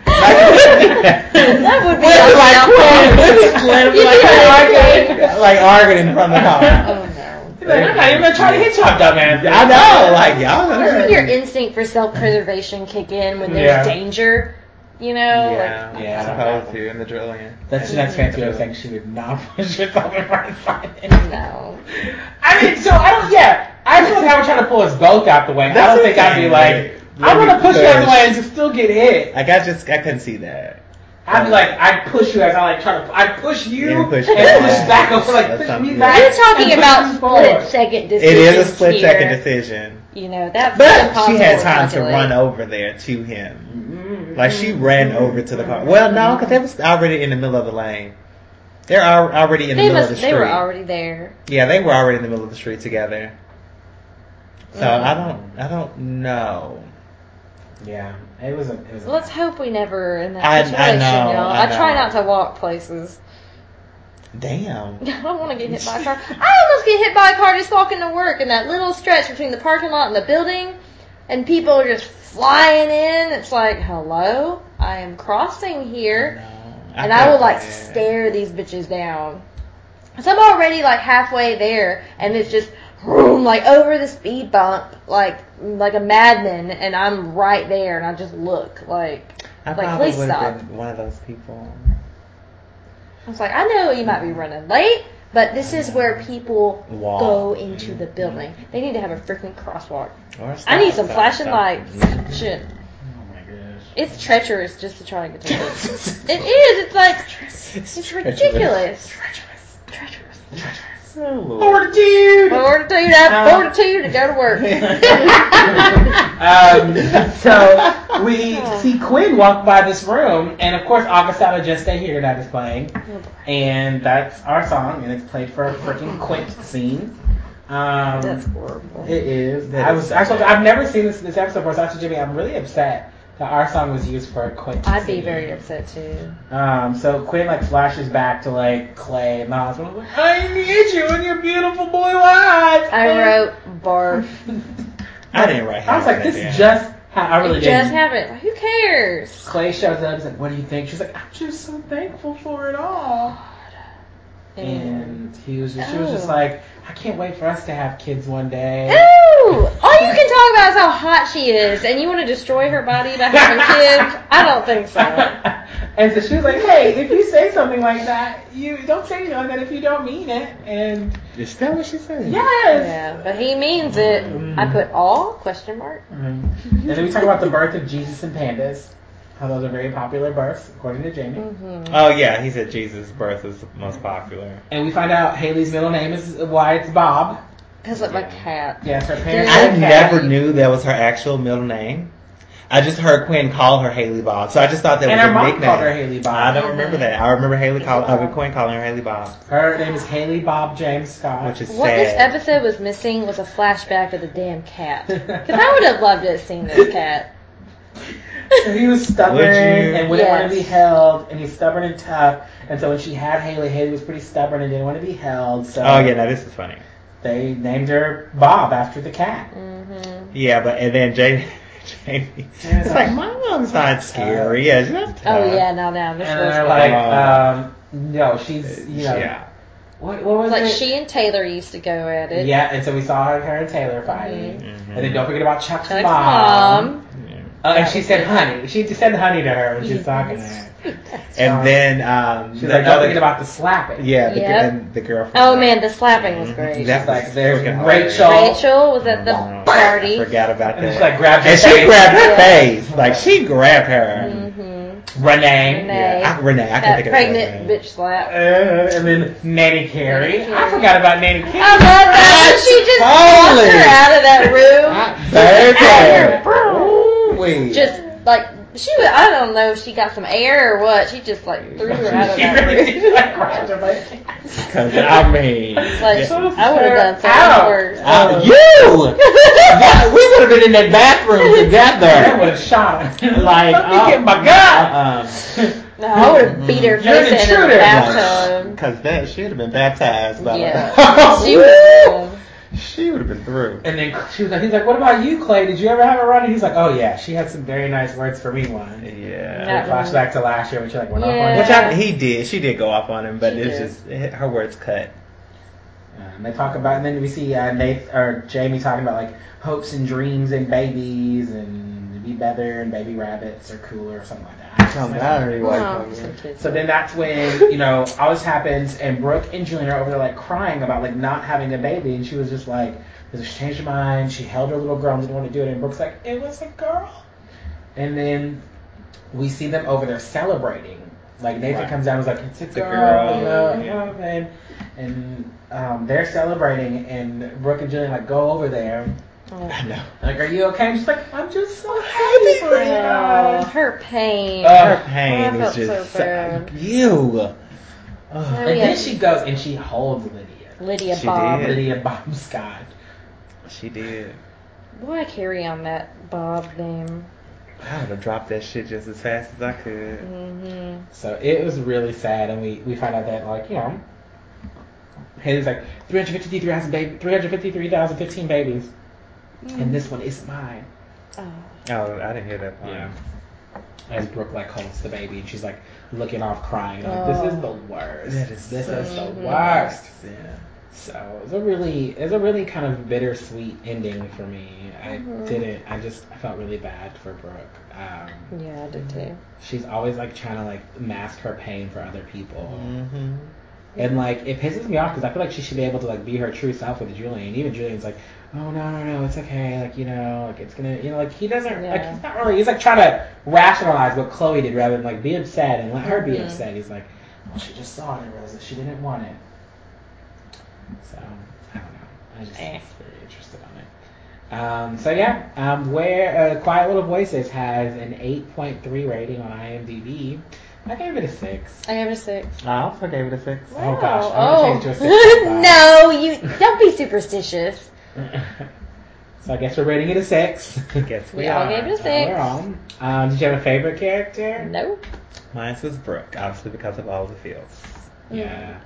[SPEAKER 1] That would be
[SPEAKER 3] We're like,
[SPEAKER 1] awesome.
[SPEAKER 3] we're like, arguing, like arguing in front of the car.
[SPEAKER 1] [LAUGHS] Oh no.
[SPEAKER 2] He's like, I'm not even gonna try to hit you, dumbass.
[SPEAKER 3] I know, like y'all.
[SPEAKER 1] That's
[SPEAKER 3] Are,
[SPEAKER 1] when your instinct for self-preservation kick in when there's
[SPEAKER 2] Yeah.
[SPEAKER 1] danger. You know,
[SPEAKER 3] yeah,
[SPEAKER 1] like
[SPEAKER 3] yeah, I suppose to in the drilling.
[SPEAKER 2] That's the next fancy way of saying she did not [LAUGHS] push herself in front of Simon.
[SPEAKER 1] no.
[SPEAKER 2] I mean, so I don't. Yeah, I feel like I would try to pull us both out the way. I
[SPEAKER 3] That's
[SPEAKER 2] don't think I'd be
[SPEAKER 3] okay.
[SPEAKER 2] like, I'm
[SPEAKER 3] Maybe
[SPEAKER 2] gonna push you out the
[SPEAKER 3] push.
[SPEAKER 2] way and just still get hit.
[SPEAKER 3] Like I just I couldn't see that.
[SPEAKER 2] I'd be like, I'd push you as I like try to. I'd push you
[SPEAKER 3] Yeah, push
[SPEAKER 2] and
[SPEAKER 3] back.
[SPEAKER 2] push back over, like
[SPEAKER 3] That's
[SPEAKER 2] push
[SPEAKER 3] something.
[SPEAKER 2] me back.
[SPEAKER 1] You're
[SPEAKER 2] and
[SPEAKER 1] talking
[SPEAKER 2] push
[SPEAKER 1] about
[SPEAKER 2] me forward.
[SPEAKER 1] split-second
[SPEAKER 3] It
[SPEAKER 1] decisions
[SPEAKER 3] is a split
[SPEAKER 1] here.
[SPEAKER 3] second decision,
[SPEAKER 1] You know, that's
[SPEAKER 3] but she
[SPEAKER 1] impossible
[SPEAKER 3] had
[SPEAKER 1] to
[SPEAKER 3] time to
[SPEAKER 1] calculate.
[SPEAKER 3] run over there to him.
[SPEAKER 2] Mm.
[SPEAKER 3] Like she ran over to the car. Well, no, because they was already in the middle of the lane. They're al- already in the
[SPEAKER 1] They
[SPEAKER 3] middle of
[SPEAKER 1] must.
[SPEAKER 3] the
[SPEAKER 1] they
[SPEAKER 3] street.
[SPEAKER 1] were already there.
[SPEAKER 3] Yeah, they were already in the middle of the street together. So
[SPEAKER 1] Mm.
[SPEAKER 3] I don't, I don't know.
[SPEAKER 2] Yeah, it was a. It was a
[SPEAKER 1] Let's hope we never in that
[SPEAKER 3] I- I
[SPEAKER 1] situation.
[SPEAKER 3] know,
[SPEAKER 1] y'all.
[SPEAKER 3] I
[SPEAKER 1] I, try
[SPEAKER 3] know.
[SPEAKER 1] not to walk places. [LAUGHS]
[SPEAKER 3] Damn.
[SPEAKER 1] I don't want to get hit by a car. I almost get hit by a car just walking to work in that little stretch between the parking lot and the building, and people are just flying in. It's like, hello, I am crossing here. and I will like stare these bitches down. So I'm already like halfway there, and it's just vroom, like over the speed bump, like like a madman, and I'm right there, and I just look like
[SPEAKER 3] I
[SPEAKER 1] like,
[SPEAKER 3] probably
[SPEAKER 1] please
[SPEAKER 3] would
[SPEAKER 1] stop.
[SPEAKER 3] have been one of those people.
[SPEAKER 1] I was like, I know you might be running late, but this is where people
[SPEAKER 3] Walk.
[SPEAKER 1] go into the building. They need to have a freaking crosswalk.
[SPEAKER 3] Or
[SPEAKER 1] I need some
[SPEAKER 3] stop,
[SPEAKER 1] flashing
[SPEAKER 3] stop.
[SPEAKER 1] lights. Shit,
[SPEAKER 2] Oh my gosh.
[SPEAKER 1] it's treacherous just to try and get to
[SPEAKER 2] [LAUGHS]
[SPEAKER 1] the It is. It's like it's ridiculous.
[SPEAKER 2] Treacherous. Treacherous. Treacherous.
[SPEAKER 3] Oh, Lord.
[SPEAKER 2] Fortitude.
[SPEAKER 1] Fortitude, I
[SPEAKER 2] Um,
[SPEAKER 1] have fortitude to go to
[SPEAKER 2] [LAUGHS]
[SPEAKER 1] work.
[SPEAKER 3] [LAUGHS]
[SPEAKER 2] um, so we see Quinn walk by this room, and of course, Augustana just stay here that is playing, and that's our song, and it's played for a freaking Quint scene. Um,
[SPEAKER 1] That's horrible.
[SPEAKER 2] it is.
[SPEAKER 3] That
[SPEAKER 2] I
[SPEAKER 3] is
[SPEAKER 2] was.
[SPEAKER 3] so
[SPEAKER 2] I told,
[SPEAKER 3] bad.
[SPEAKER 2] I've never seen this this episode before. So I told Jimmy, I'm really upset that our song was used for a Quint.
[SPEAKER 1] I'd be
[SPEAKER 2] scene.
[SPEAKER 1] very upset too.
[SPEAKER 2] Um, so Quinn like flashes back to like Clay and the hospital. Like, I need you and your beautiful blue eyes.
[SPEAKER 1] I wrote barf.
[SPEAKER 2] [LAUGHS]
[SPEAKER 3] I didn't write.
[SPEAKER 2] I was like, this
[SPEAKER 3] is
[SPEAKER 2] just. Ha- I really
[SPEAKER 1] It
[SPEAKER 2] didn't.
[SPEAKER 1] just happened. Like, Who cares?
[SPEAKER 2] Clay shows up. He's like, "What do you think?" She's like, "I'm just so thankful for it all." And he was just, she was just
[SPEAKER 1] Oh. Eh,
[SPEAKER 2] like, "I can't wait for us to have kids one
[SPEAKER 1] Ooh!
[SPEAKER 2] day."
[SPEAKER 1] All you can talk about is how hot she is, and you want to destroy her body by having kids? I don't think so.
[SPEAKER 2] [LAUGHS] and so she was like, "Hey, if you say something like that, you don't say anything like that if you don't mean it." And
[SPEAKER 3] Is that what she said?
[SPEAKER 2] yes.
[SPEAKER 1] Yeah, but he means it. I put all question mark.
[SPEAKER 2] Mhm. And then we talk about the birth of Jesus and pandas. How those are very popular births, according to Jamie.
[SPEAKER 1] hmm
[SPEAKER 3] Oh yeah, he said Jesus' birth is the most popular.
[SPEAKER 2] And we find out Haley's middle name is why it's Bob.
[SPEAKER 1] Cause like my cat.
[SPEAKER 2] Yes, her parents.
[SPEAKER 3] I
[SPEAKER 1] Okay.
[SPEAKER 3] never knew that was her actual middle name. I just heard Quinn call her Haley Bob, so I just thought that
[SPEAKER 2] And
[SPEAKER 3] was
[SPEAKER 2] her
[SPEAKER 3] a
[SPEAKER 2] mom
[SPEAKER 3] nickname.
[SPEAKER 2] called her Haley Bob.
[SPEAKER 3] I don't remember that. I remember Haley call, uh, Quinn calling her Haley Bob,
[SPEAKER 2] Her name is Haley Bob James Scott.
[SPEAKER 3] which is
[SPEAKER 1] What this
[SPEAKER 3] sad.
[SPEAKER 1] episode was missing was a flashback of the damn cat. Cause I would have loved to have seen this cat.
[SPEAKER 2] So he was stubborn
[SPEAKER 3] Would you?
[SPEAKER 2] and wouldn't want to be
[SPEAKER 1] Yes.
[SPEAKER 2] held, and he's stubborn and tough. And so when she had Haley, Haley was pretty stubborn and didn't want to be held. So
[SPEAKER 3] oh yeah, now this is funny.
[SPEAKER 2] they named her Bob after the cat.
[SPEAKER 1] hmm
[SPEAKER 3] Yeah, but and then Jamie, [LAUGHS] Jamie,
[SPEAKER 2] Yeah,
[SPEAKER 3] it's like my mom's not scary. Yeah, she's not
[SPEAKER 1] Oh
[SPEAKER 3] tough."
[SPEAKER 1] yeah, now now this
[SPEAKER 2] And
[SPEAKER 1] was
[SPEAKER 2] they're
[SPEAKER 1] like,
[SPEAKER 2] like,
[SPEAKER 3] Wow.
[SPEAKER 2] um, no, she's you know,
[SPEAKER 3] Uh, yeah.
[SPEAKER 2] what, what was
[SPEAKER 1] like
[SPEAKER 2] it?
[SPEAKER 1] she and Taylor used to go at it.
[SPEAKER 2] yeah, and so we saw her, her and Taylor fighting,
[SPEAKER 3] Mhm.
[SPEAKER 2] and then don't forget about Chuck's,
[SPEAKER 1] Chuck's
[SPEAKER 2] mom.
[SPEAKER 1] mom.
[SPEAKER 3] Yeah.
[SPEAKER 2] Oh, and she said honey. She just said honey to her when she was talking to her.
[SPEAKER 3] And
[SPEAKER 2] Um,
[SPEAKER 3] then um,
[SPEAKER 2] She's
[SPEAKER 3] the
[SPEAKER 2] like, don't
[SPEAKER 3] other-
[SPEAKER 2] forget about the slapping.
[SPEAKER 3] yeah, the,
[SPEAKER 1] Yep.
[SPEAKER 3] then the girl. from-
[SPEAKER 1] Oh man, the slapping was
[SPEAKER 3] Mhm.
[SPEAKER 1] great.
[SPEAKER 3] That's
[SPEAKER 2] Like,
[SPEAKER 3] like
[SPEAKER 2] there's
[SPEAKER 3] freaking
[SPEAKER 2] Rachel.
[SPEAKER 1] Rachel was at the
[SPEAKER 3] Wow.
[SPEAKER 1] party.
[SPEAKER 3] Mm-hmm. I forgot about
[SPEAKER 2] And
[SPEAKER 3] that.
[SPEAKER 2] she like grabbed her
[SPEAKER 3] And she
[SPEAKER 2] face.
[SPEAKER 3] grabbed her
[SPEAKER 1] Yeah.
[SPEAKER 3] face. Like she grabbed her.
[SPEAKER 1] Mm-hmm.
[SPEAKER 2] Renee.
[SPEAKER 1] Renee.
[SPEAKER 3] I, Renee, I can
[SPEAKER 1] That
[SPEAKER 3] think of
[SPEAKER 1] pregnant bitch slap.
[SPEAKER 2] Uh, and then Nanny Carey.
[SPEAKER 1] Nanny
[SPEAKER 2] I
[SPEAKER 1] Carey.
[SPEAKER 2] forgot about
[SPEAKER 1] I
[SPEAKER 2] Nanny Carey.
[SPEAKER 1] love that. when Uh, She just
[SPEAKER 3] Holy.
[SPEAKER 1] tossed her out of [LAUGHS] that room.
[SPEAKER 3] Bird
[SPEAKER 2] Wait.
[SPEAKER 1] Just like she was. I don't know if she got some air or what. She just like threw her out of
[SPEAKER 2] she
[SPEAKER 1] that
[SPEAKER 2] really
[SPEAKER 1] room.
[SPEAKER 2] did. Like, grabbed her like,
[SPEAKER 3] Because I
[SPEAKER 1] [LAUGHS]
[SPEAKER 3] mean,
[SPEAKER 1] Like
[SPEAKER 3] yeah.
[SPEAKER 1] I would have done
[SPEAKER 2] Ow.
[SPEAKER 1] something worse.
[SPEAKER 3] Uh,
[SPEAKER 1] [LAUGHS]
[SPEAKER 3] you. That- we would have been in that bathroom
[SPEAKER 2] that would
[SPEAKER 3] together.
[SPEAKER 2] have shot her.
[SPEAKER 3] Like,
[SPEAKER 2] Let me
[SPEAKER 3] oh.
[SPEAKER 2] get my gun.
[SPEAKER 3] Um,
[SPEAKER 1] No, I would
[SPEAKER 3] Mm-hmm.
[SPEAKER 1] have beat her
[SPEAKER 2] You're an
[SPEAKER 1] face in in the
[SPEAKER 2] intruder.
[SPEAKER 1] bathtub.
[SPEAKER 3] Because that she would have been baptized by
[SPEAKER 1] Yeah.
[SPEAKER 3] [LAUGHS] the
[SPEAKER 1] She was.
[SPEAKER 3] She would have been through.
[SPEAKER 2] And then she was like, he's like, what about you, Clay? Did you ever have a run? And he's like, oh yeah, she had some very nice words for me one.
[SPEAKER 3] Yeah.
[SPEAKER 1] That one.
[SPEAKER 2] Flashback to last year when she like went
[SPEAKER 1] Yeah.
[SPEAKER 3] Which
[SPEAKER 2] off on him.
[SPEAKER 3] I, he did. She did go off on him, but
[SPEAKER 1] She
[SPEAKER 3] it's
[SPEAKER 1] did.
[SPEAKER 3] just her words cut.
[SPEAKER 2] And Um, they talk about, and then we see uh, Nate or Jamie talking about like hopes and dreams and babies and be better and baby rabbits are cooler or something like that.
[SPEAKER 1] Oh, some kids.
[SPEAKER 2] So then that's when, you know, all this happens and Brooke and Julian are over there like crying about like not having a baby and she was just like, because she changed her mind, she held her little girl and didn't want to do it and Brooke's like, it was a girl. And then we see them over there celebrating. Like Nathan
[SPEAKER 3] Right.
[SPEAKER 2] comes down and was like, it's a
[SPEAKER 3] a
[SPEAKER 2] girl,
[SPEAKER 3] girl,
[SPEAKER 2] you know,
[SPEAKER 3] yeah.
[SPEAKER 2] yeah, man." And um, they're celebrating and Brooke and Julian like go over there.
[SPEAKER 1] oh.
[SPEAKER 3] I know.
[SPEAKER 2] Like, are you okay? And she's like, I'm just so happy for you
[SPEAKER 1] Oh,
[SPEAKER 2] guys.
[SPEAKER 1] her pain.
[SPEAKER 2] Uh,
[SPEAKER 3] Her pain
[SPEAKER 1] Oh, I felt
[SPEAKER 3] is just
[SPEAKER 1] so bad.
[SPEAKER 3] you.
[SPEAKER 1] Oh,
[SPEAKER 2] and
[SPEAKER 1] yeah.
[SPEAKER 2] then she goes and she holds Lydia.
[SPEAKER 1] Lydia
[SPEAKER 3] She
[SPEAKER 1] Bob.
[SPEAKER 3] did.
[SPEAKER 2] Lydia Bob Scott.
[SPEAKER 3] She did.
[SPEAKER 1] Why carry on that Bob name?
[SPEAKER 3] I would have dropped that shit just as fast as I could.
[SPEAKER 1] Mm-hmm.
[SPEAKER 2] So it was really sad, and we we found out that like you know, Haley's like 353,000 baby, 353,015 babies, and this one is mine.
[SPEAKER 1] Oh.
[SPEAKER 3] Oh, I didn't hear that part.
[SPEAKER 2] Yeah. As Brooke like holds the baby, and she's like looking off crying, like
[SPEAKER 1] Oh.
[SPEAKER 2] this is the worst.
[SPEAKER 3] That is
[SPEAKER 2] this is the
[SPEAKER 1] Mhm.
[SPEAKER 2] worst.
[SPEAKER 3] Yeah.
[SPEAKER 2] So it was a really it was a really kind of bittersweet ending for me. I
[SPEAKER 3] Mm-hmm.
[SPEAKER 1] Mhm.
[SPEAKER 2] didn't. I just I felt really bad for Brooke. Um,
[SPEAKER 1] Yeah, I did too.
[SPEAKER 2] she's always like trying to like mask her pain for other people
[SPEAKER 3] Mm-hmm.
[SPEAKER 2] and like it pisses me off because i feel like she should be able to like be her true self with julian and even julian's like oh no no no it's okay like you know like it's gonna you know like he doesn't like
[SPEAKER 1] Yeah.
[SPEAKER 2] he's not really he's like trying to rationalize what chloe did rather than like be upset and let her be
[SPEAKER 1] Mhm.
[SPEAKER 2] upset he's like well she just saw it and realized that she didn't want it so i don't know i just
[SPEAKER 1] Eh.
[SPEAKER 2] was very interested on it um, so yeah, um, where uh, Quiet Little Voices has an 8.3 rating on IMDb. I gave it a six.
[SPEAKER 1] I gave it a six.
[SPEAKER 3] I also gave it a six.
[SPEAKER 2] Oh, gosh,
[SPEAKER 1] Wow. Oh.
[SPEAKER 2] I'm gonna change to
[SPEAKER 1] [LAUGHS]
[SPEAKER 2] a
[SPEAKER 1] no, you don't be superstitious.
[SPEAKER 2] [LAUGHS] so I guess we're rating it a six.
[SPEAKER 3] Guess
[SPEAKER 1] We
[SPEAKER 3] we
[SPEAKER 1] all
[SPEAKER 3] are.
[SPEAKER 1] gave it a
[SPEAKER 2] Uh,
[SPEAKER 1] six.
[SPEAKER 2] we're all. Um, did you have a favorite character?
[SPEAKER 1] No.
[SPEAKER 3] Mine was Brooke, obviously because of all the feels.
[SPEAKER 2] Yeah.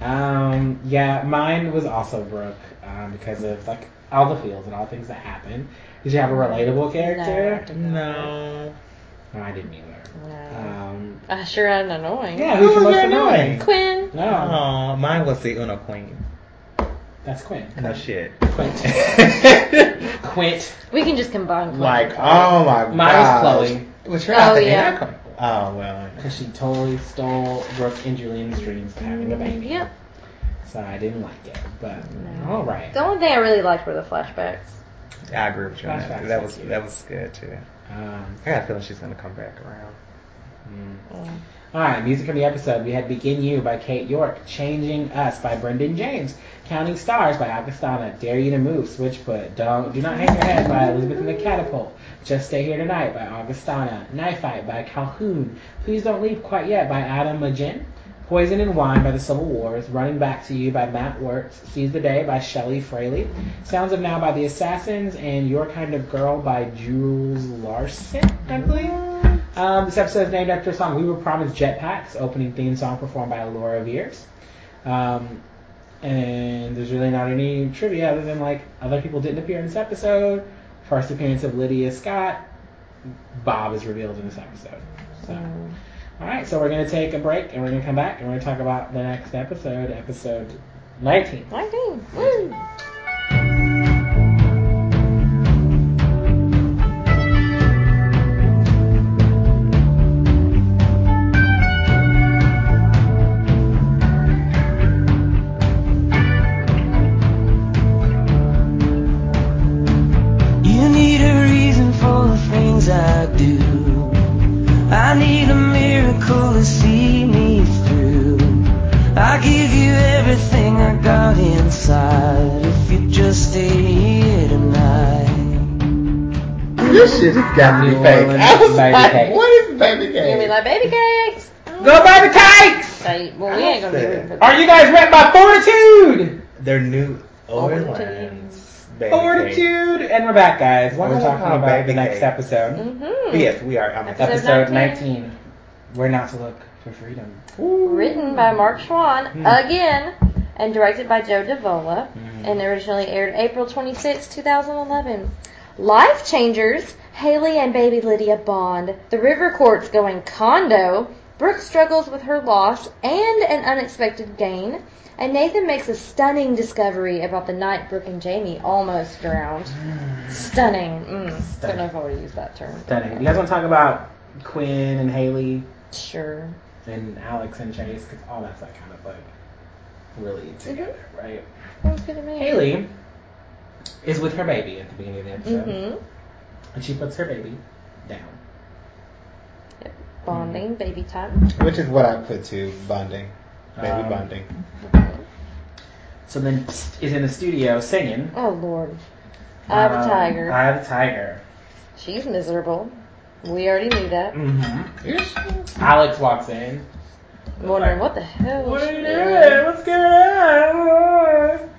[SPEAKER 2] Um, yeah, mine was also Brooke um, because of like all the feels and all the things that happen. Did you have a relatable character?
[SPEAKER 3] No.
[SPEAKER 2] No, I didn't either.
[SPEAKER 1] No.
[SPEAKER 2] Um,
[SPEAKER 1] I Uh, sure had an annoying.
[SPEAKER 2] yeah, who's
[SPEAKER 3] Who
[SPEAKER 2] the
[SPEAKER 3] was
[SPEAKER 2] most
[SPEAKER 3] your
[SPEAKER 2] annoying?
[SPEAKER 1] Quinn.
[SPEAKER 2] No,
[SPEAKER 3] Oh, mine was the Uno Queen.
[SPEAKER 2] that's Quinn.
[SPEAKER 3] No shit.
[SPEAKER 2] Quint. [LAUGHS] Quint.
[SPEAKER 1] We can just combine Quinn.
[SPEAKER 3] like, oh my god.
[SPEAKER 2] Mine's Chloe.
[SPEAKER 3] But you're not
[SPEAKER 1] Oh,
[SPEAKER 3] the
[SPEAKER 1] yeah.
[SPEAKER 3] anchor. Oh, well.
[SPEAKER 2] Because she totally stole Brooke and Julian's dreams of having a baby.
[SPEAKER 1] Yep.
[SPEAKER 2] So I didn't like it, but
[SPEAKER 1] No.
[SPEAKER 2] all right.
[SPEAKER 1] The only thing I really liked were the flashbacks.
[SPEAKER 3] I agree with you. on that.
[SPEAKER 2] Flashbacks,
[SPEAKER 3] That was
[SPEAKER 2] thank you.
[SPEAKER 3] that was good too.
[SPEAKER 2] Um,
[SPEAKER 3] I got a feeling she's gonna come back around.
[SPEAKER 2] mm.
[SPEAKER 1] Mm.
[SPEAKER 2] All right, music from the episode. We had "Begin You" by Kate York, "Changing Us" by Brendan James, "Counting Stars" by Agostana, "Dare You to Move" Switchfoot, "Don't Do Not Hang Your Head" by Elizabeth and the Catapult, "Just Stay Here Tonight" by Agostana, "Knife Fight" by Calhoun, "Please Don't Leave Quite Yet" by Adam Magin, Poison and Wine by the Civil Wars, Running Back to You by Matt Wertz, Seize the Day by Shelley Fraley, Sounds of Now by The Assassins, and Your Kind of Girl by Jules Larson, I believe. Um, this episode is named after a song We Were Promised Jetpacks, opening theme song performed by Laura Veers. Um, and there's really not any trivia other than like other people didn't appear in this episode. First appearance of Lydia Scott. Bob is revealed in this episode. So.
[SPEAKER 1] Mm.
[SPEAKER 2] All right, so we're going to take a break and we're going to come back and we're going to talk about the next episode, episode 19.
[SPEAKER 1] I think. Woo.
[SPEAKER 6] I
[SPEAKER 5] everything I got inside if you just stay here tonight.
[SPEAKER 3] This shit has got to be
[SPEAKER 2] New
[SPEAKER 3] fake.
[SPEAKER 2] Orleans
[SPEAKER 3] I was
[SPEAKER 2] baby
[SPEAKER 3] like,
[SPEAKER 2] cakes.
[SPEAKER 3] what is baby
[SPEAKER 1] You're gonna be
[SPEAKER 3] cake?
[SPEAKER 1] like baby cakes.
[SPEAKER 2] Go by the cakes!
[SPEAKER 1] Like, well, we ain't gonna be rooting for that.
[SPEAKER 2] Are you guys ready by fortitude?
[SPEAKER 3] They're New
[SPEAKER 1] Orleans.
[SPEAKER 3] Orleans. Baby cake.
[SPEAKER 2] Fortitude, and we're back, guys. What
[SPEAKER 3] We're
[SPEAKER 2] we're talking
[SPEAKER 3] talking
[SPEAKER 2] about
[SPEAKER 3] baby
[SPEAKER 2] the next
[SPEAKER 3] cake.
[SPEAKER 2] episode,
[SPEAKER 1] Mm-hmm.
[SPEAKER 3] But yes, we are. I'm
[SPEAKER 1] Episode
[SPEAKER 2] episode
[SPEAKER 1] 19.
[SPEAKER 2] 19. Where not to look for freedom.
[SPEAKER 1] Written by Mark Schwann
[SPEAKER 2] Hmm.
[SPEAKER 1] again, and directed by Joe Davola,
[SPEAKER 2] Mhm.
[SPEAKER 1] and originally aired April 26, 2011. Life Changers, Haley and baby Lydia bond. The River Courts going condo. Brooke struggles with her loss and an unexpected gain. And Nathan makes a stunning discovery about the night Brooke and Jamie almost drowned. Stunning. Mm. Don't know if I would use that term.
[SPEAKER 2] Stunning. You guys want to talk about Quinn and Haley
[SPEAKER 1] Sure.
[SPEAKER 2] and Alex and Chase? Because all that's like kind of like really
[SPEAKER 1] Mm-hmm.
[SPEAKER 2] together, right?
[SPEAKER 1] Sounds good to me.
[SPEAKER 2] Haley is with her baby at the beginning of the episode,
[SPEAKER 1] Mm-hmm.
[SPEAKER 2] and she puts her baby down.
[SPEAKER 1] Bonding, baby time.
[SPEAKER 3] Which is what I put to bonding. Baby
[SPEAKER 2] Um,
[SPEAKER 3] bonding.
[SPEAKER 2] So then is in the studio singing.
[SPEAKER 1] Oh Lord, I have a
[SPEAKER 2] um,
[SPEAKER 1] tiger.
[SPEAKER 2] I have a tiger.
[SPEAKER 1] She's miserable. We already knew that.
[SPEAKER 2] Mm-hmm. Alex walks in.
[SPEAKER 1] Wondering what the hell.
[SPEAKER 2] What are you
[SPEAKER 1] she
[SPEAKER 2] doing?
[SPEAKER 1] did.
[SPEAKER 2] What's going on?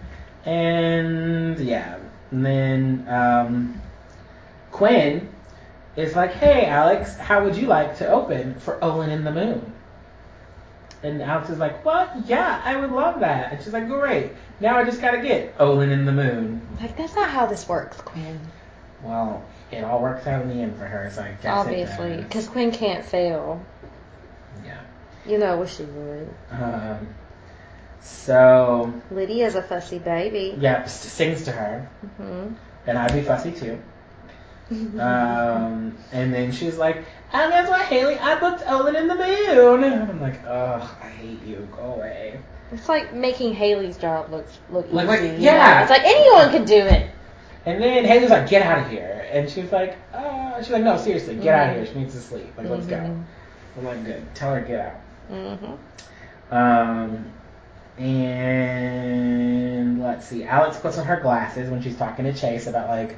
[SPEAKER 2] And yeah, and then um, Quinn is like, "Hey, Alex, how would you like to open for Olin in the Moon?" And Alex is like, "What? Yeah, I would love that." And she's like, "Great. Now I just gotta get Olin in the Moon."
[SPEAKER 1] Like that's not how this works, Quinn.
[SPEAKER 2] Well, it all works out in the end for her, so I guess it
[SPEAKER 1] Obviously,
[SPEAKER 2] does.
[SPEAKER 1] because Quinn can't fail.
[SPEAKER 2] yeah.
[SPEAKER 1] You know what she would.
[SPEAKER 2] Um, so
[SPEAKER 1] Lydia's a fussy baby.
[SPEAKER 2] yeah, s- sings to her.
[SPEAKER 1] hmm
[SPEAKER 2] and I'd be fussy too. um, and then she's like, and that's why Haley, I booked Olin in the Moon. And I'm like, ugh, I hate you. Go away.
[SPEAKER 1] It's like making Haley's job look look easy.
[SPEAKER 2] Like- like,
[SPEAKER 1] you know?
[SPEAKER 2] yeah.
[SPEAKER 1] It's like anyone can do it.
[SPEAKER 2] And then Haley's like, get out of here. And she's like, uh, she's like, no, seriously, get out of here. She needs to sleep. Like, let's go. I'm like, good. Tell her get out.
[SPEAKER 1] Mm-hmm.
[SPEAKER 2] Um, and let's see. Alex puts on her glasses when she's talking to Chase about like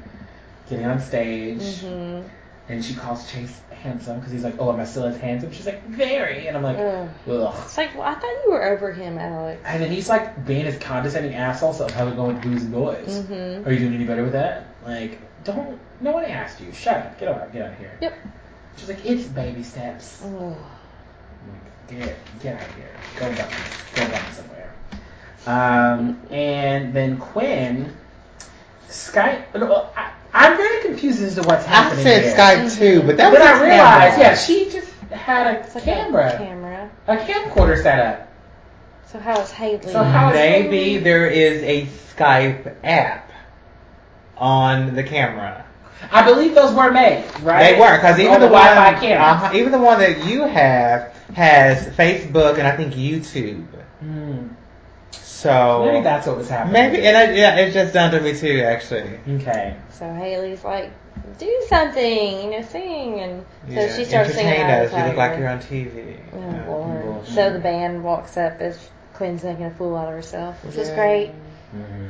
[SPEAKER 2] getting on stage.
[SPEAKER 1] hmm
[SPEAKER 2] And she calls Chase handsome because he's like, oh, am I still as handsome? She's like, very. And I'm like,
[SPEAKER 1] Mm.
[SPEAKER 2] ugh.
[SPEAKER 1] It's like, well, I thought you were over him, Alex.
[SPEAKER 2] And then he's like being his condescending asshole, so I'm probably going with booze and boys.
[SPEAKER 1] Mm-hmm.
[SPEAKER 2] Are you doing any better with that? Like, don't. No one asked you. Shut up. Get out. Get out of here.
[SPEAKER 1] Yep. Mm.
[SPEAKER 2] She's like, it's baby steps.
[SPEAKER 1] Ugh.
[SPEAKER 2] I'm like, get get out of here. Go down. Go down somewhere. Um, and then Quinn, Skype. No, I, I'm very confused as to what's
[SPEAKER 3] I
[SPEAKER 2] happening.
[SPEAKER 3] said
[SPEAKER 2] here.
[SPEAKER 3] Skype too, but that
[SPEAKER 2] But
[SPEAKER 3] was
[SPEAKER 2] I
[SPEAKER 3] a
[SPEAKER 2] realized,
[SPEAKER 3] camera.
[SPEAKER 2] yeah, she just had a
[SPEAKER 1] It's like a
[SPEAKER 2] camera,
[SPEAKER 1] camera.
[SPEAKER 2] a camcorder set up.
[SPEAKER 1] So how is Haley?
[SPEAKER 2] So how-
[SPEAKER 3] Maybe there is a Skype app on the camera.
[SPEAKER 2] I believe those were made, right?
[SPEAKER 3] They were because even
[SPEAKER 2] On
[SPEAKER 3] the,
[SPEAKER 2] Wi-Fi
[SPEAKER 3] one,
[SPEAKER 2] camera.
[SPEAKER 3] uh-huh, even the one that you have has Facebook and I think YouTube.
[SPEAKER 2] Mm.
[SPEAKER 3] So
[SPEAKER 2] Maybe that's what was happening.
[SPEAKER 3] maybe and I, yeah, it's just down to me too actually.
[SPEAKER 2] okay.
[SPEAKER 1] So Haley's like, do something, you know, sing, and so
[SPEAKER 3] Yeah,
[SPEAKER 1] she starts singing.
[SPEAKER 3] entertain
[SPEAKER 1] Eye of
[SPEAKER 3] us. You look
[SPEAKER 1] Tiger.
[SPEAKER 3] like you're on TV.
[SPEAKER 1] Oh,
[SPEAKER 3] Yeah.
[SPEAKER 1] Lord.
[SPEAKER 2] Lord.
[SPEAKER 1] So the band walks up as Quinn's making a fool out of herself, which is
[SPEAKER 3] Yeah.
[SPEAKER 1] great.
[SPEAKER 2] Mm-hmm.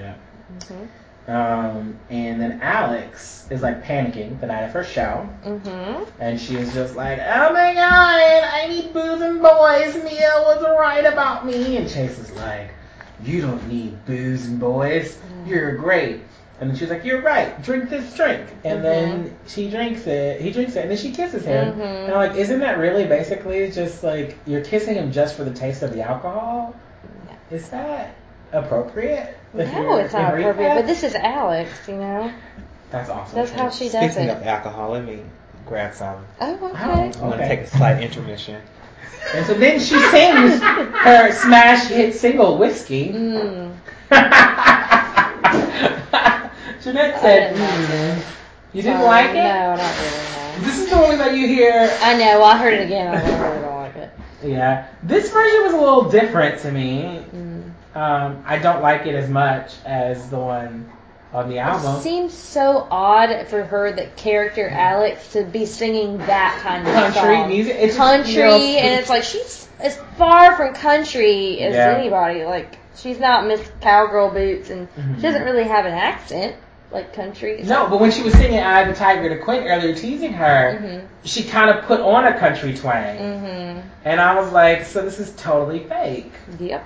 [SPEAKER 2] Yeah.
[SPEAKER 1] Mhm.
[SPEAKER 2] Um, and then Alex is like panicking the night of her show,
[SPEAKER 1] Mhm.
[SPEAKER 2] and she is just like, "Oh my god, I need booze and boys. Mia was right about me." And Chase is like, "You don't need booze and boys. You're great." And then she's like, "You're right. Drink this drink."
[SPEAKER 1] Mm-hmm.
[SPEAKER 2] And then she drinks it. He drinks it, and then she kisses him.
[SPEAKER 1] Mhm.
[SPEAKER 2] And I'm like, isn't that really basically just like you're kissing him just for the taste of the alcohol? Is that appropriate? Like,
[SPEAKER 1] No,
[SPEAKER 2] you're
[SPEAKER 1] it's not
[SPEAKER 2] agreeing
[SPEAKER 1] appropriate,
[SPEAKER 2] that?
[SPEAKER 1] but this is Alex, you know.
[SPEAKER 2] that's awesome.
[SPEAKER 1] That's how she does
[SPEAKER 3] Speaking
[SPEAKER 1] it.
[SPEAKER 3] of alcohol, let me grab some.
[SPEAKER 1] Oh, okay.
[SPEAKER 2] Wow.
[SPEAKER 3] I'm gonna
[SPEAKER 2] Okay.
[SPEAKER 3] take a slight intermission.
[SPEAKER 2] And so then she sings her smash hit single "Whiskey." [LAUGHS]
[SPEAKER 1] Mm.
[SPEAKER 2] Jeanette said,
[SPEAKER 1] I didn't like
[SPEAKER 2] "Mm." "You
[SPEAKER 1] Sorry,
[SPEAKER 2] didn't like it."
[SPEAKER 1] No, not really. No.
[SPEAKER 2] This is the one that you hear
[SPEAKER 1] I know. I heard it again. I really don't like it.
[SPEAKER 2] Yeah, this version was a little different to me.
[SPEAKER 1] Mm.
[SPEAKER 2] Um, I don't like it as much as the one on the
[SPEAKER 1] It
[SPEAKER 2] album.
[SPEAKER 1] seems so odd for her, that character Alex, to be singing that kind of
[SPEAKER 2] Country
[SPEAKER 1] song.
[SPEAKER 2] music, it just
[SPEAKER 1] country,
[SPEAKER 2] feels-
[SPEAKER 1] and it's like she's as far from country as
[SPEAKER 2] Yeah.
[SPEAKER 1] anybody. Like she's not Miss Cowgirl Boots, and
[SPEAKER 2] Mhm.
[SPEAKER 3] Mm-hmm.
[SPEAKER 1] she doesn't really have an accent like country.
[SPEAKER 2] No, but when she was singing "I the Tiger to Quit" earlier, teasing her,
[SPEAKER 1] Mm-hmm.
[SPEAKER 2] she kind of put on a country twang,
[SPEAKER 1] Mm-hmm.
[SPEAKER 2] and I was like, "So this is totally fake."
[SPEAKER 1] Yep.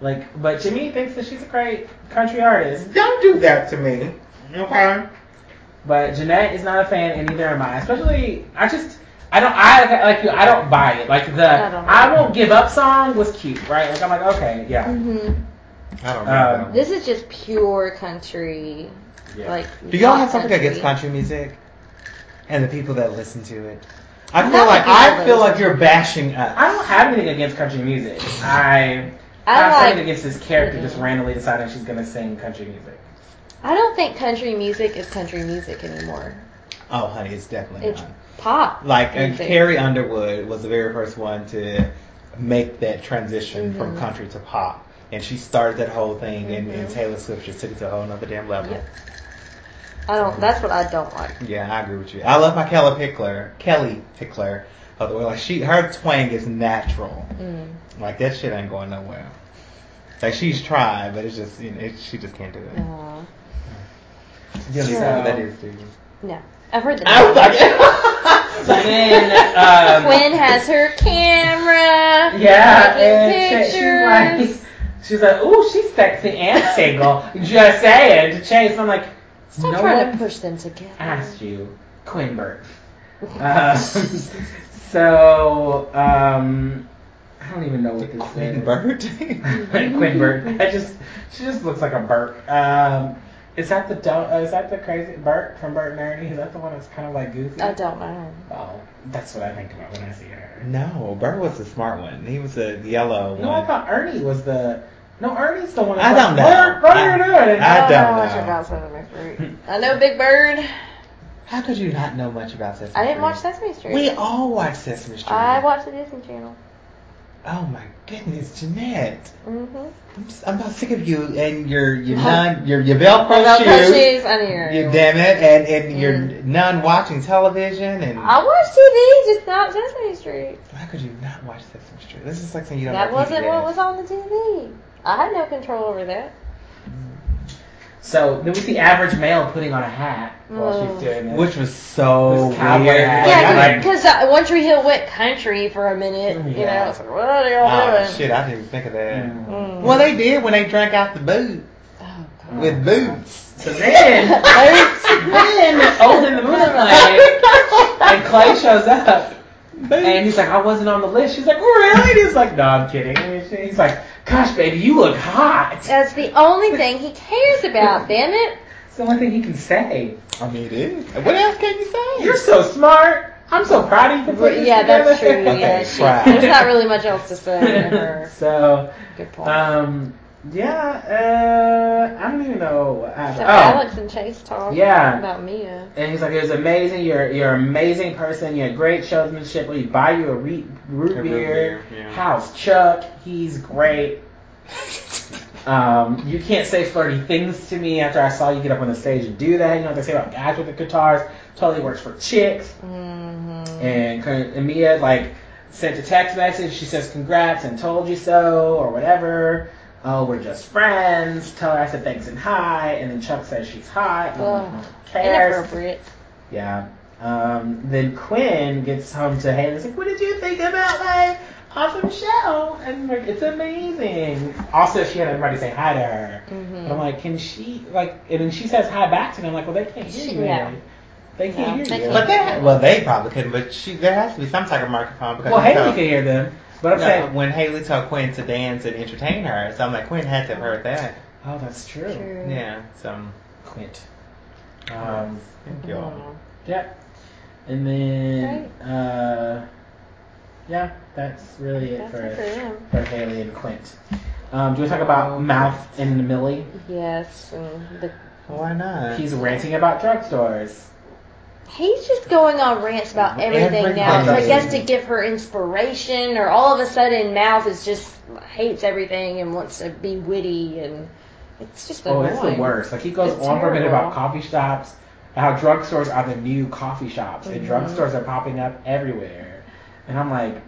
[SPEAKER 2] Like, but Jimmy thinks that she's a great country artist,
[SPEAKER 3] Don't do that to me. Okay.
[SPEAKER 2] but Jeanette is not a fan, and neither am I. Especially, I just, I don't, I like you, I don't buy it. Like the
[SPEAKER 1] I don't know.
[SPEAKER 2] "I Won't Give Up" song was cute, right? Like I'm like, okay, yeah.
[SPEAKER 1] Mm-hmm.
[SPEAKER 3] I don't
[SPEAKER 2] Um,
[SPEAKER 3] know.
[SPEAKER 1] This is just pure country.
[SPEAKER 3] Yeah.
[SPEAKER 1] Like
[SPEAKER 3] do y'all
[SPEAKER 1] pop
[SPEAKER 3] have something
[SPEAKER 1] country.
[SPEAKER 3] against country music and the people that listen to it? I feel
[SPEAKER 1] Not
[SPEAKER 3] like
[SPEAKER 1] the people
[SPEAKER 3] I
[SPEAKER 1] that
[SPEAKER 3] feel
[SPEAKER 1] listen.
[SPEAKER 3] like you're bashing us.
[SPEAKER 2] I don't have anything against country music. I, I have
[SPEAKER 1] I
[SPEAKER 2] something
[SPEAKER 1] like.
[SPEAKER 2] against this character
[SPEAKER 1] Mm-mm.
[SPEAKER 2] just randomly deciding she's gonna sing country music.
[SPEAKER 1] I don't think country music is country music anymore.
[SPEAKER 3] Oh, honey, it's definitely
[SPEAKER 1] It's
[SPEAKER 3] not.
[SPEAKER 1] pop.
[SPEAKER 3] Like uh,
[SPEAKER 1] music.
[SPEAKER 3] Carrie Underwood was the very first one to make that transition from
[SPEAKER 1] Mhm.
[SPEAKER 3] country to pop, and she started that whole thing, and, and
[SPEAKER 1] Mhm.
[SPEAKER 3] Taylor Swift just took it to a whole nother damn level.
[SPEAKER 1] Yep. I don't. That's what I don't like.
[SPEAKER 3] Yeah, I agree with you. I love my Kelly Pickler, Kelly Pickler, of the way like she her twang is natural.
[SPEAKER 1] Mm.
[SPEAKER 3] Like that shit ain't going nowhere. Like she's tried, but it's just you know, it, she just can't do it.
[SPEAKER 1] Uh,
[SPEAKER 3] Yeah,
[SPEAKER 2] Sure.
[SPEAKER 3] so that is dude.
[SPEAKER 1] no, I've heard
[SPEAKER 3] I
[SPEAKER 1] that.
[SPEAKER 3] was
[SPEAKER 2] [LAUGHS]
[SPEAKER 3] like,
[SPEAKER 2] So then, um,
[SPEAKER 1] Quinn has her camera.
[SPEAKER 2] Yeah,
[SPEAKER 1] taking
[SPEAKER 2] and she- she's
[SPEAKER 1] pictures.
[SPEAKER 2] like, she's like, ooh, she's sexy and
[SPEAKER 1] [LAUGHS]
[SPEAKER 2] single. Just saying to Chase. I'm like,
[SPEAKER 1] Stop
[SPEAKER 2] no
[SPEAKER 1] trying to
[SPEAKER 2] one
[SPEAKER 1] push them together.
[SPEAKER 2] asked you, Quinn Burke.
[SPEAKER 1] [LAUGHS]
[SPEAKER 2] Um, so, um, I don't even know what this
[SPEAKER 3] Queen
[SPEAKER 2] is.
[SPEAKER 3] Bird.
[SPEAKER 2] Quinn Burke. I just, she just looks like a Burke. Um, is that the do- uh, is that the crazy Burke from Burke and Ernie? Is that the one that's kind of like goofy?
[SPEAKER 1] I don't know.
[SPEAKER 2] Oh, that's what I think about when I see her.
[SPEAKER 3] [LAUGHS] no, Bird was the smart one. He was the yellow
[SPEAKER 2] No, I
[SPEAKER 3] one.
[SPEAKER 2] thought Ernie was the. No, Ernie's the one.
[SPEAKER 3] I
[SPEAKER 2] that's
[SPEAKER 3] don't
[SPEAKER 2] like,
[SPEAKER 3] know.
[SPEAKER 2] What, what are you doing?
[SPEAKER 3] I
[SPEAKER 1] Oh, I
[SPEAKER 3] don't
[SPEAKER 1] know.
[SPEAKER 3] know.
[SPEAKER 1] much about Sesame Street.
[SPEAKER 2] Hmm.
[SPEAKER 1] I know Big Bird.
[SPEAKER 3] How could you not know much about Sesame
[SPEAKER 1] I didn't
[SPEAKER 3] Street?
[SPEAKER 2] Hmm.
[SPEAKER 1] watch Sesame Street.
[SPEAKER 3] We all watch Sesame Street.
[SPEAKER 1] I watched the Disney Channel.
[SPEAKER 3] Oh my goodness, Jeanette.
[SPEAKER 1] Mm-hmm.
[SPEAKER 3] I'm, s- I'm about sick of you and your your non your your Velcro,
[SPEAKER 1] shoes. I knew you.
[SPEAKER 3] You damn it, and and your
[SPEAKER 1] Mm.
[SPEAKER 3] non watching television and
[SPEAKER 1] I watch TV, just not Sesame Street.
[SPEAKER 3] how could you not watch Sesame Street? This is like something you don't.
[SPEAKER 1] That
[SPEAKER 3] know
[SPEAKER 1] wasn't
[SPEAKER 3] PBS.
[SPEAKER 1] what was on the TV. I had no control over that.
[SPEAKER 2] So then we see average male putting on a hat while
[SPEAKER 1] Mm.
[SPEAKER 2] she's doing this.
[SPEAKER 3] Which was so
[SPEAKER 2] This cowboy
[SPEAKER 3] weird. Like,
[SPEAKER 2] hat. Yeah,
[SPEAKER 3] I
[SPEAKER 1] Yeah,
[SPEAKER 3] didn't-
[SPEAKER 1] because uh, One Tree Hill went country for a minute. You
[SPEAKER 2] Yeah.
[SPEAKER 1] know, it's like, what are y'all
[SPEAKER 3] Oh
[SPEAKER 1] doing?
[SPEAKER 3] shit! I didn't even think of that.
[SPEAKER 2] Mm.
[SPEAKER 1] Mm.
[SPEAKER 3] Well, they did when they drank out the boot
[SPEAKER 1] Oh, God.
[SPEAKER 3] with boots.
[SPEAKER 2] So then, then old in the moonlight, and Clay shows up, and he's like, I wasn't on the list. She's like, really? And he's like, No, I'm kidding. And he's like, Gosh, baby, you look hot.
[SPEAKER 1] [LAUGHS] That's the only thing he cares about, damn it.
[SPEAKER 2] It's the only thing he can say.
[SPEAKER 3] I mean, it is. What else can you say?
[SPEAKER 2] You're so smart. I'm so proud of you for putting this
[SPEAKER 1] Yeah, that's true.
[SPEAKER 2] together."
[SPEAKER 1] Yeah, she, there's not really much else to say to her.
[SPEAKER 2] [LAUGHS] so.
[SPEAKER 1] Good point.
[SPEAKER 2] Um. Yeah. Uh. I don't even know. What
[SPEAKER 1] so
[SPEAKER 2] happened. oh.
[SPEAKER 1] Alex and Chase talk
[SPEAKER 2] Yeah.
[SPEAKER 1] about Mia.
[SPEAKER 2] And he's like, it was amazing. You're you're an amazing person. You're great showsmanship. We buy you a re- root
[SPEAKER 3] A root
[SPEAKER 2] beer.
[SPEAKER 3] beer, yeah.
[SPEAKER 2] House Chuck. He's great. Um, you can't say flirty things to me after I saw you get up on the stage and do that. You know what they say about guys with the guitars? Totally works for chicks.
[SPEAKER 1] Mm-hmm.
[SPEAKER 2] And, con- and Mia like sent a text message. She says, "Congrats and told you so" or whatever. Oh, we're just friends. Tell her I said thanks and hi. And then Chuck says she's hot. And I'm like,
[SPEAKER 1] Ugh.
[SPEAKER 2] "No one cares.
[SPEAKER 1] Inappropriate.
[SPEAKER 2] Yeah. Um, then Quinn gets home to Hayden's like, "What did you think about my awesome show?" And I'm like, "It's amazing." Also, she had everybody say hi to her. But I'm
[SPEAKER 1] Mm-hmm.
[SPEAKER 2] like, "Can she like?" And then she says hi back to me. I'm like, "Well, they can't hear
[SPEAKER 1] She-
[SPEAKER 2] you.
[SPEAKER 1] no.
[SPEAKER 2] really. They
[SPEAKER 1] No,
[SPEAKER 2] can't
[SPEAKER 1] they
[SPEAKER 2] hear you."
[SPEAKER 3] But they, well, they probably couldn't. But she, there has to be some type of microphone because
[SPEAKER 2] well,
[SPEAKER 3] you
[SPEAKER 2] Hayden
[SPEAKER 3] know-
[SPEAKER 2] can hear them. But I'm
[SPEAKER 3] No,
[SPEAKER 2] saying,
[SPEAKER 3] when Haley told Quinn to dance and entertain her, so I'm like, Quinn had to have heard that.
[SPEAKER 2] Oh, that's true.
[SPEAKER 1] True.
[SPEAKER 3] Yeah, so
[SPEAKER 2] Quint.
[SPEAKER 3] Uh-huh.
[SPEAKER 2] Um,
[SPEAKER 3] thank you all.
[SPEAKER 1] Mm-hmm.
[SPEAKER 2] yeah. And then, uh, yeah, that's really it
[SPEAKER 1] That's
[SPEAKER 2] for,
[SPEAKER 1] it for them.
[SPEAKER 2] for Haley and Quint. Um, do we talk
[SPEAKER 3] Oh,
[SPEAKER 2] about Mouth and Millie?
[SPEAKER 1] Yes, and the
[SPEAKER 3] Why not?
[SPEAKER 2] He's ranting about drugstores.
[SPEAKER 1] He's just going on rants about everything now. So I
[SPEAKER 2] Everything.
[SPEAKER 1] guess to give her inspiration, or all of a sudden, Mouth is just hates everything and wants to be witty and It's just
[SPEAKER 2] Oh,
[SPEAKER 1] annoying.
[SPEAKER 2] it's the worst. Like he goes
[SPEAKER 1] It's
[SPEAKER 2] on for a minute
[SPEAKER 1] terrible.
[SPEAKER 2] about coffee shops, how drugstores are the new coffee shops, and
[SPEAKER 1] Mm-hmm.
[SPEAKER 2] drugstores are popping up everywhere. And I'm like,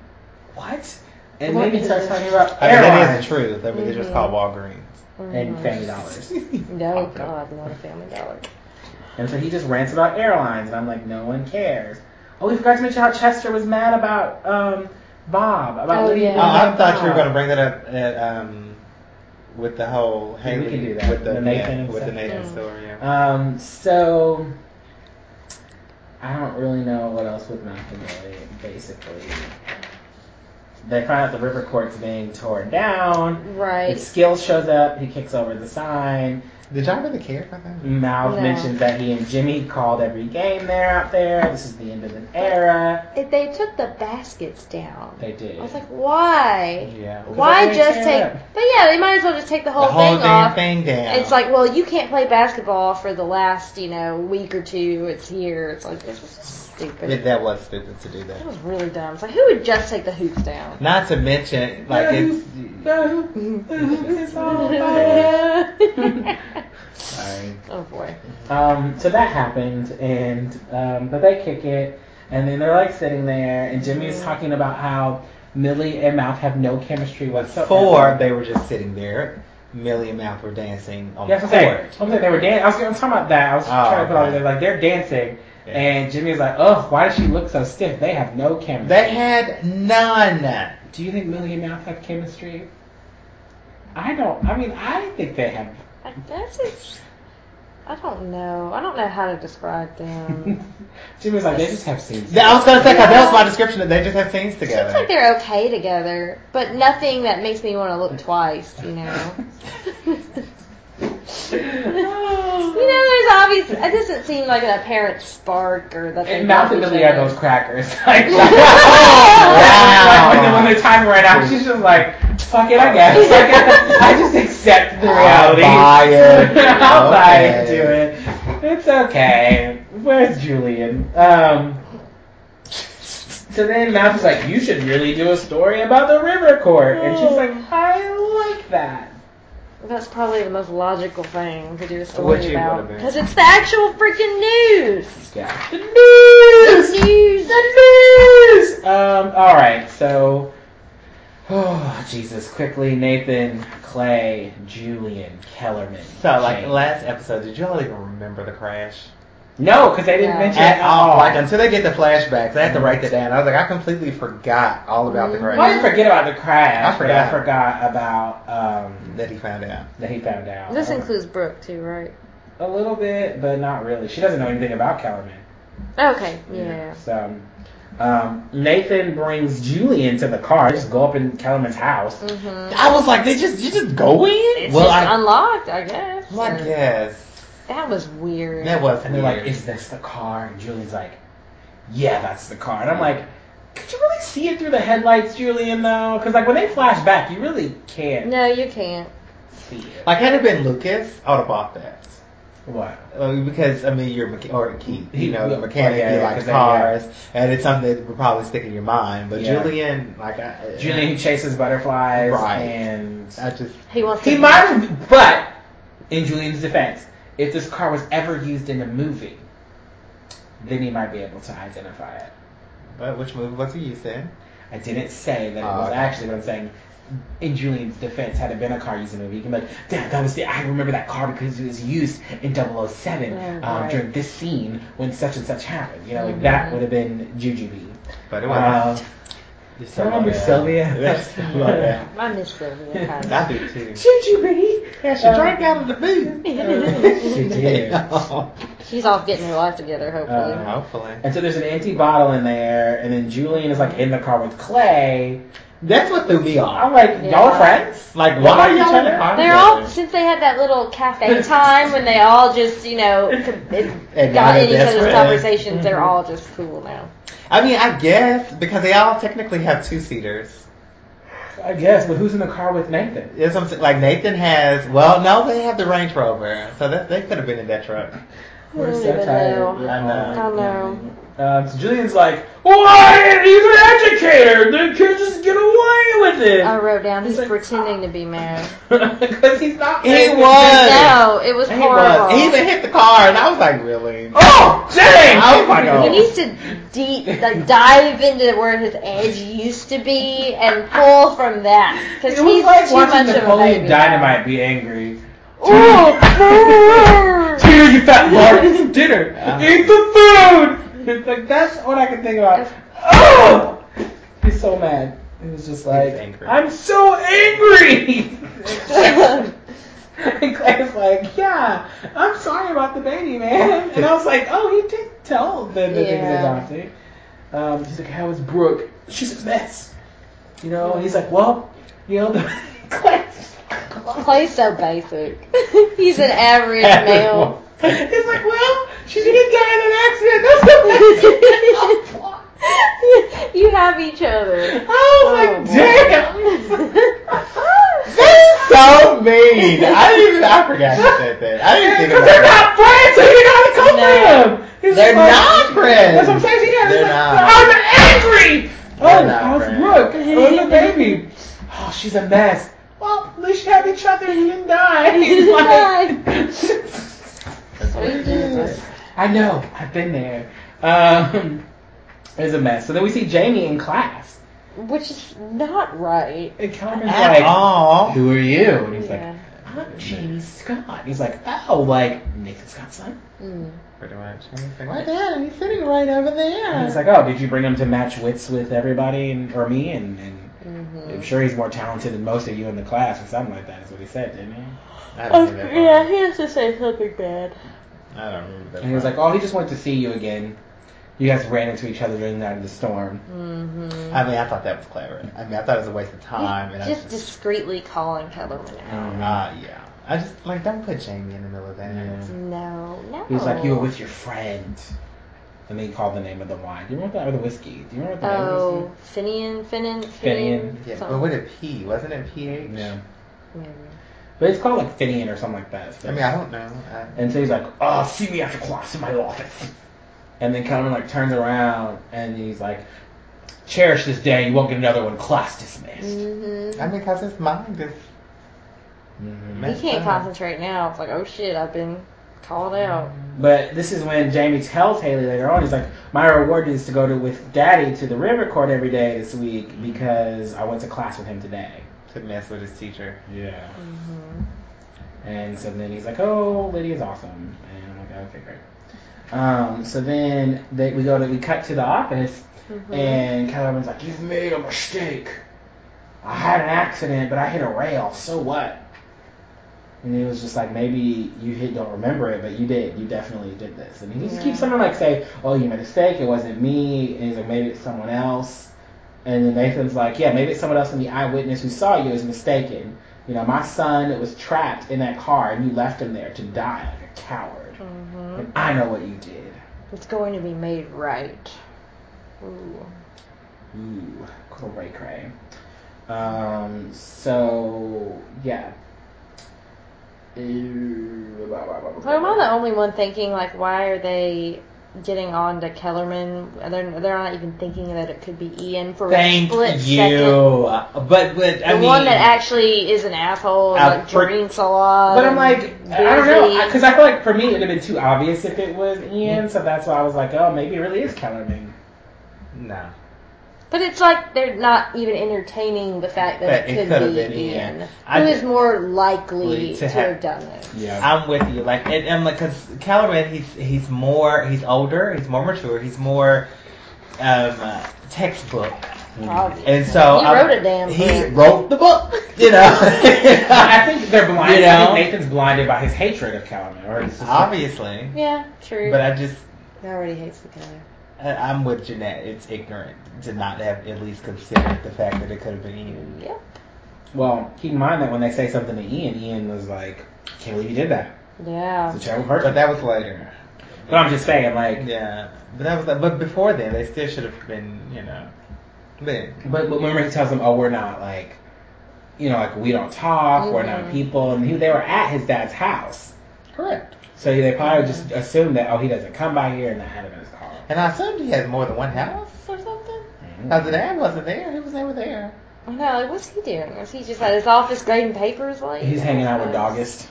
[SPEAKER 2] what? And
[SPEAKER 1] What
[SPEAKER 2] then he
[SPEAKER 1] is
[SPEAKER 2] starts
[SPEAKER 1] it?
[SPEAKER 2] talking
[SPEAKER 3] I
[SPEAKER 2] about
[SPEAKER 3] mean, that
[SPEAKER 2] airlines
[SPEAKER 3] is the truth. I mean, they
[SPEAKER 1] Mm-hmm.
[SPEAKER 3] just call Walgreens.
[SPEAKER 2] and family dollars.
[SPEAKER 1] No, God, not a family dollar.
[SPEAKER 2] And so he just rants about airlines, and I'm like, no one cares. Oh, we forgot to mention how Chester was mad about um, Bob, about
[SPEAKER 1] Oh,
[SPEAKER 2] Lady
[SPEAKER 1] yeah.
[SPEAKER 2] Bob.
[SPEAKER 3] Oh, I thought you were
[SPEAKER 2] Bob.
[SPEAKER 3] going to bring that up at, um, with the whole Haley
[SPEAKER 2] can do that.
[SPEAKER 3] with the,
[SPEAKER 2] The Nathan
[SPEAKER 3] yeah,
[SPEAKER 2] and
[SPEAKER 3] with the
[SPEAKER 2] stuff.
[SPEAKER 3] Nathan
[SPEAKER 1] Mm.
[SPEAKER 3] story. Yeah.
[SPEAKER 2] Um, so I don't really know what else with McAvoy. Basically, they find out the river court's being torn down.
[SPEAKER 1] Right.
[SPEAKER 2] If Skill shows up, he kicks over the sign.
[SPEAKER 3] Did y'all really care about that?
[SPEAKER 2] Mouth
[SPEAKER 1] No.
[SPEAKER 2] mentions that he and Jimmy called every game they're out there. This is the end of an era.
[SPEAKER 1] If they took the baskets down.
[SPEAKER 2] They did.
[SPEAKER 1] I was like, why?
[SPEAKER 3] Yeah.
[SPEAKER 2] I
[SPEAKER 1] Why
[SPEAKER 2] didn't
[SPEAKER 1] just
[SPEAKER 2] care.
[SPEAKER 1] take? But yeah, they might as well just take the whole,
[SPEAKER 3] the whole
[SPEAKER 1] thing
[SPEAKER 3] damn
[SPEAKER 1] off.
[SPEAKER 3] thing down.
[SPEAKER 1] It's like, well, you can't play basketball for the last, you know, week or two. It's here. It's like this is just stupid.
[SPEAKER 3] It- that was stupid to do
[SPEAKER 1] That
[SPEAKER 3] that.
[SPEAKER 1] was really dumb. It's like, who would just take the hoops down?
[SPEAKER 3] Not to mention, like, it's,
[SPEAKER 2] It's all bad.
[SPEAKER 1] oh
[SPEAKER 3] sorry.
[SPEAKER 1] boy.
[SPEAKER 2] Um, so that happened, and um, but they kick it, and then they're like sitting there, and Jimmy is talking about how Millie and Mouth have no chemistry whatsoever.
[SPEAKER 3] Four, they were just sitting there. Millie and Mouth were dancing on
[SPEAKER 2] Yeah,
[SPEAKER 3] the
[SPEAKER 2] that's what I'm saying.
[SPEAKER 3] court.
[SPEAKER 2] I'm saying they were dancing. I was, I was talking about that. I was
[SPEAKER 3] Oh,
[SPEAKER 2] trying to put all
[SPEAKER 3] okay.
[SPEAKER 2] together. Like they're dancing,
[SPEAKER 3] Yeah.
[SPEAKER 2] and Jimmy is like, "Ugh, why does she look so stiff? They have no chemistry."
[SPEAKER 3] They had none.
[SPEAKER 2] Do you think Millie and Mouth have chemistry? I don't. I mean, I think
[SPEAKER 3] [LAUGHS]
[SPEAKER 2] they have.
[SPEAKER 1] I guess it's. I don't know. I don't know how to describe them.
[SPEAKER 2] [LAUGHS] Jimmy's like, they just have scenes.
[SPEAKER 3] I was gonna say 'cause that was my description. That they just have scenes together.
[SPEAKER 1] Seems
[SPEAKER 3] [LAUGHS]
[SPEAKER 1] like they're okay together, but nothing that makes me want to look twice, you know. you know, there's obvious. It doesn't seem like an apparent spark or that. they
[SPEAKER 2] And Mouth and
[SPEAKER 1] love each
[SPEAKER 2] Millie are
[SPEAKER 1] other.
[SPEAKER 2] those crackers. [LAUGHS] like,
[SPEAKER 3] Oh, Wow.
[SPEAKER 2] [LAUGHS] Like, when, when the time ran out, she's just like, fuck it, I guess. I, guess. [LAUGHS] I just accept the reality.
[SPEAKER 3] I'll buy
[SPEAKER 2] [LAUGHS]
[SPEAKER 3] it.
[SPEAKER 2] I'll buy
[SPEAKER 3] Okay.
[SPEAKER 2] into it. It's okay. Where's Julian? Um, so then Mouth is like, you should really do a story about the river court. And she's like, I like that.
[SPEAKER 1] That's probably the most logical thing to do a story
[SPEAKER 3] Which it
[SPEAKER 1] about
[SPEAKER 3] would've been.
[SPEAKER 1] because it's the actual freaking news.
[SPEAKER 2] Yeah.
[SPEAKER 1] The news. The news.
[SPEAKER 2] Yes. Um, all right, so. Oh, Jesus. Quickly, Nathan, Clay, Julian, Kellerman.
[SPEAKER 3] So, like
[SPEAKER 2] Shane.
[SPEAKER 3] last episode, did y'all even remember the crash
[SPEAKER 2] No, because they didn't
[SPEAKER 1] No.
[SPEAKER 2] mention it
[SPEAKER 3] at all? Like until they get the flashbacks, I had
[SPEAKER 2] Mm-hmm.
[SPEAKER 3] to write that down. I was like, I completely forgot all about the
[SPEAKER 2] Well, I
[SPEAKER 3] crash
[SPEAKER 2] didn't Mm-hmm. forget about the crash.
[SPEAKER 3] I
[SPEAKER 2] but I
[SPEAKER 3] forgot.
[SPEAKER 2] forgot about um,
[SPEAKER 3] that he found out.
[SPEAKER 2] that he found out.
[SPEAKER 1] This
[SPEAKER 2] Uh,
[SPEAKER 1] includes Brooke too, right?
[SPEAKER 2] a little bit, but not really. She doesn't know anything about Kellerman.
[SPEAKER 1] Okay. Yeah.
[SPEAKER 2] So um, Nathan brings Julian to the car. They just go up in Kellerman's house.
[SPEAKER 1] Mm-hmm.
[SPEAKER 3] I was like, they just you just go in?
[SPEAKER 1] It's
[SPEAKER 3] well,
[SPEAKER 1] just
[SPEAKER 3] I,
[SPEAKER 1] unlocked, I guess.
[SPEAKER 3] well, I guess
[SPEAKER 1] That was weird.
[SPEAKER 3] that was
[SPEAKER 2] And they're like,
[SPEAKER 3] weird.
[SPEAKER 2] "Is this the car?" And Julian's like, "Yeah, that's the car." And I'm like, "Could you really see it through the headlights, Julian? Though, because like when they flash back, you really can't
[SPEAKER 1] No, you can't.
[SPEAKER 2] see it."
[SPEAKER 3] like had it been Lucas, I would have bought that.
[SPEAKER 2] what?
[SPEAKER 3] Uh, because I mean, you're a mecha- or Keith, you know, the
[SPEAKER 2] Yeah,
[SPEAKER 3] mechanic,
[SPEAKER 2] yeah,
[SPEAKER 3] you
[SPEAKER 2] yeah,
[SPEAKER 3] like
[SPEAKER 2] 'cause they-
[SPEAKER 3] cars, and it's something that would probably stick in your mind. But
[SPEAKER 2] Yeah.
[SPEAKER 3] Julian, like I,
[SPEAKER 2] Julian who chases butterflies
[SPEAKER 3] Right.
[SPEAKER 2] and
[SPEAKER 3] I just
[SPEAKER 1] He wants to.
[SPEAKER 2] He might
[SPEAKER 1] [LAUGHS]
[SPEAKER 2] have, but in Julian's defense, if this car was ever used in a movie, then he might be able to identify it.
[SPEAKER 3] But which movie was he used in?
[SPEAKER 2] I didn't say that it
[SPEAKER 3] Oh,
[SPEAKER 2] was
[SPEAKER 3] okay.
[SPEAKER 2] actually what I'm saying. In Julian's defense, had it been a car used in a movie, he can be like, "Damn, that was the I remember that car because it was used in 007
[SPEAKER 1] Yeah,
[SPEAKER 2] um,
[SPEAKER 1] right. Mm-hmm.
[SPEAKER 2] during this scene when such and such happened." You know, like that would have been Jujubee.
[SPEAKER 3] But it
[SPEAKER 2] Uh,
[SPEAKER 3] was.
[SPEAKER 2] I
[SPEAKER 3] [LAUGHS]
[SPEAKER 2] remember Sylvia.
[SPEAKER 3] Yes, I love that.
[SPEAKER 1] I miss Sylvia. kind
[SPEAKER 3] [LAUGHS]
[SPEAKER 1] of.
[SPEAKER 3] uh, I do
[SPEAKER 2] [LAUGHS]
[SPEAKER 3] too.
[SPEAKER 2] Jujubee.
[SPEAKER 3] Yeah,
[SPEAKER 1] Um,
[SPEAKER 3] she drank out of the booth.
[SPEAKER 2] She [LAUGHS] did.
[SPEAKER 1] She's off getting her life together, hopefully.
[SPEAKER 3] [LAUGHS]
[SPEAKER 2] Uh,
[SPEAKER 3] Hopefully.
[SPEAKER 2] And so there's an empty bottle in there, and then Julian is like in the car with Clay.
[SPEAKER 3] That's what threw me
[SPEAKER 2] I'm
[SPEAKER 3] off.
[SPEAKER 2] like,
[SPEAKER 1] Yeah.
[SPEAKER 2] y'all are friends?
[SPEAKER 3] Like,
[SPEAKER 2] Why
[SPEAKER 3] why
[SPEAKER 2] are
[SPEAKER 3] are
[SPEAKER 2] y'all
[SPEAKER 3] y'all in the
[SPEAKER 2] together?
[SPEAKER 3] car
[SPEAKER 1] They're
[SPEAKER 3] together?
[SPEAKER 1] all since they had that little cafe time when they all just you know com- it
[SPEAKER 3] And now
[SPEAKER 1] got
[SPEAKER 3] they're
[SPEAKER 1] in each
[SPEAKER 3] best
[SPEAKER 1] other's
[SPEAKER 3] friends.
[SPEAKER 1] conversations. They're all just cool now.
[SPEAKER 3] I mean, I guess because they all technically have two seaters.
[SPEAKER 2] I guess, but who's in the car with Nathan?
[SPEAKER 3] It's something like Nathan has. Well, no, they have the Range Rover, so that they could have been in that truck.
[SPEAKER 1] I don't even know.
[SPEAKER 2] I
[SPEAKER 1] I know.
[SPEAKER 7] Uh, 'cause Julian's like, why? He's an educator. The kid just get away with it. [LAUGHS]
[SPEAKER 1] I wrote down he's
[SPEAKER 7] He's like,
[SPEAKER 1] pretending to be married.
[SPEAKER 2] Because he's not.
[SPEAKER 3] He
[SPEAKER 2] paying
[SPEAKER 3] was.
[SPEAKER 1] No, it was
[SPEAKER 2] He
[SPEAKER 1] horrible.
[SPEAKER 2] was.
[SPEAKER 3] He even hit the car, and I was
[SPEAKER 1] [LAUGHS]
[SPEAKER 3] like, really?
[SPEAKER 7] oh, dang!
[SPEAKER 3] Oh my
[SPEAKER 1] He
[SPEAKER 3] God.
[SPEAKER 1] needs to deep like dive into where his edge used to be and pull from that because
[SPEAKER 2] It was
[SPEAKER 1] he's
[SPEAKER 2] like
[SPEAKER 1] too
[SPEAKER 2] watching
[SPEAKER 1] much
[SPEAKER 2] Napoleon
[SPEAKER 1] of a baby.
[SPEAKER 7] Dynamite be angry.
[SPEAKER 2] [LAUGHS]
[SPEAKER 1] Ooh,
[SPEAKER 7] Dinner, you fat lard! It's dinner!
[SPEAKER 2] Uh-huh.
[SPEAKER 3] Yeah.
[SPEAKER 7] Eat the food!
[SPEAKER 2] attention. It's like that's what I can think about.
[SPEAKER 7] Oh!
[SPEAKER 2] He's so mad. He was just like,
[SPEAKER 3] angry.
[SPEAKER 2] I'm so angry. [LAUGHS]
[SPEAKER 1] Boo!
[SPEAKER 2] and Claire's like, yeah, I'm sorry about the baby, man. And I was like, oh, he did tell them that he was
[SPEAKER 1] Yeah.
[SPEAKER 2] adopted. Um, he's like, how is Brooke? She's a mess. You know, and he's like, well, you know, [LAUGHS] the Claire's
[SPEAKER 1] Clay's so
[SPEAKER 2] [LAUGHS]
[SPEAKER 1] basic. he's an average male.
[SPEAKER 2] He's like, well, she didn't die in an accident. That's the best.
[SPEAKER 1] [LAUGHS] you have each other.
[SPEAKER 2] [LAUGHS] Oh, my
[SPEAKER 1] boy.
[SPEAKER 2] damn.
[SPEAKER 1] [LAUGHS]
[SPEAKER 3] That's so mean. I didn't even. I forgot you said that. I didn't think
[SPEAKER 2] Because
[SPEAKER 3] about
[SPEAKER 2] they're
[SPEAKER 3] that.
[SPEAKER 1] [LAUGHS]
[SPEAKER 2] not friends, so you gotta come
[SPEAKER 1] No.
[SPEAKER 2] to him. He's
[SPEAKER 3] They're
[SPEAKER 2] like-
[SPEAKER 3] not friends.
[SPEAKER 2] That's what I'm saying. She gotta
[SPEAKER 3] They're
[SPEAKER 2] be like,
[SPEAKER 3] not.
[SPEAKER 2] I'm angry.
[SPEAKER 3] They're
[SPEAKER 2] oh,
[SPEAKER 3] not
[SPEAKER 2] how's
[SPEAKER 3] friends.
[SPEAKER 2] Brooke? Oh, the baby. Oh, she's a mess. Well, at least you have each other. [LAUGHS] You didn't die. He's like, [LAUGHS]
[SPEAKER 3] That's what it is.
[SPEAKER 2] I know. I've been there. Um, it's a mess. So then we see Jamie in class.
[SPEAKER 1] Which is not right.
[SPEAKER 2] And Calvin's
[SPEAKER 3] At
[SPEAKER 2] like,
[SPEAKER 3] all.
[SPEAKER 2] who are you? And he's
[SPEAKER 1] Yeah.
[SPEAKER 2] like, I'm Jamie Scott. He's like, oh, like Nathan Scott's son.
[SPEAKER 1] Mm.
[SPEAKER 3] Pretty much. I was like,
[SPEAKER 2] My
[SPEAKER 3] what?
[SPEAKER 2] dad, he's sitting right over there. And he's like, oh, did you bring him to match wits with everybody and, or me? And, and I'm sure he's more talented than most of you in the class or something like that is what he said, didn't he?
[SPEAKER 1] Oh,
[SPEAKER 3] I haven't seen that part.
[SPEAKER 1] has to say something bad.
[SPEAKER 3] I don't remember that.
[SPEAKER 2] And he was
[SPEAKER 3] part.
[SPEAKER 2] like, oh, he just wanted to see you again. You guys ran into each other during the night of the storm. "Oh."
[SPEAKER 1] Mm-hmm.
[SPEAKER 3] I mean, I thought that was clever. I mean, I thought it was a waste of time. And I
[SPEAKER 1] just
[SPEAKER 3] was just,
[SPEAKER 1] discreetly calling Kellerman out.
[SPEAKER 2] Oh,
[SPEAKER 3] uh, yeah. I just like don't put Jamie in the middle of that.
[SPEAKER 2] Yeah.
[SPEAKER 1] No, no.
[SPEAKER 2] He was like,
[SPEAKER 1] Oh.
[SPEAKER 2] you were with your friend. And then he called the name of the wine. Do you remember that? Or the whiskey. Do you remember what the name
[SPEAKER 1] Oh,
[SPEAKER 2] of
[SPEAKER 1] Finian, Finian,
[SPEAKER 2] Finian.
[SPEAKER 1] Finian.
[SPEAKER 3] Yeah, but
[SPEAKER 1] something.
[SPEAKER 3] with a P, wasn't it PH?
[SPEAKER 2] the whiskey? Yeah.
[SPEAKER 1] Maybe.
[SPEAKER 2] But it's called like Finian or something like that.
[SPEAKER 3] I mean, I don't know. I,
[SPEAKER 2] And so he's like, oh, see me after class in my office. And then Calvin like turns around and he's like, cherish this day. You won't get another one. Class dismissed.
[SPEAKER 1] Mm-hmm.
[SPEAKER 3] I mean, cause his mind is. Mm-hmm.
[SPEAKER 2] Mm-hmm.
[SPEAKER 1] He can't concentrate now. It's like, oh shit, I've been called out.
[SPEAKER 2] But this is when Jamie tells Haley later on, he's like, my reward is to go to with Daddy to the river court every day this week because I went to class with him today.
[SPEAKER 3] to mess with his teacher.
[SPEAKER 2] Yeah.
[SPEAKER 1] Mm-hmm.
[SPEAKER 2] And so then he's like, oh, Lydia's awesome. And I'm like, okay, great. Um, so then they, we go to, we cut to the office And Kellerman's like, You've made a mistake. I had an accident, but I hit a rail. So what? And he was just like, Maybe you hit, don't remember it, but you did. You definitely did this. And he just
[SPEAKER 1] Yeah.
[SPEAKER 2] keeps someone like, say, Oh, you made a mistake. It wasn't me. And he's like, Maybe it's someone else. And then Nathan's like, Yeah, maybe it's someone else in the eyewitness who saw you is mistaken. You know, my son was trapped in that car and you left him there to die like a coward.
[SPEAKER 1] Mm-hmm.
[SPEAKER 2] And I know what you did.
[SPEAKER 1] It's going to be made right. Ooh.
[SPEAKER 2] Ooh, cray cray. Um, so yeah. Ooh, blah, blah, blah, blah,
[SPEAKER 1] So am I
[SPEAKER 2] blah.
[SPEAKER 1] the only one thinking like, why are they getting on to Kellerman? They're they're not even thinking that it could be Ian for a
[SPEAKER 3] Thank you.
[SPEAKER 1] split second.
[SPEAKER 3] But but
[SPEAKER 1] The
[SPEAKER 3] I mean,
[SPEAKER 1] one that actually is an asshole,
[SPEAKER 3] Uh,
[SPEAKER 1] like
[SPEAKER 3] for-
[SPEAKER 1] drinks a lot.
[SPEAKER 2] But I'm like,
[SPEAKER 1] and
[SPEAKER 2] I don't know,
[SPEAKER 1] busy.
[SPEAKER 2] because I feel like for me it would have been too obvious if it was Ian, so that's why I was like, oh, maybe it really is Kellerman.
[SPEAKER 3] no.
[SPEAKER 1] But it's like they're not even entertaining the fact that,
[SPEAKER 3] That
[SPEAKER 1] it
[SPEAKER 3] it
[SPEAKER 1] could
[SPEAKER 3] could've
[SPEAKER 1] be
[SPEAKER 3] been Ian.
[SPEAKER 1] Ian,
[SPEAKER 3] I
[SPEAKER 1] who
[SPEAKER 3] did-
[SPEAKER 1] is more likely
[SPEAKER 3] Likely
[SPEAKER 1] to,
[SPEAKER 3] to
[SPEAKER 1] have
[SPEAKER 3] have-
[SPEAKER 1] done this.
[SPEAKER 2] Yeah.
[SPEAKER 3] I'm with you. Like, and, and like, cause Calvin, he's he's more, he's older, he's more mature, he's more um, uh, textbook,
[SPEAKER 1] Probably.
[SPEAKER 3] and
[SPEAKER 1] he
[SPEAKER 3] so um,
[SPEAKER 1] wrote a damn
[SPEAKER 3] he
[SPEAKER 1] book.
[SPEAKER 3] wrote the book. You [LAUGHS]
[SPEAKER 2] I
[SPEAKER 3] know,
[SPEAKER 2] think they're blinded.
[SPEAKER 3] You know? Ah.
[SPEAKER 2] I think Nathan's blinded by his hatred of Kellerman, or his
[SPEAKER 3] [LAUGHS] obviously.
[SPEAKER 1] Yeah, true.
[SPEAKER 3] But I just,
[SPEAKER 1] he already hates the guy.
[SPEAKER 3] I, I'm with Jeanette. It's ignorant to not have at least considered the fact that it could have been Ian.
[SPEAKER 1] Yep.
[SPEAKER 2] Well, keep in mind that when they say something to Ian, Ian was like, "Can't believe you did that." It's
[SPEAKER 1] Yeah.
[SPEAKER 2] a terrible person.
[SPEAKER 3] But that was later.
[SPEAKER 2] But I'm just saying, like,
[SPEAKER 3] Yeah, but that was but before then they still should have been you know. But
[SPEAKER 2] But, but remember, he tells them, "Oh, we're not like, you know, like we don't talk. We're not people." And he, they were at his dad's house.
[SPEAKER 3] correct.
[SPEAKER 2] So they probably just assumed that, oh, he doesn't come by here, and that had him in his car.
[SPEAKER 3] And I assumed he had more than one house or something.
[SPEAKER 2] Mm-hmm.
[SPEAKER 3] Now the dad wasn't there. He was never there.
[SPEAKER 1] I know. Like, what's he doing? Was he just at his office grading papers? Like
[SPEAKER 2] He's hanging out with Doggist.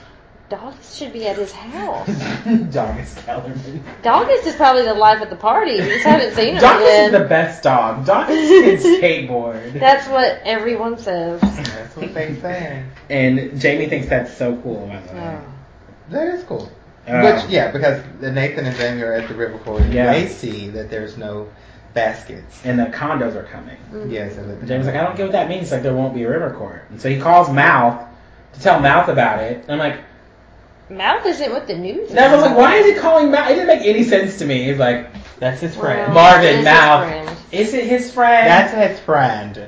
[SPEAKER 1] Doggist should be at his house.
[SPEAKER 2] Doggist [LAUGHS] Kellerman.
[SPEAKER 1] Doggist is probably the life of the party. We just haven't seen him
[SPEAKER 2] Doggist is
[SPEAKER 1] again.
[SPEAKER 2] the best dog. Doggist
[SPEAKER 1] [LAUGHS]
[SPEAKER 2] can skateboard.
[SPEAKER 1] That's what everyone says.
[SPEAKER 3] That's what
[SPEAKER 2] [LAUGHS]
[SPEAKER 3] they say.
[SPEAKER 2] and Jamie thinks that's so cool, by the way.
[SPEAKER 1] Oh.
[SPEAKER 3] That is cool.
[SPEAKER 2] Um,
[SPEAKER 3] Which yeah, because Nathan and Jamie are at the riverport. and
[SPEAKER 2] Yeah.
[SPEAKER 3] They see that there's no baskets.
[SPEAKER 2] And the condos are coming.
[SPEAKER 3] Yes. and that-
[SPEAKER 2] And Jamie's like, I don't get what that means. Like, there won't be a river court. And so he calls Mouth to tell Mouth about it. And I'm like,
[SPEAKER 1] Mouth isn't with the news.
[SPEAKER 2] and I was like, why is he calling Mouth? It didn't make any sense to me. He's like,
[SPEAKER 3] That's his
[SPEAKER 1] Well,
[SPEAKER 3] friend.
[SPEAKER 2] Marvin
[SPEAKER 1] it is his
[SPEAKER 2] Mouth.
[SPEAKER 1] friend.
[SPEAKER 2] is it his friend?
[SPEAKER 3] That's his friend.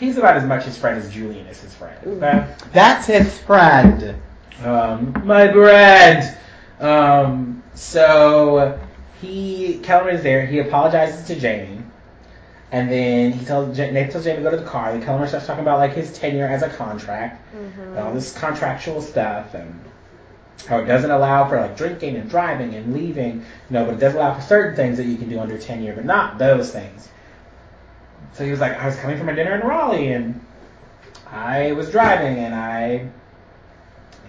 [SPEAKER 2] He's about as much his friend as Julian is his friend. Okay?
[SPEAKER 3] That's his friend.
[SPEAKER 2] Um, my bread. Um, so he Kellerman is there. He apologizes to Jamie, and then he tells Ja- Nate tells Jamie to go to the car. And Kellerman starts talking about like his tenure as a contract
[SPEAKER 1] Mm-hmm.
[SPEAKER 2] and all Um, this contractual stuff and how it doesn't allow for like drinking and driving and leaving. You know, but it does allow for certain things that you can do under tenure, but not those things. So he was like, I was coming from a dinner in Raleigh and I was driving and I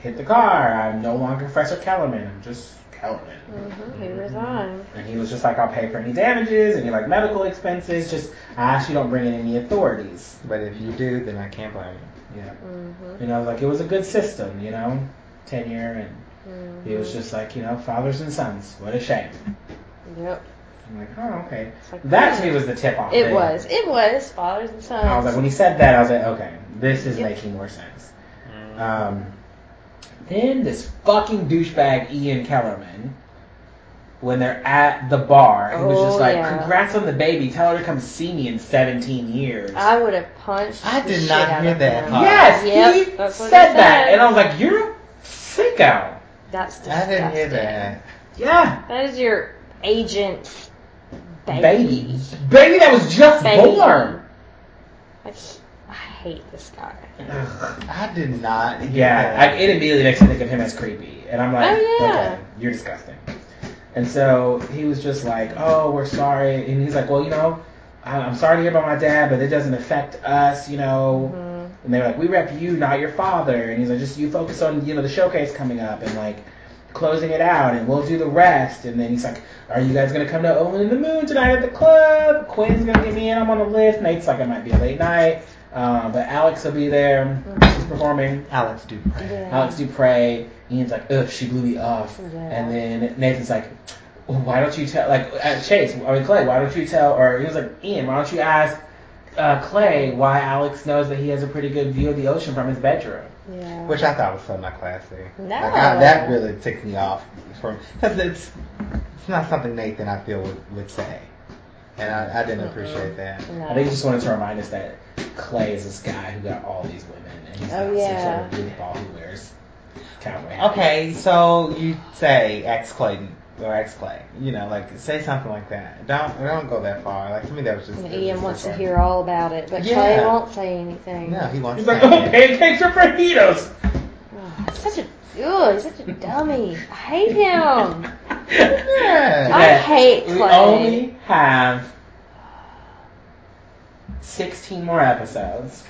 [SPEAKER 2] hit the car. I'm no longer Professor Kellerman. I'm just Kellerman.
[SPEAKER 1] Mhm, He resigned.
[SPEAKER 2] And he was just like, I'll pay for any damages, any like medical expenses. Just I ask you don't bring in any authorities.
[SPEAKER 3] But if you do, then I can't blame you.
[SPEAKER 2] Yeah.
[SPEAKER 1] Mhm,
[SPEAKER 2] You know, like it was a good system. You know, tenure and
[SPEAKER 1] mhm.
[SPEAKER 2] it was just like you know fathers and sons. What a shame.
[SPEAKER 1] Yep.
[SPEAKER 2] I'm like, oh okay.
[SPEAKER 1] It's like,
[SPEAKER 2] That to
[SPEAKER 1] yeah.
[SPEAKER 2] me was the tip off.
[SPEAKER 1] It was. It was fathers and sons.
[SPEAKER 2] I was like, when he said that, I was like, okay, this is
[SPEAKER 1] Yep.
[SPEAKER 2] making more sense.
[SPEAKER 3] Uh,
[SPEAKER 2] Um, then this fucking douchebag Ian Kellerman, when they're at the bar, he was just
[SPEAKER 1] Oh,
[SPEAKER 2] like,
[SPEAKER 1] yeah.
[SPEAKER 2] "Congrats on the baby. Tell her to come see me in 17 years." Uh,
[SPEAKER 1] I would have punched.
[SPEAKER 3] I
[SPEAKER 1] the
[SPEAKER 3] did
[SPEAKER 1] shit
[SPEAKER 3] not
[SPEAKER 1] out
[SPEAKER 3] hear
[SPEAKER 1] of
[SPEAKER 3] that
[SPEAKER 1] him.
[SPEAKER 3] part.
[SPEAKER 2] yes,
[SPEAKER 1] Yep,
[SPEAKER 2] he
[SPEAKER 1] that's what
[SPEAKER 2] said
[SPEAKER 1] he
[SPEAKER 2] that,
[SPEAKER 1] said.
[SPEAKER 2] and I was like, "You're a sicko."
[SPEAKER 1] That's
[SPEAKER 3] I
[SPEAKER 1] disgusting.
[SPEAKER 3] didn't hear that.
[SPEAKER 2] Yeah,
[SPEAKER 1] That is your agent's baby.
[SPEAKER 2] baby, baby that was just
[SPEAKER 1] Baby.
[SPEAKER 2] born.
[SPEAKER 1] Like, he- I hate this guy.
[SPEAKER 3] I did not. Hear
[SPEAKER 2] Yeah, I,
[SPEAKER 3] that.
[SPEAKER 2] it immediately makes me think of him as creepy, and I'm like,
[SPEAKER 1] Oh, yeah.
[SPEAKER 2] okay, you're disgusting. And so he was just like, oh, we're sorry, and he's like, well, you know, I- I'm sorry to hear about my dad, but it doesn't affect us, you know.
[SPEAKER 1] Mhm.
[SPEAKER 2] And they were like, we rep you, not your father. And he's like, just you focus on you know the showcase coming up and like closing it out, and we'll do the rest. And then he's like, are you guys gonna come to Owen and the Moon tonight at the club? Quinn's gonna get me in. I'm on the list. Nate's like, it might be a late night, um, but Alex will be there.
[SPEAKER 1] Mm-hmm.
[SPEAKER 2] She's performing.
[SPEAKER 3] Alex Dupre.
[SPEAKER 1] Yeah.
[SPEAKER 2] Alex Dupre, Ian's like, ugh, she blew me off.
[SPEAKER 1] Yeah.
[SPEAKER 2] And then Nathan's like, why don't you tell, like, uh, Chase, I mean, Clay, why don't you tell, or he was like, Ian, why don't you ask uh, Clay why Alex knows that he has a pretty good view of the ocean from his bedroom?
[SPEAKER 1] yeah.
[SPEAKER 3] Which I thought was so not classy.
[SPEAKER 1] No.
[SPEAKER 3] Like, I- that really ticked me off from because it's it's not something Nathan I feel would, would say, and I, I didn't appreciate that.
[SPEAKER 1] No.
[SPEAKER 2] I think he just wanted to remind us that Clay is this guy who got all these women, and he's
[SPEAKER 1] Oh,
[SPEAKER 2] not
[SPEAKER 1] yeah.
[SPEAKER 2] some sort of goofball who wears cowboy hats.
[SPEAKER 3] Okay, so you say ex Clayton or ex Clay, you know, like say something like that. Don't don't go that far. Like to me, that was just.
[SPEAKER 1] And
[SPEAKER 3] it was
[SPEAKER 1] Ian
[SPEAKER 3] just
[SPEAKER 1] wants to
[SPEAKER 3] like-
[SPEAKER 1] hear all about it, but
[SPEAKER 3] Yeah.
[SPEAKER 1] Clay won't say anything.
[SPEAKER 3] No, he wants.
[SPEAKER 2] He's
[SPEAKER 3] to
[SPEAKER 2] like,
[SPEAKER 3] hang
[SPEAKER 2] oh,
[SPEAKER 3] out.
[SPEAKER 2] pancakes are fajitas!
[SPEAKER 1] Ugh, such a ugh, he's such a dummy. I hate him.
[SPEAKER 3] Yeah.
[SPEAKER 1] I hate
[SPEAKER 2] We
[SPEAKER 1] Clay.
[SPEAKER 2] only have 16 more episodes.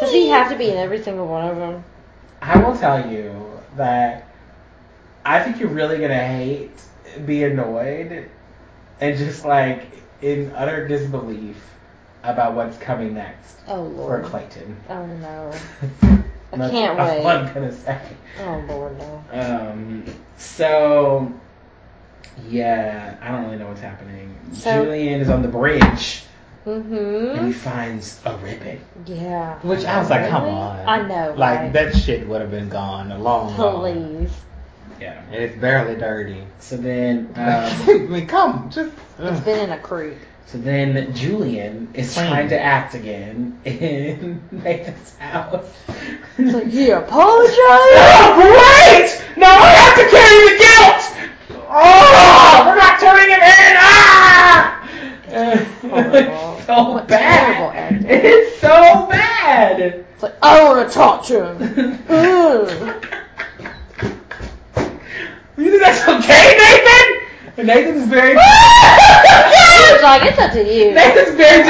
[SPEAKER 1] Does he have to be in every single one of them?
[SPEAKER 2] I will tell you that I think you're really going to hate, be annoyed, and just like in utter disbelief about what's coming next
[SPEAKER 1] Oh
[SPEAKER 2] for
[SPEAKER 1] lord.
[SPEAKER 2] Clayton.
[SPEAKER 1] Oh no. I
[SPEAKER 2] That's
[SPEAKER 1] can't
[SPEAKER 2] all
[SPEAKER 1] wait.
[SPEAKER 2] I'm going to say.
[SPEAKER 1] Oh lord no.
[SPEAKER 2] Um, so, yeah, I don't really know what's happening.
[SPEAKER 1] So-
[SPEAKER 2] Julian is on the bridge. and he
[SPEAKER 1] Mm-hmm.
[SPEAKER 2] finds a ribbon.
[SPEAKER 1] Yeah.
[SPEAKER 3] Which I was like, come
[SPEAKER 1] Really?
[SPEAKER 3] on.
[SPEAKER 1] I know,
[SPEAKER 3] Like
[SPEAKER 1] right?
[SPEAKER 3] that shit would have been gone a long. Gone.
[SPEAKER 1] Please.
[SPEAKER 2] Yeah.
[SPEAKER 3] And it's barely dirty.
[SPEAKER 2] So then,
[SPEAKER 3] [LAUGHS] I
[SPEAKER 2] um,
[SPEAKER 3] mean, come, just.
[SPEAKER 2] Mm.
[SPEAKER 1] It's been in a creek.
[SPEAKER 2] so then Julian is
[SPEAKER 3] Clean.
[SPEAKER 2] trying to act again [LAUGHS] in Nathan's house.
[SPEAKER 1] It's
[SPEAKER 2] [LAUGHS]
[SPEAKER 1] like, you apologize?
[SPEAKER 2] Oh, great! Now I have to carry the guilt. Oh, we're not turning it in. Ah!
[SPEAKER 1] Horrible.
[SPEAKER 2] it's so
[SPEAKER 1] What terrible
[SPEAKER 2] bad.
[SPEAKER 1] acting.
[SPEAKER 2] It's so bad.
[SPEAKER 1] [LAUGHS] It's like, I want to talk to him. Ugh.
[SPEAKER 7] That's okay, Nathan?
[SPEAKER 2] And Nathan is very.
[SPEAKER 1] It's like it's up to you.
[SPEAKER 2] Nathan's very
[SPEAKER 7] Oh,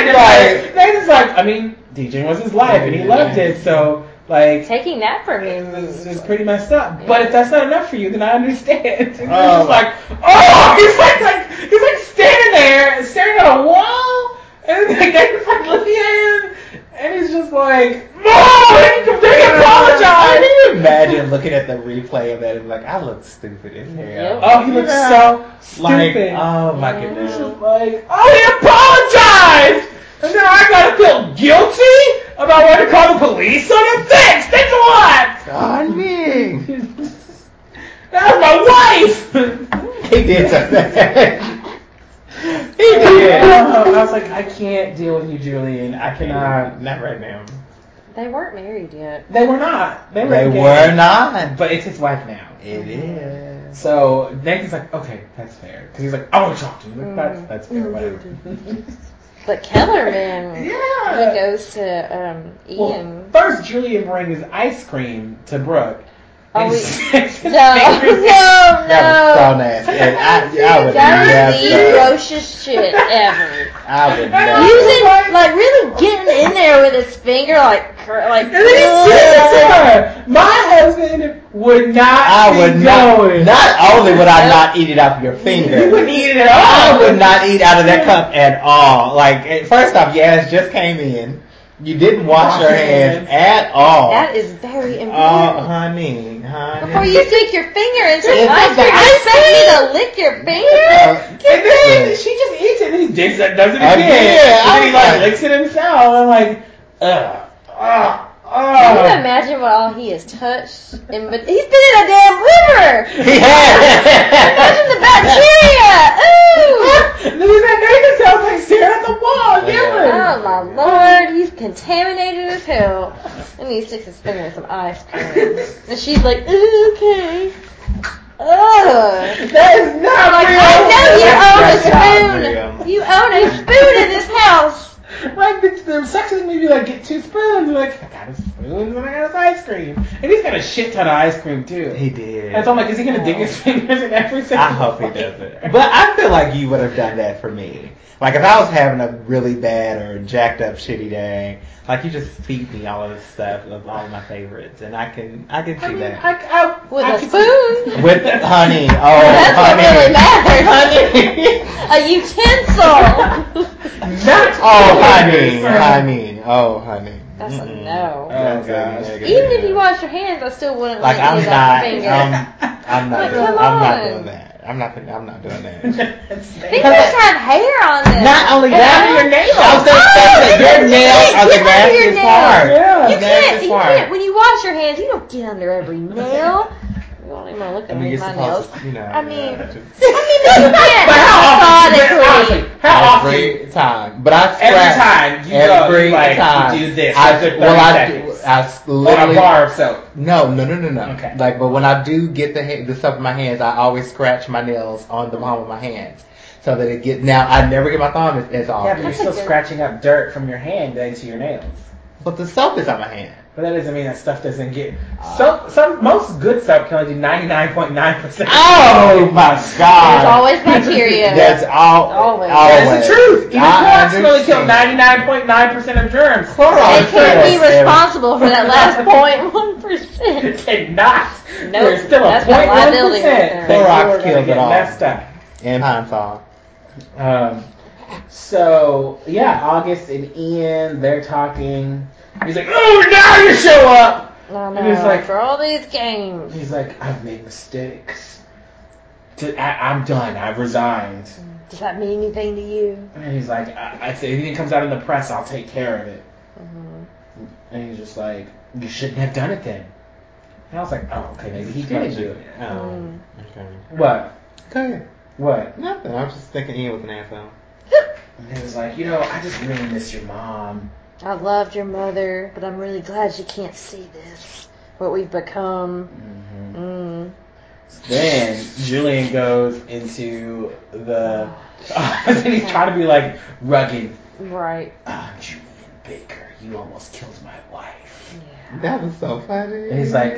[SPEAKER 2] diplomatic.
[SPEAKER 7] right.
[SPEAKER 2] Nathan's like, I mean, DJing was his life, and he loved it. So, like,
[SPEAKER 1] Taking that from him.
[SPEAKER 2] It's,
[SPEAKER 1] is-
[SPEAKER 2] it's pretty messed up. But if that's not enough for you, then I understand. [LAUGHS] And he's
[SPEAKER 3] Oh.
[SPEAKER 2] just like, oh, he's like, like he's like standing there, staring at a wall, and [LAUGHS] like Nathan's like looking at him, and he's just like, no, and he completely
[SPEAKER 3] Can
[SPEAKER 2] apologized.
[SPEAKER 3] you imagine looking at the replay of that and be like, I look stupid as hell.
[SPEAKER 1] Yep.
[SPEAKER 2] Oh, he looks so stupid.
[SPEAKER 3] like, oh my
[SPEAKER 1] Yeah.
[SPEAKER 2] He's
[SPEAKER 3] goodness.
[SPEAKER 2] just like, oh, he apologized, and now I gotta feel guilty about wanting to call the police on him. Thanks, thanks a lot.
[SPEAKER 3] God, me.
[SPEAKER 2] [LAUGHS] That was my wife. [LAUGHS]
[SPEAKER 3] He did [LAUGHS] something.
[SPEAKER 2] He did.
[SPEAKER 3] Yeah.
[SPEAKER 2] I was like, I can't deal with you, Julian. I cannot.
[SPEAKER 3] Not right now.
[SPEAKER 1] They weren't married yet.
[SPEAKER 2] They were not. They were.
[SPEAKER 3] They
[SPEAKER 2] engaged.
[SPEAKER 3] were not.
[SPEAKER 2] But it's his wife now.
[SPEAKER 3] It is.
[SPEAKER 2] So Nathan's like, okay, that's fair. Because he's like, I want to talk to him. Like,
[SPEAKER 1] Mm.
[SPEAKER 2] that's, that's fair.
[SPEAKER 3] [LAUGHS]
[SPEAKER 2] Whatever.
[SPEAKER 1] But Kellerman,
[SPEAKER 2] [LAUGHS] Yeah.
[SPEAKER 1] he goes to um,
[SPEAKER 2] Well,
[SPEAKER 1] Ian.
[SPEAKER 2] first Julian brings ice cream to Brooke.
[SPEAKER 1] Oh,
[SPEAKER 2] And
[SPEAKER 1] [LAUGHS] we-
[SPEAKER 2] sticks [LAUGHS]
[SPEAKER 1] [LAUGHS]
[SPEAKER 2] his
[SPEAKER 1] no,
[SPEAKER 2] fingers-
[SPEAKER 1] no,
[SPEAKER 3] That was so
[SPEAKER 1] no.
[SPEAKER 3] nasty. And I, I would
[SPEAKER 1] That is the
[SPEAKER 3] never.
[SPEAKER 1] grossest shit ever.
[SPEAKER 3] I would never.
[SPEAKER 1] Using like really getting in there with his finger, like cur- like.
[SPEAKER 2] And then he tips her. My husband would not.
[SPEAKER 3] I
[SPEAKER 2] be
[SPEAKER 3] would not.
[SPEAKER 2] going.
[SPEAKER 3] Not only would I not eat it off your finger,
[SPEAKER 2] You wouldn't eat it at
[SPEAKER 3] I
[SPEAKER 2] all.
[SPEAKER 3] would not eat out of that cup at all. Like, eh, first off, your ass just came in. You didn't wash your hands at all.
[SPEAKER 1] That is very important.
[SPEAKER 3] oh, honey, honey.
[SPEAKER 1] Before you stick your finger into
[SPEAKER 3] It's
[SPEAKER 1] my
[SPEAKER 3] like
[SPEAKER 1] finger,
[SPEAKER 3] the
[SPEAKER 1] you expect me to lick your finger?
[SPEAKER 3] Uh,
[SPEAKER 2] And then
[SPEAKER 3] Yeah.
[SPEAKER 2] she just eats it and he digs it, does it
[SPEAKER 3] I
[SPEAKER 2] again.
[SPEAKER 3] did.
[SPEAKER 2] And then he
[SPEAKER 3] I-
[SPEAKER 2] like licks it himself. I'm like, ugh, ugh,
[SPEAKER 1] Can you
[SPEAKER 2] ugh. [LAUGHS]
[SPEAKER 1] imagine what all he has touched? And but he's been in a damn river.
[SPEAKER 3] He
[SPEAKER 1] Imagine the
[SPEAKER 3] had.
[SPEAKER 2] [LAUGHS]
[SPEAKER 1] bacteria. Ooh.
[SPEAKER 2] And then he's at Nathan's house like staring at the wall,
[SPEAKER 3] Yeah.
[SPEAKER 2] giggling.
[SPEAKER 1] Oh my lord, he's contaminated as hell. And he sticks his finger in some ice cream. And she's like, "Ooh, okay. Ugh.
[SPEAKER 2] That is not
[SPEAKER 1] Oh. Like,
[SPEAKER 2] real.
[SPEAKER 3] That's
[SPEAKER 1] I
[SPEAKER 3] not
[SPEAKER 1] know you own a
[SPEAKER 3] real.
[SPEAKER 1] spoon. You own a spoon in this house.
[SPEAKER 2] [LAUGHS] Like the, the sex is maybe like get two spoons. They're like I got his spoons and I got his ice cream, and he's got a shit ton of ice cream too.
[SPEAKER 3] He did.
[SPEAKER 2] And so I'm like, is he gonna dig his fingers in every
[SPEAKER 3] [LAUGHS]
[SPEAKER 2] single?
[SPEAKER 3] I hope he
[SPEAKER 2] [LAUGHS]
[SPEAKER 3] doesn't. But I feel like you would have done that for me. Like if I was having a really bad or jacked up shitty day, like you just feed me all of this stuff of all my favorites, and I can I can see
[SPEAKER 2] I mean,
[SPEAKER 3] that.
[SPEAKER 2] I, I,
[SPEAKER 1] With
[SPEAKER 2] I
[SPEAKER 1] a
[SPEAKER 2] could- [LAUGHS]
[SPEAKER 1] spoon. [LAUGHS]
[SPEAKER 3] With honey, oh
[SPEAKER 1] That's what
[SPEAKER 3] honey,
[SPEAKER 1] really matters.
[SPEAKER 3] honey,
[SPEAKER 1] A utensil.
[SPEAKER 2] Not
[SPEAKER 3] [LAUGHS] oh honey, honey, oh honey.
[SPEAKER 1] [LAUGHS] That's a
[SPEAKER 3] Mm-mm.
[SPEAKER 1] no.
[SPEAKER 3] That's a
[SPEAKER 2] Oh, gosh.
[SPEAKER 3] negative.
[SPEAKER 1] Even if you wash your hands, I still wouldn't
[SPEAKER 3] like
[SPEAKER 1] like
[SPEAKER 3] I'm
[SPEAKER 1] lick
[SPEAKER 3] not,
[SPEAKER 1] it off your finger.
[SPEAKER 3] um, I'm not,
[SPEAKER 1] Like,
[SPEAKER 3] doing, I'm
[SPEAKER 1] come
[SPEAKER 3] not
[SPEAKER 1] on.
[SPEAKER 3] doing that. I'm not, I'm not doing that.
[SPEAKER 1] [LAUGHS] Fingers have hair on them.
[SPEAKER 3] Not only
[SPEAKER 1] And
[SPEAKER 3] that,
[SPEAKER 1] I
[SPEAKER 3] your
[SPEAKER 1] don't
[SPEAKER 3] nails.
[SPEAKER 1] feel-
[SPEAKER 3] I was gonna say that
[SPEAKER 1] Oh,
[SPEAKER 3] your nails are the
[SPEAKER 1] get under your
[SPEAKER 3] nastiest part.
[SPEAKER 1] nails.
[SPEAKER 2] Yeah.
[SPEAKER 1] You
[SPEAKER 3] The
[SPEAKER 1] can't,
[SPEAKER 3] nastiest
[SPEAKER 1] you
[SPEAKER 3] part.
[SPEAKER 1] can't. When you wash your hands, you don't get under every nail. You don't even want to look
[SPEAKER 3] I
[SPEAKER 1] at
[SPEAKER 3] mean,
[SPEAKER 1] me,
[SPEAKER 3] you're
[SPEAKER 1] my nails.
[SPEAKER 3] supposed to, you know.
[SPEAKER 1] I mean, [LAUGHS] I mean,
[SPEAKER 3] yeah,
[SPEAKER 1] but you
[SPEAKER 3] [LAUGHS]
[SPEAKER 2] But how
[SPEAKER 1] can't
[SPEAKER 2] often?
[SPEAKER 1] methodically.
[SPEAKER 2] But honestly, how often?
[SPEAKER 3] every time, but I
[SPEAKER 2] Every
[SPEAKER 3] scratch
[SPEAKER 2] time you go,
[SPEAKER 3] every
[SPEAKER 2] you like
[SPEAKER 3] time.
[SPEAKER 2] you do this.
[SPEAKER 3] I
[SPEAKER 2] for 30
[SPEAKER 3] well, I do,
[SPEAKER 2] seconds.
[SPEAKER 3] I s-
[SPEAKER 2] on a
[SPEAKER 3] literally
[SPEAKER 2] bar of soap.
[SPEAKER 3] no, no, no, no, no.
[SPEAKER 2] Okay.
[SPEAKER 3] Like, but when I do get the ha- the stuff in my hands, I always scratch my nails on the palm of my hands so that it gets. Now I never get my thumb as, as
[SPEAKER 2] Yeah, but
[SPEAKER 3] often,
[SPEAKER 2] you're
[SPEAKER 1] That's
[SPEAKER 2] still
[SPEAKER 1] a good-
[SPEAKER 2] scratching up dirt from your hand into your nails.
[SPEAKER 3] but the soap is on my hand.
[SPEAKER 2] But that doesn't mean that stuff doesn't get
[SPEAKER 3] Uh,
[SPEAKER 2] soap. Some most good soap can only do 99.9 percent.
[SPEAKER 3] Oh my
[SPEAKER 1] There's
[SPEAKER 3] god!
[SPEAKER 1] always
[SPEAKER 3] [LAUGHS]
[SPEAKER 1] bacteria.
[SPEAKER 3] That's all.
[SPEAKER 1] Always.
[SPEAKER 2] That's the truth. Even
[SPEAKER 3] I
[SPEAKER 2] clorox can only kill
[SPEAKER 3] understand.
[SPEAKER 2] 99.9 percent of germs.
[SPEAKER 1] They
[SPEAKER 3] Clorox
[SPEAKER 1] can't be
[SPEAKER 3] kills every-
[SPEAKER 1] responsible for that
[SPEAKER 3] [LAUGHS]
[SPEAKER 1] last point one percent.
[SPEAKER 2] [LAUGHS] It cannot.
[SPEAKER 1] Nope.
[SPEAKER 2] There's still a
[SPEAKER 1] That's not
[SPEAKER 2] 0.1
[SPEAKER 1] liability right
[SPEAKER 2] percent.
[SPEAKER 1] there.
[SPEAKER 3] Clorox kills
[SPEAKER 2] kills
[SPEAKER 3] it
[SPEAKER 2] get
[SPEAKER 3] all.
[SPEAKER 2] Messed up.
[SPEAKER 3] And pine saw.
[SPEAKER 2] Um, so yeah, August and Ian, they're talking. He's like, "Oh, now you show up."
[SPEAKER 1] No,
[SPEAKER 2] It
[SPEAKER 1] no.
[SPEAKER 2] is like-
[SPEAKER 1] for all these games.
[SPEAKER 2] He's like, "I've made mistakes. D- I, am done. I've resigned."
[SPEAKER 1] Does that mean anything to you?
[SPEAKER 2] And he's like, I, "If anything comes out in the press, I'll take care of it."
[SPEAKER 1] Mhm.
[SPEAKER 2] And he's just like, "You shouldn't have done it then." And I was like, "Oh, okay, maybe he didn't do it."
[SPEAKER 3] Oh. Okay.
[SPEAKER 2] What?
[SPEAKER 3] Okay.
[SPEAKER 2] What?
[SPEAKER 3] Nothing. I was just thinking Ian was an asshole.
[SPEAKER 2] And he was like, "You know, I just really miss your mom."
[SPEAKER 1] I loved your mother, but I'm really glad you can't see this. What we've become.
[SPEAKER 2] hmm
[SPEAKER 1] Mm.
[SPEAKER 2] Then Julian goes into the. [LAUGHS] and he's trying to be like rugged.
[SPEAKER 1] Right.
[SPEAKER 2] Oh, Julian Baker, you almost killed my wife.
[SPEAKER 1] Yeah.
[SPEAKER 3] That was so funny.
[SPEAKER 2] And he's like,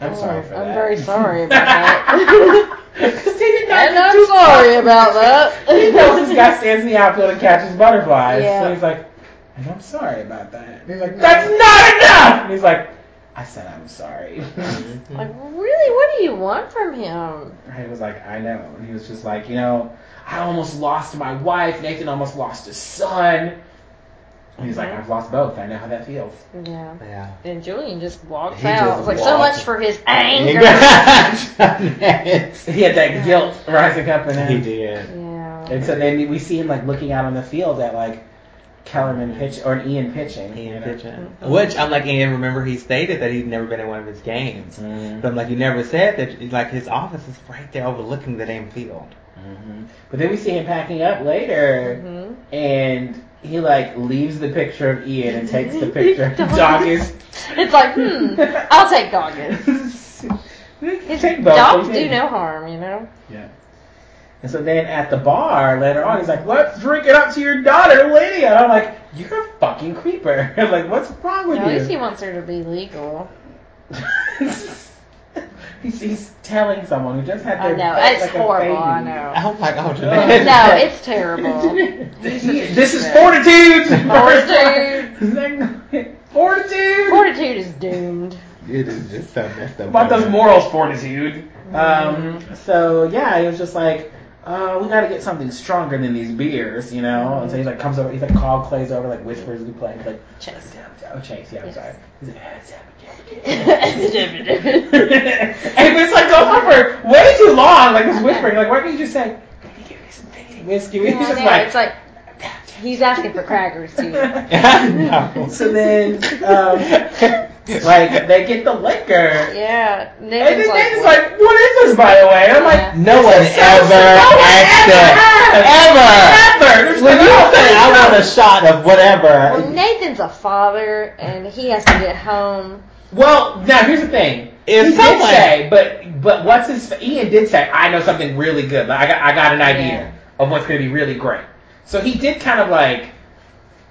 [SPEAKER 2] I'm sorry for that.
[SPEAKER 1] Oh, I'm very
[SPEAKER 2] [LAUGHS]
[SPEAKER 1] sorry about that.
[SPEAKER 2] Because they did not
[SPEAKER 1] and
[SPEAKER 2] do
[SPEAKER 1] I'm
[SPEAKER 2] two
[SPEAKER 1] sorry
[SPEAKER 2] fucking-
[SPEAKER 1] about
[SPEAKER 2] [LAUGHS] He knows this
[SPEAKER 1] that.
[SPEAKER 2] guy stands in the outfield and catches butterflies. So
[SPEAKER 1] Yeah.
[SPEAKER 2] he's like, and I'm sorry about that. And he's like, that's not enough! And he's like, I said I'm sorry.
[SPEAKER 1] [LAUGHS] like, really? What do you want from him?
[SPEAKER 2] I was like, I know. And he was just like, you know, I almost lost my wife. Nathan almost lost his son. And he's like, I've lost both. I know how that feels. [LAUGHS]
[SPEAKER 1] Yeah.
[SPEAKER 3] Yeah.
[SPEAKER 1] And Julian just walks
[SPEAKER 3] He
[SPEAKER 1] out.
[SPEAKER 3] just
[SPEAKER 1] It's like so
[SPEAKER 3] walks.
[SPEAKER 1] much for his anger.
[SPEAKER 2] he had that guilt rising up in
[SPEAKER 3] he
[SPEAKER 2] him.
[SPEAKER 3] did.
[SPEAKER 1] yeah.
[SPEAKER 2] And so then we see him like looking out on the field at like Kellerman pitch or an Ian pitching. you
[SPEAKER 3] Ian
[SPEAKER 2] know?
[SPEAKER 3] Pigeon. Which I'm like, and remember he stated that he'd never been in one of his games.
[SPEAKER 2] Mm-hmm.
[SPEAKER 3] But I'm like, you never said that. It's Like his office is right there overlooking the damn field.
[SPEAKER 2] Mhm. But then we see him packing up later,
[SPEAKER 1] Mm-hmm.
[SPEAKER 2] and he like leaves the picture of Ian and takes
[SPEAKER 1] [LAUGHS]
[SPEAKER 2] the picture of [LAUGHS] Doggus.
[SPEAKER 1] It's like, hmm, I'll take Goggins. His
[SPEAKER 2] Take both,
[SPEAKER 1] dogs
[SPEAKER 2] okay.
[SPEAKER 1] do no harm, you know?
[SPEAKER 2] Yeah. And so then at the bar later on, he's like, "Let's drink it up to your daughter, lady." And I'm like, "You're a fucking creeper." [LAUGHS] I'm like, "What's wrong with
[SPEAKER 1] At least he
[SPEAKER 2] you?"
[SPEAKER 1] wants her to be legal.
[SPEAKER 2] [LAUGHS] he's, he's telling someone who just had
[SPEAKER 1] I
[SPEAKER 2] their
[SPEAKER 1] know.
[SPEAKER 2] butt
[SPEAKER 1] It's
[SPEAKER 2] like a
[SPEAKER 1] horrible, I
[SPEAKER 2] baby. [LAUGHS]
[SPEAKER 1] know.
[SPEAKER 3] I'm like, oh, [LAUGHS]
[SPEAKER 2] God.
[SPEAKER 3] no.
[SPEAKER 1] No, it's
[SPEAKER 2] [LAUGHS]
[SPEAKER 1] terrible.
[SPEAKER 2] this is
[SPEAKER 1] [LAUGHS]
[SPEAKER 2] fortitude. [LAUGHS]
[SPEAKER 1] Fortitude.
[SPEAKER 2] Fortitude. fortitude.
[SPEAKER 1] Fortitude is doomed.
[SPEAKER 3] it is just so messed up.
[SPEAKER 2] What does morals fortitude? Um, so yeah, he was just like, uh, we gotta get something stronger than these beers, you know. And so he like comes over, he's like call Clay's over, like whispers to Clay, he's like,
[SPEAKER 1] Chest.
[SPEAKER 2] oh Chase, yeah, I'm
[SPEAKER 1] Yes.
[SPEAKER 2] sorry. He's like, "Ah, damn it, damn it, damn it."
[SPEAKER 1] yeah,
[SPEAKER 2] [LAUGHS] and it's like goes on for way too long, like this whispering, like why can't you just say, "Can you give me some fancy whiskey? He's
[SPEAKER 1] I
[SPEAKER 2] just
[SPEAKER 1] know.
[SPEAKER 2] like,
[SPEAKER 1] it's like he's asking for crackers
[SPEAKER 2] [LAUGHS]
[SPEAKER 1] too. [LAUGHS]
[SPEAKER 3] no.
[SPEAKER 2] so then, um, like they get the liquor.
[SPEAKER 1] Yeah,
[SPEAKER 2] And
[SPEAKER 1] Nathan's
[SPEAKER 2] then
[SPEAKER 1] like,
[SPEAKER 2] Nathan's like, what is this, by the way? And I'm like,
[SPEAKER 1] Yeah.
[SPEAKER 3] No one ever asked that.
[SPEAKER 2] ever.
[SPEAKER 3] Ever. When you say I want a shot of
[SPEAKER 1] well,
[SPEAKER 3] whatever,
[SPEAKER 1] Nathan's a father and he has to get home.
[SPEAKER 2] Well, now here's the thing.
[SPEAKER 3] If
[SPEAKER 2] he did
[SPEAKER 3] someone-
[SPEAKER 2] say, but but what's his? Ian did say, I know something really good. Like, I got I got an idea of what's gonna be really great. So he did kind of like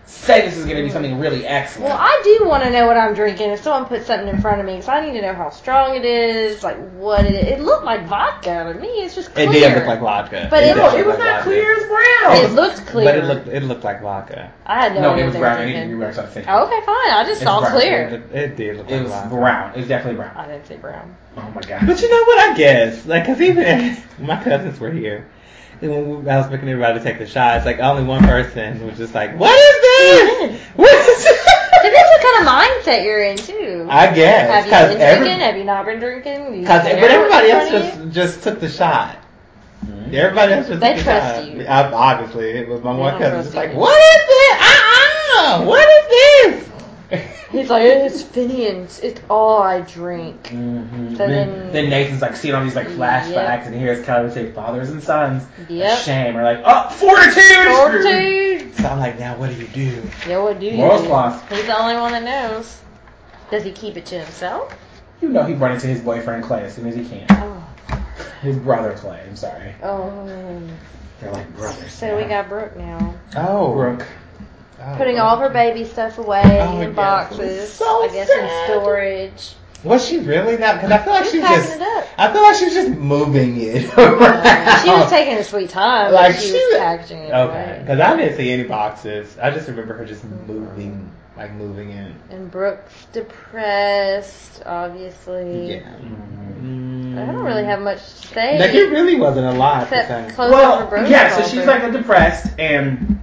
[SPEAKER 2] say this is gonna be something really excellent.
[SPEAKER 1] Well, I do want to know what I'm drinking. If someone puts something in front of me, because I need to know how strong it is, like what it is. It looked like vodka to me. It's just clear.
[SPEAKER 3] it did look like vodka.
[SPEAKER 1] But it-
[SPEAKER 3] did
[SPEAKER 1] No,
[SPEAKER 2] no,
[SPEAKER 3] look
[SPEAKER 2] it was
[SPEAKER 3] like
[SPEAKER 2] not
[SPEAKER 3] vodka.
[SPEAKER 2] clear as
[SPEAKER 1] It
[SPEAKER 2] brown.
[SPEAKER 1] looked clear.
[SPEAKER 3] But it looked it looked like vodka.
[SPEAKER 1] I had no,
[SPEAKER 2] No,
[SPEAKER 1] idea
[SPEAKER 2] it was
[SPEAKER 1] they were
[SPEAKER 2] brown. You
[SPEAKER 1] drinking.
[SPEAKER 2] remember something?
[SPEAKER 1] Oh, okay, fine. I just
[SPEAKER 2] It's
[SPEAKER 1] saw
[SPEAKER 2] brown.
[SPEAKER 1] clear.
[SPEAKER 3] It, it did look
[SPEAKER 2] It
[SPEAKER 3] like
[SPEAKER 2] was
[SPEAKER 3] vodka.
[SPEAKER 2] brown. It was definitely brown.
[SPEAKER 1] I didn't say brown.
[SPEAKER 2] Oh my
[SPEAKER 3] But
[SPEAKER 2] [LAUGHS] god.
[SPEAKER 3] you know what? I guess like because even [LAUGHS] if my cousins were here, and when we, I was making everybody take the shots, like only one person was just like, "What is
[SPEAKER 1] Mm-hmm.
[SPEAKER 3] this? What is this?" [LAUGHS]
[SPEAKER 1] Depends what kind of mindset you're in too.
[SPEAKER 3] I guess
[SPEAKER 1] have you
[SPEAKER 3] because
[SPEAKER 1] been
[SPEAKER 3] every,
[SPEAKER 1] drinking? Have you not been drinking? Do you
[SPEAKER 3] 'cause-
[SPEAKER 1] care
[SPEAKER 3] but everybody
[SPEAKER 1] what's
[SPEAKER 3] else
[SPEAKER 1] in front of you?
[SPEAKER 3] just just took the shot.
[SPEAKER 2] Hmm?
[SPEAKER 3] Everybody else just
[SPEAKER 1] They
[SPEAKER 3] took the
[SPEAKER 1] trust
[SPEAKER 3] shot.
[SPEAKER 1] you.
[SPEAKER 3] I, obviously, it was my
[SPEAKER 1] They
[SPEAKER 3] one
[SPEAKER 1] don't
[SPEAKER 3] cousin.
[SPEAKER 1] trust
[SPEAKER 3] Just like,
[SPEAKER 1] you.
[SPEAKER 3] "What is this? Uh uh What is this?"
[SPEAKER 1] He's like, it's Finian's. It's all I drink.
[SPEAKER 2] Mhm.
[SPEAKER 1] So
[SPEAKER 2] Then,
[SPEAKER 1] then-
[SPEAKER 2] then Nathan's like seeing all these like flashbacks
[SPEAKER 1] Yep.
[SPEAKER 2] and hears Calvin say fathers and sons.
[SPEAKER 1] Yep.
[SPEAKER 2] Shame. Or like, oh, fortitude!
[SPEAKER 1] Fortitude.
[SPEAKER 3] So I'm like, "Now what do you do?"
[SPEAKER 1] Yo, what do you?
[SPEAKER 2] Morals
[SPEAKER 1] do?
[SPEAKER 2] class.
[SPEAKER 1] He's the only one that knows. Does he keep it to himself?
[SPEAKER 2] You know he run into his boyfriend Clay as soon as he can.
[SPEAKER 1] Oh,
[SPEAKER 2] His brother Clay, I'm sorry.
[SPEAKER 1] oh.
[SPEAKER 2] They're like brothers.
[SPEAKER 1] So we got Brooke now,
[SPEAKER 3] Oh,
[SPEAKER 2] Brooke.
[SPEAKER 1] putting all of her baby stuff away
[SPEAKER 3] Oh,
[SPEAKER 1] in
[SPEAKER 3] yes.
[SPEAKER 1] boxes.
[SPEAKER 3] So
[SPEAKER 1] I guess
[SPEAKER 3] sad.
[SPEAKER 1] in storage.
[SPEAKER 3] Was she really not? Because I feel like
[SPEAKER 1] She's
[SPEAKER 3] she was
[SPEAKER 1] packing
[SPEAKER 3] just.
[SPEAKER 1] it
[SPEAKER 3] [LAUGHS]
[SPEAKER 1] up.
[SPEAKER 3] I feel like she was just moving it [LAUGHS] around.
[SPEAKER 1] She was taking a sweet time. but
[SPEAKER 3] Like,
[SPEAKER 1] she,
[SPEAKER 3] she
[SPEAKER 1] was
[SPEAKER 3] was-
[SPEAKER 1] packaging it
[SPEAKER 3] Okay,
[SPEAKER 1] away.
[SPEAKER 3] because I didn't see any boxes. I just remember her just moving, like moving in.
[SPEAKER 1] And Brooke's depressed, obviously.
[SPEAKER 3] Yeah.
[SPEAKER 1] Mm-hmm. I don't really have much to say.
[SPEAKER 3] Like it really wasn't a lot. to
[SPEAKER 1] Except
[SPEAKER 3] say.
[SPEAKER 1] close over
[SPEAKER 2] Well,
[SPEAKER 1] Brooke
[SPEAKER 2] yeah, so
[SPEAKER 1] called
[SPEAKER 2] she's
[SPEAKER 1] her.
[SPEAKER 2] like a depressed and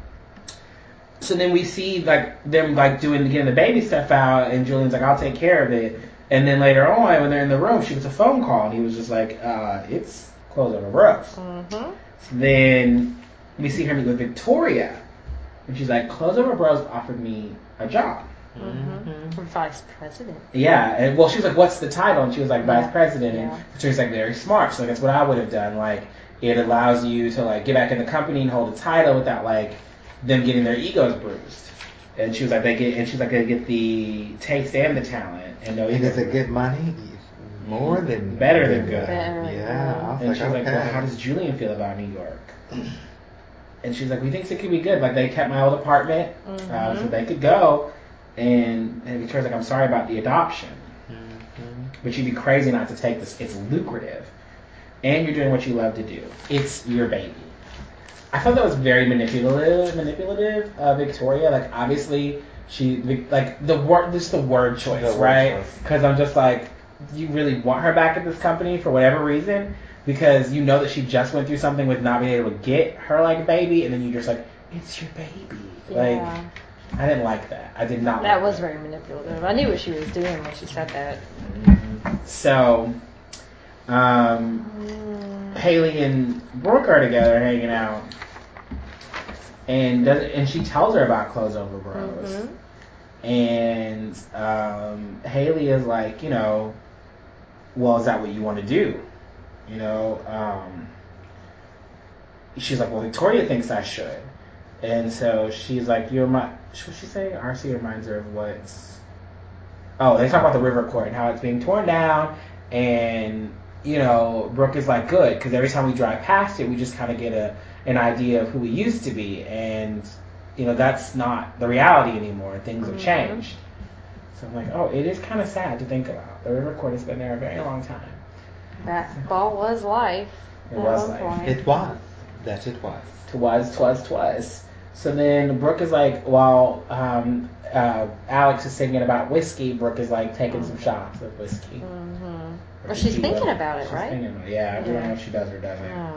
[SPEAKER 2] so then we see like them like doing getting the baby stuff out and Julian's like, I'll take care of it. And then later on when they're in the room she gets a phone call and he was just like, uh, it's close over Brooks.
[SPEAKER 1] Mhm.
[SPEAKER 2] Then we see her meet with Victoria, and she's like, "Close Over Bros offered me a job."
[SPEAKER 1] Mhm. Vice president.
[SPEAKER 2] Yeah, and well, she was like, "What's the title?" And she was like, "Vice
[SPEAKER 1] Yeah.
[SPEAKER 2] President."
[SPEAKER 1] Yeah.
[SPEAKER 2] And Victoria's like, "Very smart." So like, that's what I would have done. Like, it allows you to like get back in the company and hold a title without like them getting their egos bruised. And she was like, "They get," and she's like, "They get the taste and the talent." And no,
[SPEAKER 3] And
[SPEAKER 2] egos
[SPEAKER 3] is it good money? More than
[SPEAKER 2] Better than good.
[SPEAKER 1] Better than good.
[SPEAKER 3] Yeah. I was
[SPEAKER 2] And
[SPEAKER 3] like,
[SPEAKER 2] she was like,
[SPEAKER 3] okay.
[SPEAKER 2] "Well, how does Julian feel about New York?" And she's like, "We thinks it could be good. Like they kept my old apartment,
[SPEAKER 1] Mm-hmm.
[SPEAKER 2] uh, so they could go." And, and Victoria's like, "I'm sorry about the adoption."
[SPEAKER 3] Mhm.
[SPEAKER 2] but you'd be crazy not to take this. It's lucrative, and you're doing what you love to do. It's your baby. I thought that was very manipulative, manipulative, uh, Victoria. Like obviously she, like the word, just the word choice,
[SPEAKER 3] The word
[SPEAKER 2] right?
[SPEAKER 3] choice.
[SPEAKER 2] Because I'm just like, you really want her back at this company for whatever reason, because you know that she just went through something with not being able to get her like baby, and then you're just like, it's your baby.
[SPEAKER 1] Yeah.
[SPEAKER 2] Like I didn't like that. I did not.
[SPEAKER 1] That
[SPEAKER 2] like
[SPEAKER 1] was very manipulative. I knew what she was doing when she said that.
[SPEAKER 2] Mm-hmm. So, um,
[SPEAKER 1] Mm-hmm.
[SPEAKER 2] Haley and Brooke are together hanging out, and does, and she tells her about clothes over bros,
[SPEAKER 1] Mhm.
[SPEAKER 2] and um, Haley is like, you know, well, is that what you want to do? You know, um, she's like, well, Victoria thinks I should, and so she's like, you remind. What she say? RC reminds her of what's. Oh, they talk about the river court and how it's being torn down, and you know, Brooke is like, good, because every time we drive past it, we just kind of get a an idea of who we used to be, and you know, that's not the reality anymore. Things have
[SPEAKER 1] Mhm.
[SPEAKER 2] changed. So I'm like, oh, it is kind of sad to think about. The river court has been there a very long time.
[SPEAKER 1] That ball was life.
[SPEAKER 2] It
[SPEAKER 1] at
[SPEAKER 2] was
[SPEAKER 1] one
[SPEAKER 2] like
[SPEAKER 1] point.
[SPEAKER 3] It was. That it was.
[SPEAKER 2] Twas, twas, twas. So then Brooke is like, while um, uh, Alex is singing about whiskey, Brooke is like taking some shots of whiskey.
[SPEAKER 1] Mhm.
[SPEAKER 2] Or
[SPEAKER 1] Well, she's
[SPEAKER 2] tequila.
[SPEAKER 1] thinking about it,
[SPEAKER 2] She's
[SPEAKER 1] right?
[SPEAKER 2] thinking about it. Yeah, we don't
[SPEAKER 1] Yeah.
[SPEAKER 2] know if she does or doesn't.
[SPEAKER 1] Oh.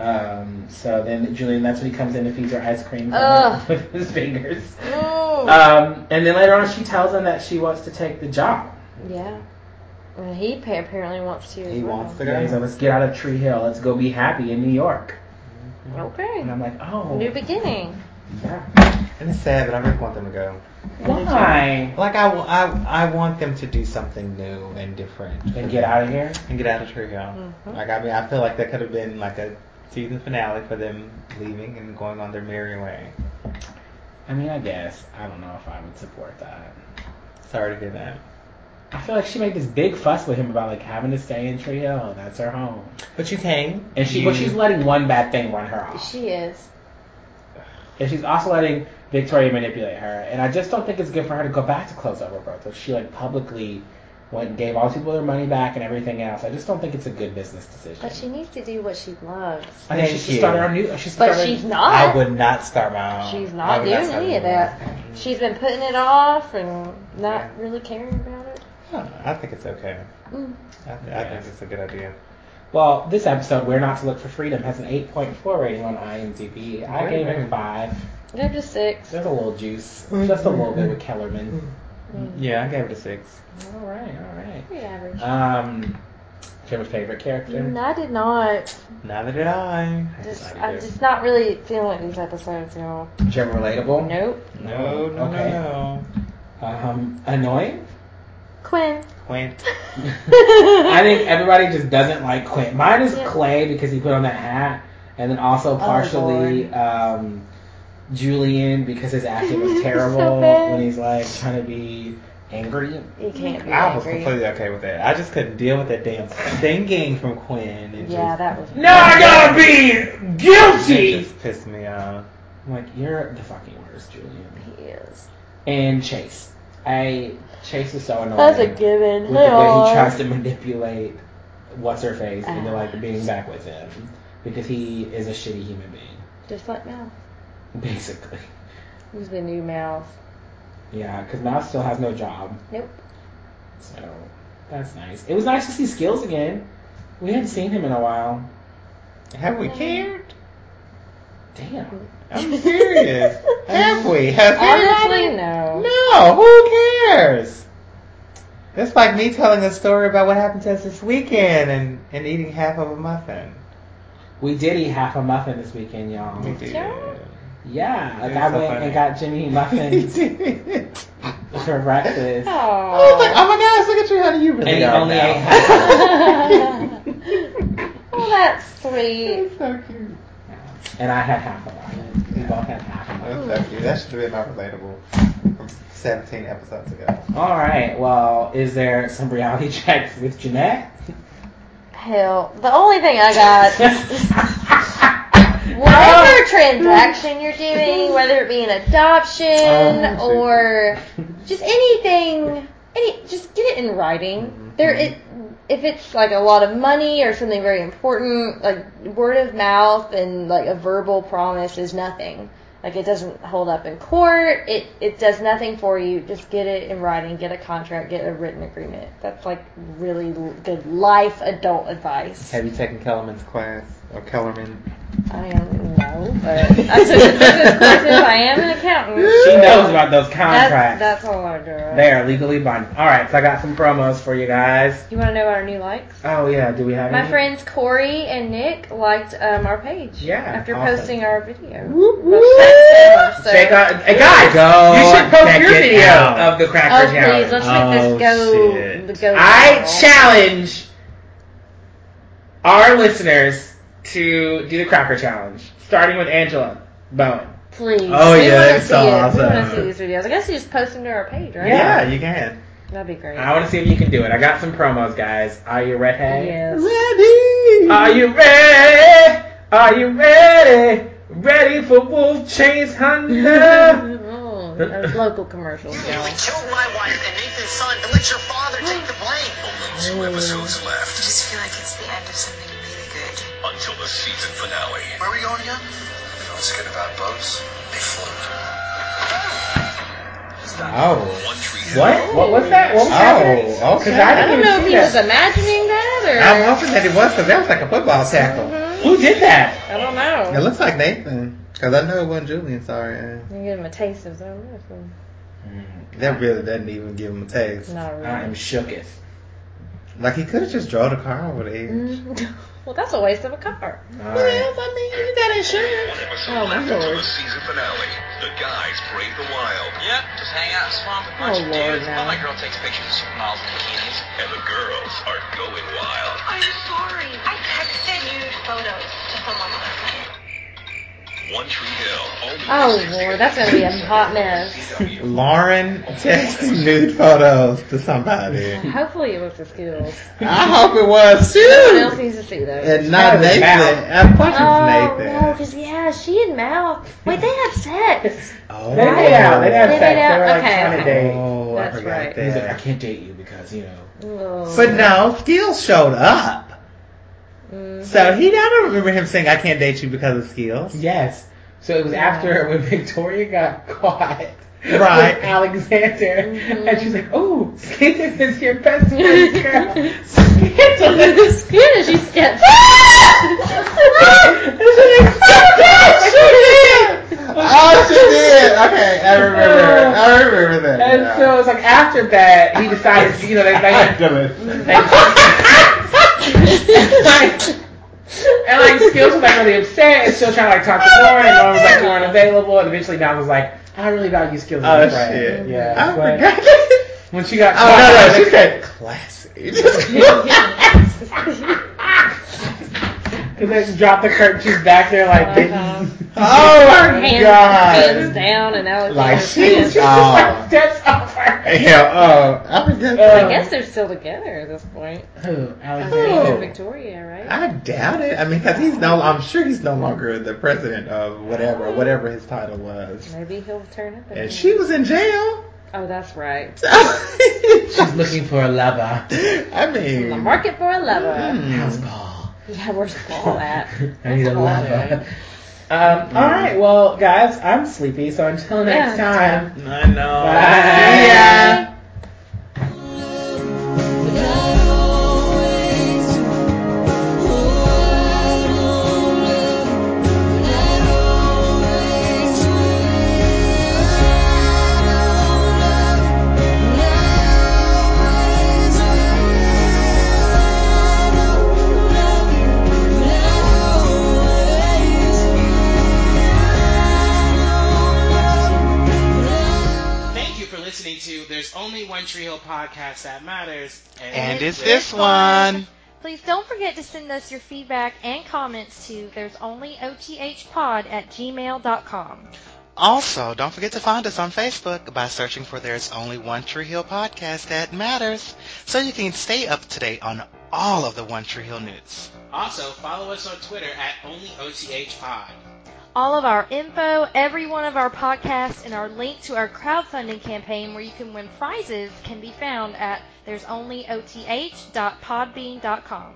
[SPEAKER 2] Um, so then Julian, that's when he comes in and feeds her ice cream from
[SPEAKER 1] Ugh.
[SPEAKER 2] [LAUGHS] with his fingers.
[SPEAKER 1] No.
[SPEAKER 2] Um, and then later on, she tells him that she wants to take the job.
[SPEAKER 1] yeah. And he pa- apparently wants to. as
[SPEAKER 3] He
[SPEAKER 1] well.
[SPEAKER 3] wants to
[SPEAKER 2] Yeah, he's like,
[SPEAKER 3] go.
[SPEAKER 2] let's get out of Tree Hill. Let's go be happy in New York. And
[SPEAKER 1] Okay.
[SPEAKER 2] I'm like, oh,
[SPEAKER 1] New beginning.
[SPEAKER 2] yeah.
[SPEAKER 3] And it's sad, but I really want them to go.
[SPEAKER 2] why?
[SPEAKER 3] Like I, wa- I, I want them to do something new and different
[SPEAKER 2] And get out of here.
[SPEAKER 3] and get out of Tree Hill.
[SPEAKER 1] Mhm.
[SPEAKER 3] Like I mean, I feel like that could have been like a season finale for them leaving and going on their merry way.
[SPEAKER 2] I mean, I guess I don't know if I would support that.
[SPEAKER 3] Sorry to do that,
[SPEAKER 2] I feel like she made this big fuss with him about like having to stay in Tree Hill. That's her home.
[SPEAKER 3] but you came
[SPEAKER 2] And she,
[SPEAKER 3] you,
[SPEAKER 2] but she's letting one bad thing run her off.
[SPEAKER 1] She is.
[SPEAKER 2] And she's also letting Victoria manipulate her. And I just don't think it's good for her to go back to close over growth. If she like publicly went and gave all these people their money back and everything else, I just don't think it's a good business decision.
[SPEAKER 1] But she needs to do what she loves.
[SPEAKER 2] I think she
[SPEAKER 3] Thank
[SPEAKER 2] should
[SPEAKER 3] you.
[SPEAKER 2] start her new. She
[SPEAKER 1] But
[SPEAKER 2] started,
[SPEAKER 1] she's
[SPEAKER 3] I
[SPEAKER 1] not.
[SPEAKER 3] would not start my own.
[SPEAKER 1] Ah. She's
[SPEAKER 3] Oh, I
[SPEAKER 1] not
[SPEAKER 3] would
[SPEAKER 1] doing
[SPEAKER 3] start
[SPEAKER 1] any of
[SPEAKER 3] my
[SPEAKER 1] that.
[SPEAKER 3] own.
[SPEAKER 1] She's been putting it off and not
[SPEAKER 3] Yeah.
[SPEAKER 1] really caring about it.
[SPEAKER 3] Oh, I think it's okay.
[SPEAKER 1] Mm.
[SPEAKER 3] I, th- I
[SPEAKER 2] Yeah.
[SPEAKER 3] think it's a good idea.
[SPEAKER 2] Well, this episode, Where Not to Look for Freedom, has an 8.4 rating on IMDb. I
[SPEAKER 3] Wait a
[SPEAKER 2] gave it
[SPEAKER 3] minute.
[SPEAKER 2] 5.
[SPEAKER 1] Give her six.
[SPEAKER 2] There's a little juice.
[SPEAKER 3] Mm-hmm.
[SPEAKER 2] Just a little bit with Kellerman.
[SPEAKER 1] Mm.
[SPEAKER 3] Yeah, I gave it a six.
[SPEAKER 2] All right, all right.
[SPEAKER 1] Pretty average.
[SPEAKER 2] Um, do you have a favorite character?
[SPEAKER 1] No, I did not.
[SPEAKER 3] Neither did I.
[SPEAKER 1] Just,
[SPEAKER 3] I
[SPEAKER 1] I'm
[SPEAKER 3] did.
[SPEAKER 1] just not really feeling these episodes, y'all.
[SPEAKER 2] Do you have a relatable?
[SPEAKER 1] Nope.
[SPEAKER 3] No, no,
[SPEAKER 2] Okay.
[SPEAKER 3] no,
[SPEAKER 2] Um, annoying?
[SPEAKER 1] Quinn. [LAUGHS]
[SPEAKER 3] no. Quint.
[SPEAKER 2] I think everybody just doesn't like Clay. Mine is
[SPEAKER 1] Yeah. Oh,
[SPEAKER 2] Clay because he put on that hat, and then also partially um, Julian because his
[SPEAKER 1] [LAUGHS]
[SPEAKER 2] acting was
[SPEAKER 1] So
[SPEAKER 2] terrible
[SPEAKER 1] bad.
[SPEAKER 2] when he's like trying to be angry.
[SPEAKER 1] You can't be
[SPEAKER 3] I was
[SPEAKER 1] angry.
[SPEAKER 3] completely okay with that. I just couldn't deal with that damn singing from Quinn. It
[SPEAKER 1] Yeah,
[SPEAKER 3] just,
[SPEAKER 1] that was.
[SPEAKER 8] Now I gotta be
[SPEAKER 3] it
[SPEAKER 8] guilty!
[SPEAKER 3] just pissed me off.
[SPEAKER 2] I'm like, you're the fucking worst, Julian.
[SPEAKER 1] He is.
[SPEAKER 2] And Chase. I Chase is so annoying.
[SPEAKER 1] That's a given.
[SPEAKER 2] with the way he tries to manipulate what's her face into
[SPEAKER 1] Ah.
[SPEAKER 2] like being back with him because he is a shitty human being, [LAUGHS]
[SPEAKER 1] Just like Mal.
[SPEAKER 2] basically.
[SPEAKER 1] He's the new Mal.
[SPEAKER 2] Yeah, because Mouse still has no job,
[SPEAKER 1] Nope.
[SPEAKER 2] so that's nice. It was nice to see Skills again. We hadn't seen him in a while.
[SPEAKER 3] Have we cared?
[SPEAKER 2] Damn.
[SPEAKER 3] I'm
[SPEAKER 1] [LAUGHS]
[SPEAKER 3] serious. Have we? Have
[SPEAKER 1] Honestly,
[SPEAKER 3] everybody?
[SPEAKER 1] no.
[SPEAKER 3] No. Who cares? It's like me telling a story about what happened to us this weekend and, and eating half of a muffin.
[SPEAKER 2] We did eat half a muffin this weekend, y'all.
[SPEAKER 3] We did.
[SPEAKER 2] Yeah, like
[SPEAKER 3] It's
[SPEAKER 2] I
[SPEAKER 3] so
[SPEAKER 2] went
[SPEAKER 3] funny.
[SPEAKER 2] and got
[SPEAKER 3] [LAUGHS]
[SPEAKER 2] Jimmy
[SPEAKER 3] We
[SPEAKER 2] muffins
[SPEAKER 3] did.
[SPEAKER 2] for breakfast.
[SPEAKER 3] I was like,
[SPEAKER 1] Oh.
[SPEAKER 3] oh my gosh, look at you, honey. You really
[SPEAKER 2] And he
[SPEAKER 3] are
[SPEAKER 2] only
[SPEAKER 3] now.
[SPEAKER 2] ate half.
[SPEAKER 1] well, Oh, that's sweet. [LAUGHS]
[SPEAKER 3] [LAUGHS] That's so cute.
[SPEAKER 2] and I had half a muffin. We both had half a muffin.
[SPEAKER 3] That's so cute. That should have been my relatable from 17 episodes ago.
[SPEAKER 2] All right. Well, is there some reality [LAUGHS] checks with
[SPEAKER 1] [LAUGHS]
[SPEAKER 2] Jeanette?
[SPEAKER 1] Hell, the only thing I
[SPEAKER 2] [LAUGHS]
[SPEAKER 1] got.
[SPEAKER 2] Whatever
[SPEAKER 1] Whatever transaction you're doing, whether it be an adoption
[SPEAKER 2] Oh,
[SPEAKER 1] or just anything, any, just get it in writing. There, it, if it's like a lot of money or something very important, like word of mouth and like a verbal promise is nothing. Like it doesn't hold up in court. It it does nothing for you. Just get it in writing. Get a contract. Get a written agreement. That's like really l- good life adult advice.
[SPEAKER 3] Have you taken Kellerman's class or Kellerman?
[SPEAKER 1] I am no, but I took a business courses. I am an accountant.
[SPEAKER 3] [LAUGHS] She knows about those contracts.
[SPEAKER 1] That's, that's all I do.
[SPEAKER 3] They are legally binding. All right, so I got some promos for you guys.
[SPEAKER 1] You want to know about our new likes?
[SPEAKER 3] Oh yeah, do we have
[SPEAKER 1] My
[SPEAKER 3] any?
[SPEAKER 1] friends Corey and Nick liked um, our page.
[SPEAKER 3] Yeah,
[SPEAKER 1] After
[SPEAKER 3] awesome.
[SPEAKER 1] posting our video.
[SPEAKER 3] Whoop,
[SPEAKER 1] Both
[SPEAKER 3] whoop.
[SPEAKER 1] friends said so.
[SPEAKER 2] Check out, hey guys,
[SPEAKER 3] Go
[SPEAKER 2] you should post
[SPEAKER 3] check
[SPEAKER 2] your
[SPEAKER 3] it
[SPEAKER 2] video
[SPEAKER 3] out.
[SPEAKER 2] of the
[SPEAKER 1] Oh
[SPEAKER 2] Cracker
[SPEAKER 1] please,
[SPEAKER 2] Challenge.
[SPEAKER 1] let's
[SPEAKER 3] Oh,
[SPEAKER 1] make this go.
[SPEAKER 3] shit.
[SPEAKER 1] go
[SPEAKER 2] I
[SPEAKER 1] viral.
[SPEAKER 2] challenge our listeners to do the Cracker Challenge, starting with Angela Bowen.
[SPEAKER 1] please.
[SPEAKER 3] Oh,
[SPEAKER 1] we
[SPEAKER 3] yeah,
[SPEAKER 1] wanna
[SPEAKER 3] that's
[SPEAKER 1] see
[SPEAKER 3] so
[SPEAKER 1] it.
[SPEAKER 3] awesome.
[SPEAKER 1] We want to see these videos. I guess you just post them to our page, right?
[SPEAKER 3] Yeah, you can.
[SPEAKER 1] That'd be great.
[SPEAKER 2] I want to see if you can do it. I got some promos, guys. Are you ready?
[SPEAKER 3] [LAUGHS]
[SPEAKER 1] Yes.
[SPEAKER 3] Ready?
[SPEAKER 2] Are you ready? Are you ready? Ready for Wolf Chase Hunter?
[SPEAKER 1] [LAUGHS] Oh, those local commercials, y'all.
[SPEAKER 9] killed my wife and Nathan's son and let your father take the blame.
[SPEAKER 4] Only two episodes left
[SPEAKER 10] just feel like it's the end of something really good.
[SPEAKER 4] until the season finale.
[SPEAKER 9] Where are we going again? You know what's good about boats? They float.
[SPEAKER 3] Oh.
[SPEAKER 4] One Tree Hill.
[SPEAKER 2] What? What was that? What was happening?
[SPEAKER 3] Oh, okay.
[SPEAKER 2] Because I
[SPEAKER 1] I don't
[SPEAKER 2] didn't even
[SPEAKER 1] know if
[SPEAKER 2] see
[SPEAKER 1] he was
[SPEAKER 2] that.
[SPEAKER 1] imagining that or Mhm.
[SPEAKER 3] I'm hoping that it was because that was like a football tackle.
[SPEAKER 2] Who did that?
[SPEAKER 1] I don't know.
[SPEAKER 3] It looks like Nathan. Because I know it wasn't Julian, sorry.
[SPEAKER 1] You give him a taste of them. Mm.
[SPEAKER 3] That really doesn't even give him a taste.
[SPEAKER 1] Not really.
[SPEAKER 2] I'm shooketh.
[SPEAKER 3] Like, he could have just drove the car over the edge.
[SPEAKER 1] Mm-hmm. Mm. [LAUGHS] well, that's a waste of a car.
[SPEAKER 3] All right. Oh,
[SPEAKER 4] One episode
[SPEAKER 1] Oh,
[SPEAKER 4] left until the season finale. The guys brave the wild,
[SPEAKER 9] Yep, just hang out in the swamp with a bunch
[SPEAKER 1] Oh,
[SPEAKER 9] of
[SPEAKER 1] Lord,
[SPEAKER 9] dudes.
[SPEAKER 1] no.
[SPEAKER 9] While my girl takes pictures of supermodels and bikinis.
[SPEAKER 4] and the girls are going wild.
[SPEAKER 10] I'm sorry. I texted nude photos to someone last night.
[SPEAKER 4] One Tree Hill. Only
[SPEAKER 1] Oh lord, that's gonna be a hot mess.
[SPEAKER 2] [LAUGHS]
[SPEAKER 3] Lauren texting nude photos to somebody.
[SPEAKER 1] Hopefully it was the
[SPEAKER 3] [LAUGHS]
[SPEAKER 1] Skittles.
[SPEAKER 3] I hope it was
[SPEAKER 1] Someone else
[SPEAKER 3] too.
[SPEAKER 1] needs to see those.
[SPEAKER 3] And not
[SPEAKER 2] Probably
[SPEAKER 3] Nathan.
[SPEAKER 2] Val.
[SPEAKER 3] Of course it's
[SPEAKER 1] Oh no,
[SPEAKER 3] Nathan.
[SPEAKER 1] because yeah, she and Mal. Wait, they had sex.
[SPEAKER 3] Oh,
[SPEAKER 2] They made out. They had
[SPEAKER 1] They
[SPEAKER 2] sex.
[SPEAKER 1] made out?
[SPEAKER 2] They were like
[SPEAKER 1] Okay,
[SPEAKER 2] trying to
[SPEAKER 1] okay.
[SPEAKER 2] date.
[SPEAKER 3] Oh,
[SPEAKER 1] That's
[SPEAKER 3] I forgot
[SPEAKER 1] right.
[SPEAKER 2] He's like, I
[SPEAKER 3] that.
[SPEAKER 2] can't date you because you know.
[SPEAKER 1] Oh.
[SPEAKER 3] But no, Skills showed up.
[SPEAKER 1] Mm. [LAUGHS]
[SPEAKER 3] So he, I don't remember him saying, "I can't date you because of
[SPEAKER 2] [LAUGHS]
[SPEAKER 3] Skills."
[SPEAKER 2] Yes. So it was after [LAUGHS] when Victoria got caught.
[SPEAKER 3] Right.
[SPEAKER 2] With Alexander. And she's like, oh, Skittis is your best friend,
[SPEAKER 1] [LAUGHS]
[SPEAKER 2] girl. [LAUGHS] Skittis.
[SPEAKER 1] the
[SPEAKER 3] [LAUGHS]
[SPEAKER 1] Skittles, you skipped.
[SPEAKER 3] Oh, she did. Okay, I remember. I remember that.
[SPEAKER 2] And so it was like after that, he decided, you know, they
[SPEAKER 3] [LAUGHS]
[SPEAKER 2] like, like, and like Skills was like really upset and still trying to like talk to Lauren. And Lauren was like, you weren't available. And eventually Don was like, I really value Skills as
[SPEAKER 3] Oh
[SPEAKER 2] a friend.
[SPEAKER 3] shit!
[SPEAKER 2] Yeah.
[SPEAKER 3] I
[SPEAKER 2] but
[SPEAKER 3] forgot.
[SPEAKER 2] When she got
[SPEAKER 3] [LAUGHS]
[SPEAKER 2] caught,
[SPEAKER 3] Oh no, no, she
[SPEAKER 2] like,
[SPEAKER 3] said classy.
[SPEAKER 2] And then she dropped the curtain. She's back there like getting
[SPEAKER 3] [LAUGHS]
[SPEAKER 1] Uh-huh.
[SPEAKER 3] oh
[SPEAKER 1] Her
[SPEAKER 3] my
[SPEAKER 1] hands
[SPEAKER 3] god!
[SPEAKER 1] hands down and Alexander's
[SPEAKER 3] Like
[SPEAKER 2] Oh. [LAUGHS]
[SPEAKER 1] hands.
[SPEAKER 3] she's
[SPEAKER 2] just like
[SPEAKER 3] oh
[SPEAKER 2] steps off her.
[SPEAKER 3] hell oh I forgot.
[SPEAKER 1] I
[SPEAKER 2] Uh,
[SPEAKER 1] guess they're still together at this point.
[SPEAKER 2] Who?
[SPEAKER 1] Alexander
[SPEAKER 3] Oh.
[SPEAKER 1] and Victoria, right?
[SPEAKER 3] I doubt it. I mean, because he's no, I'm sure he's no longer the president of whatever, whatever his title was.
[SPEAKER 1] Maybe he'll turn up. again.
[SPEAKER 3] And she was in jail. [LAUGHS]
[SPEAKER 1] Oh, that's right.
[SPEAKER 2] She's looking for a lover.
[SPEAKER 3] I
[SPEAKER 1] The
[SPEAKER 3] mean,
[SPEAKER 1] market for a lover.
[SPEAKER 3] hmm.
[SPEAKER 2] call.
[SPEAKER 1] Yeah, where's Paul
[SPEAKER 3] [LAUGHS]
[SPEAKER 1] at?
[SPEAKER 2] I need a
[SPEAKER 1] That's
[SPEAKER 2] lover. Um, all right, well, guys, I'm sleepy, so until next
[SPEAKER 1] Yeah.
[SPEAKER 2] time.
[SPEAKER 3] I know.
[SPEAKER 2] Bye.
[SPEAKER 3] See ya.
[SPEAKER 9] Thank you for listening to There's Only One Tree Hill Podcast That Matters.
[SPEAKER 3] And it's this one.
[SPEAKER 11] Please don't forget to send us your feedback and comments to there's only othpod at gmail.com.
[SPEAKER 9] Also, don't forget to find us on Facebook by searching for There's Only One Tree Hill Podcast That Matters, so you can stay up to date on all of the One Tree Hill news. Also, follow us on Twitter at OnlyOTHPod.
[SPEAKER 11] All of our info, every one of our podcasts, and our link to our crowdfunding campaign where you can win prizes can be found at There's only oth.podbean.com.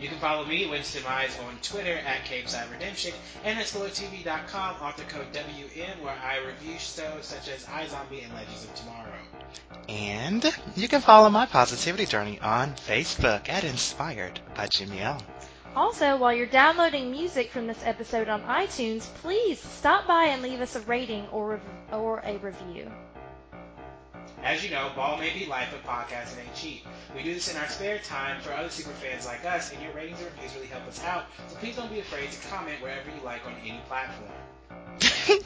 [SPEAKER 2] You can follow me, Winston Mize, on Twitter at Cape Side Redemption and at SoloTV.com, author code WN, where I review shows such as iZombie and Legends of Tomorrow. And you can follow my positivity journey on Facebook at Inspired by Jimmy L.
[SPEAKER 11] Also, while you're downloading music from this episode on iTunes, please stop by and leave us a rating or, rev- or a review.
[SPEAKER 2] As you know, ball may be life, but podcasting ain't cheap. We do this in our spare time for other super fans like us, and your ratings and reviews really help us out. So please don't be afraid to comment wherever you like on any platform.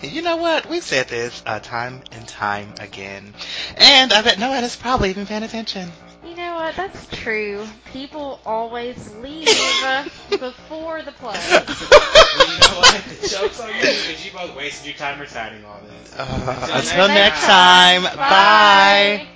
[SPEAKER 2] you know what? We've said this uh, time and time again, and I bet no one has probably even paying attention.
[SPEAKER 11] You know what? That's true. People always leave before the play.
[SPEAKER 2] you know what? The joke's on you because you both wasted your time reciting all this.
[SPEAKER 11] Until
[SPEAKER 2] until next time,
[SPEAKER 11] Bye.
[SPEAKER 2] bye.